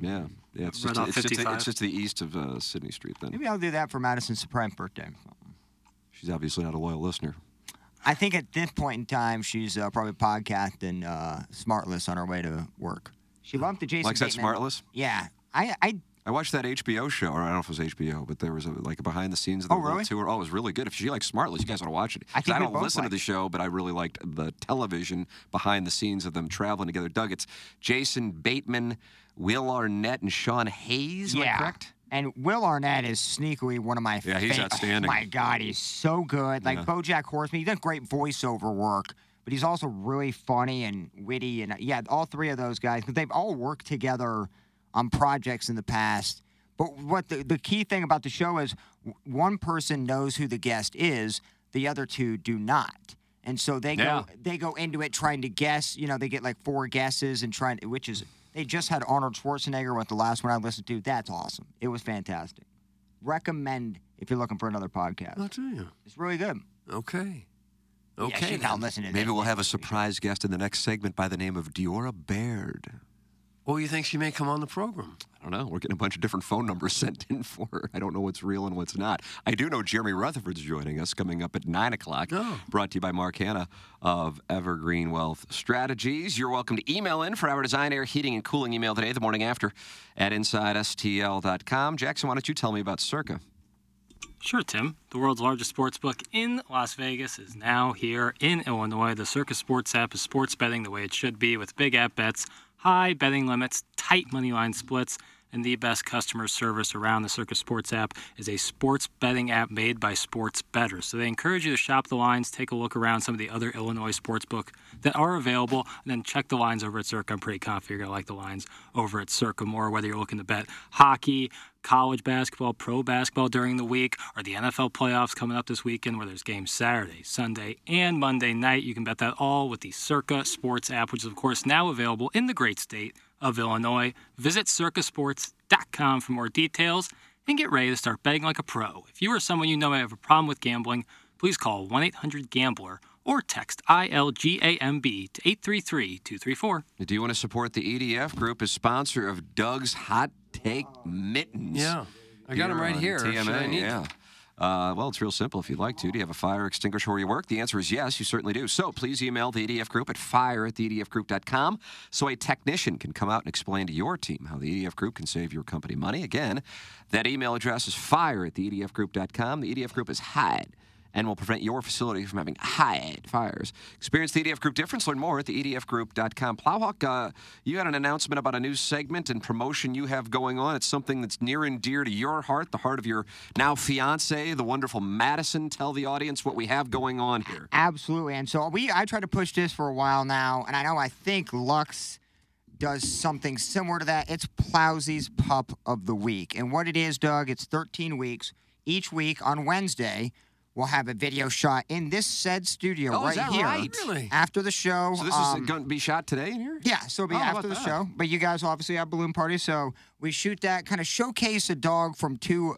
S2: Yeah. Yeah, it's
S4: Right
S2: just,
S4: off
S2: it's, just,
S4: 55.
S2: it's just the east of uh, Sydney Street, then.
S4: Maybe I'll do that for Madison's surprise birthday.
S2: She's obviously not a loyal listener.
S4: I think at this point in time, she's uh, probably podcasting uh, Smartless on her way to work. She loved the Jason
S2: Likes that
S4: Bateman-
S2: Smartless?
S4: Yeah. I, I
S2: I watched that HBO show, or I don't know if it was HBO, but there was a, like a behind the scenes of the
S4: Oh,
S2: World
S4: really?
S2: Tour. Oh, it was really good. If you like Smartless, you guys want to watch it.
S4: I
S2: 'Cause
S4: think
S2: I
S4: we
S2: don't
S4: both
S2: listen to
S4: liked
S2: the show, but I really liked the television behind the scenes of them traveling together. Doug, it's Jason Bateman, Will Arnett, and Sean Hayes. Am I
S4: yeah.
S2: correct?
S4: And Will Arnett is sneakily one of my
S2: Yeah, he's
S4: fa-
S2: outstanding.
S4: Oh my God, he's so good. Like
S2: Yeah.
S4: BoJack Horseman, he does great voiceover work, but he's also really funny and witty. And uh, yeah, all three of those guys, because they've all worked together on projects in the past. But what the, the key thing about the show is w- one person knows who the guest is, the other two do not. And so they go
S3: Yeah.
S4: they go into it trying to guess. You know, they get like four guesses and trying, which is they just had Arnold Schwarzenegger with the last one I listened to. That's awesome. It was fantastic. Recommend if you're looking for another podcast.
S3: I'll tell Oh, you.
S4: It's really good.
S3: Okay.
S4: Yeah,
S3: Okay.
S4: she's not listening.
S2: Maybe we'll have a surprise guest in the next segment by the name of Diora Baird.
S3: Well, you think she may come on the program?
S2: I don't know. We're getting a bunch of different phone numbers sent in for her. I don't know what's real and what's not. I do know Jeremy Rutherford's joining us coming up at 9 o'clock, brought to you by Mark Hanna of Evergreen Wealth Strategies. You're welcome to email in for our design, air, heating, and cooling email today, the morning after, at InsideSTL.com. Jackson, why don't you tell me about Circa?
S6: Sure, Tim. The world's largest sports book in Las Vegas is now here in Illinois. The Circus Sports app is sports betting the way it should be with big app bets, high betting limits, tight money line splits, and the best customer service around. The Circus Sports app is a sports betting app made by sports bettors. So they encourage you to shop the lines, take a look around some of the other Illinois sports book that are available, and then check the lines over at Circa. I'm pretty confident you're going to like the lines over at Circa more, whether you're looking to bet hockey, college basketball, pro basketball during the week, or the NFL playoffs coming up this weekend, where there's games Saturday, Sunday, and Monday night. You can bet that all with the Circa Sports app, which is, of course, now available in the great state of Illinois. Visit circasports.com for more details and get ready to start betting like a pro. If you or someone you know may have a problem with gambling, please call 1 800 Gambler or text ILGAMB to 833 234.
S2: Do you want to support the EDF group as sponsor of Doug's Hot Take Mittens?
S3: Yeah. I got 'em right
S2: on
S3: here. Should
S2: TMA,
S3: I need
S2: yeah. Uh, well, it's real simple. If you'd like to, do you have a fire extinguisher where you work? The answer is yes, you certainly do. So please email the EDF group at fire at the E edfgroup.com so a technician can come out and explain to your team how the EDF group can save your company money. Again, that email address is fire at the E edfgroup.com. The EDF group is hide and will prevent your facility from having high fires. Experience the EDF Group difference. Learn more at the E edfgroup.com. Plowhawk, uh, you had an announcement about a new segment and promotion you have going on. It's something that's near and dear to your heart, the heart of your now fiance, the wonderful Madison. Tell the audience what we have going on here.
S4: Absolutely. And so we I tried to push this for a while now, and I know I think Lux does something similar to that. It's Plowsy's Pup of the Week. And what it is, Doug, it's 13 weeks. Each week on Wednesday, we'll have a video shot in this said studio
S2: Oh, is
S4: right
S2: that
S4: here.
S2: right? Really?
S4: After the show.
S2: So this
S4: um,
S2: is going to be shot today in here?
S4: Yeah, so it'll be
S2: Oh, how
S4: after the
S2: about that?
S4: show. But you guys obviously have balloon parties, so we shoot that kind of showcase a dog from two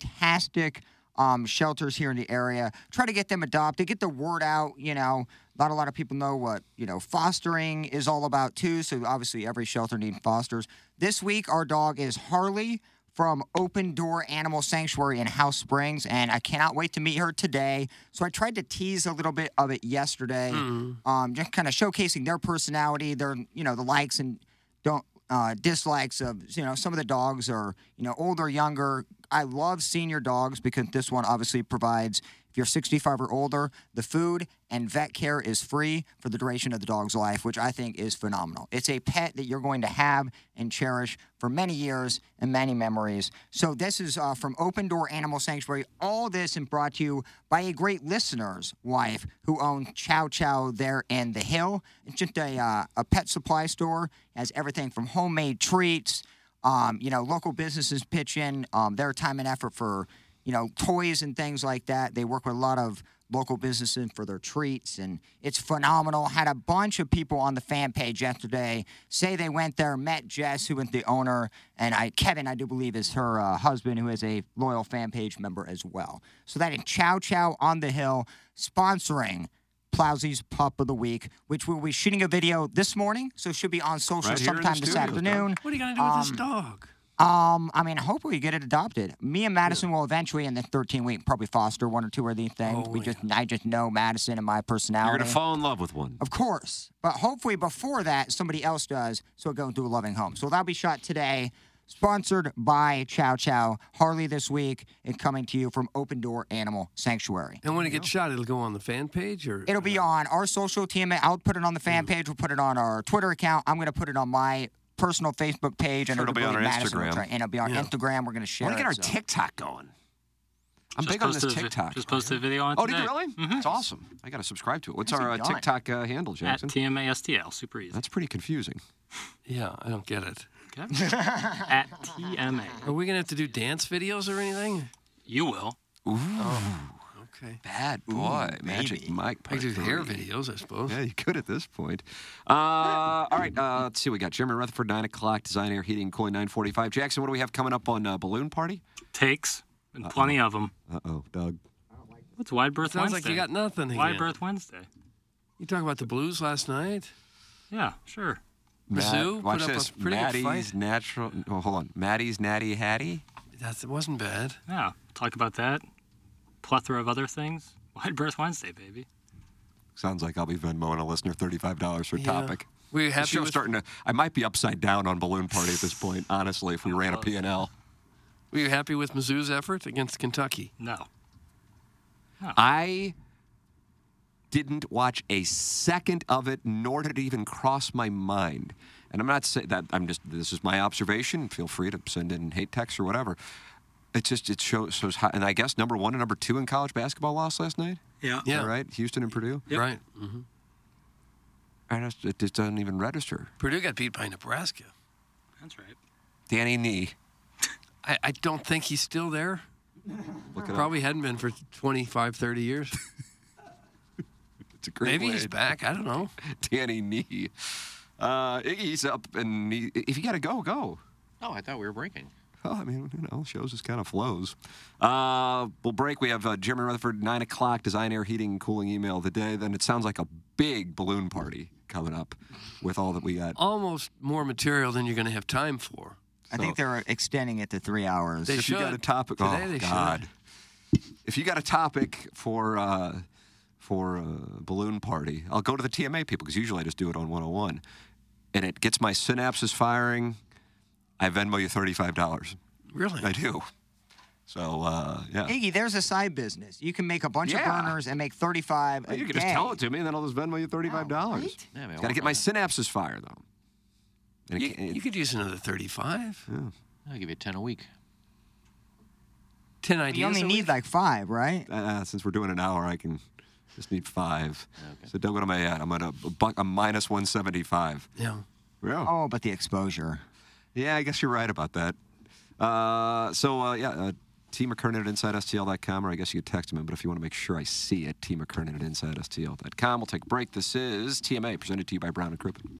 S4: fantastic um, shelters here in the area. Try to get them adopted, get the word out. You know, not a lot of people know what you know fostering is all about too. So obviously every shelter needs fosters. This week our dog is Harley from Open Door Animal Sanctuary in House Springs, and I cannot wait to meet her today. So I tried to tease a little bit of it yesterday, um, just kind of showcasing their personality, their you know the likes and don't uh, dislikes of you know some of the dogs are you know older, younger. I love senior dogs because this one obviously provides. If you're 65 or older, the food and vet care is free for the duration of the dog's life, which I think is phenomenal. It's a pet that you're going to have and cherish for many years and many memories. So, this is uh, from Open Door Animal Sanctuary. All this and brought to you by a great listener's wife who owns Chow Chow there in the Hill. It's just a, uh, a pet supply store, has everything from homemade treats. Um, you know, local businesses pitch in um, their time and effort for, you know, toys and things like that. They work with a lot of local businesses for their treats, and it's phenomenal. Had a bunch of people on the fan page yesterday say they went there, met Jess, who is the owner, and I, Kevin, I do believe, is her uh, husband, who is a loyal fan page member as well. So that is Chow Chow on the Hill sponsoring. Plowsy's Pup of the Week, which we'll be shooting a video this morning, so it should be on social
S3: Right here in the
S4: sometime this
S3: studio, Doug.
S4: afternoon.
S3: What are you gonna do with this
S4: Um,
S3: dog?
S4: um, I mean, hopefully you get it adopted. Me and Madison will eventually, in the 13 week, probably foster one or two of these things. we just, I just know Madison and my personality.
S2: Oh, You're going to fall in love with one.
S4: Of course. But hopefully before that, somebody else does, so it goes into a loving home. So that'll be shot today. Sponsored by Chow Chow, Harley this week, and coming to you from Open Door Animal Sanctuary.
S3: And when it gets shot, it'll go on the fan page or
S4: It'll be on our social team. I'll put it on the fan page. We'll put it on our Twitter account. I'm going to put it on my personal Facebook page. I know
S2: Sure, it'll be
S4: Dakota
S2: on our
S4: Madison will
S2: Instagram.
S4: try- And it'll be on
S2: Yeah.
S4: Instagram. We're going to share
S2: Wanna
S4: it.
S2: get our
S4: so.
S2: TikTok going. I'm
S4: Just
S2: big on this
S4: posted a vi-
S2: TikTok.
S6: just posted a video on it
S2: Oh, did you
S6: today.
S2: really? It's awesome. I got to subscribe to it. What's
S6: Yes,
S2: our
S6: I
S2: uh,
S6: got it.
S2: TikTok uh, handle, Jackson?
S6: At TMASTL, super easy.
S2: That's pretty confusing.
S3: Yeah, I don't get it.
S6: At TMA.
S3: Are we gonna have to do dance videos or anything?
S6: You will.
S2: Ooh.
S3: Oh, Okay.
S2: Bad boy. Magic Mike.
S3: I
S2: part
S3: do hair
S2: three.
S3: videos, I suppose.
S2: Yeah, you could at this point. Uh, all right, uh, let's see. what We got Jeremy Rutherford, 9 o'clock, Design Air Heating, Coin 945. Jackson, what do we have coming up on uh, Balloon Party?
S6: Takes, and plenty of them.
S2: Uh oh, Doug.
S6: What's Wide Berth
S3: Sounds
S6: Wednesday?
S3: like you got nothing
S6: Wide
S3: again.
S6: Berth Wednesday.
S3: You talking about the Blues last night?
S6: Yeah, sure.
S3: Mizzou
S2: watch
S3: put up
S2: this.
S3: a pretty
S2: Maddie's
S3: good fight.
S2: natural. Oh, hold on. Maddie's natty hattie.
S3: That wasn't bad.
S6: Yeah, talk about that. Plethora of other things. Wide Berth Wednesday, baby.
S2: Sounds like I'll be Venmoing a listener thirty-five dollars for
S6: Yeah.
S2: topic.
S6: Were you
S2: The
S6: happy
S2: show's
S6: with-
S2: starting to. I might be upside down on balloon party at this point. Honestly,
S6: Oh,
S2: if we ran a P and L.
S3: Were you happy with Mizzou's effort against Kentucky?
S6: No.
S2: I didn't watch a second of it, nor did it even cross my mind. And I'm not saying that. I'm just. This is my observation. Feel free to send in hate texts or whatever. It's just it shows shows how. And I guess number one and number two in college basketball lost last night.
S6: Yeah.
S2: All right, Houston and Purdue.
S3: Right. hmm
S2: I just, it just doesn't even register.
S3: Purdue got beat by Nebraska.
S6: That's right.
S2: Danny Knee.
S3: I, I don't think he's still there.
S2: it up.
S3: Probably hadn't been for 25, 30 years.
S2: It's a great
S3: Maybe he's
S2: way.
S3: back. I don't know.
S2: Danny Knee. Uh, Iggy's up, and he, if you got to go, go.
S1: Oh, I thought we were breaking.
S2: Well, I mean, you know, shows just kind of flows. Uh, we'll break. We have uh, Jeremy Rutherford, 9 o'clock, Design Air Heating and Cooling email of the day. Then it sounds like a big balloon party coming up with all that we got.
S3: Almost more material than you're going to have time for.
S4: I think they're extending it to three hours.
S3: They
S2: if you got
S3: should.
S2: a topic,
S3: Today
S2: oh,
S3: they should.
S2: God. If you got a topic for uh, for uh, balloon party, I'll go to the TMA people because usually I just do it on 101, and it gets my synapses firing. I Venmo you thirty five dollars.
S3: Really?
S2: I do. So uh, yeah.
S4: Iggy, there's a side business. You can make a bunch
S2: Yeah.
S4: of burners and make 35
S2: Well,
S4: a
S2: you can
S4: day.
S2: just tell it to me, and then I'll just Venmo you thirty-five dollars.
S1: Yeah, man,
S2: Got to get my synapses fired though. And it
S3: You,
S2: can't- it-
S3: you could use another 35.
S1: I'll give you 10 a week.
S3: 10
S4: But
S3: ideas.
S4: you only
S3: a
S4: need
S3: week?
S4: like five, right?
S2: uh, since we're doing an hour, I can just need five. So don't go to my ad. I'm at a, a, buck, a minus 175.
S3: Yeah.
S2: Yeah.
S4: Oh, but the exposure.
S2: Yeah, I guess you're right about that. Uh, so, uh, yeah, uh, T. McKernan at InsideSTL.com, or I guess you could text him, but if you want to make sure I see it, T. McKernan at InsideSTL.com. We'll take a break. This is TMA, presented to you by Brown and Crouppen.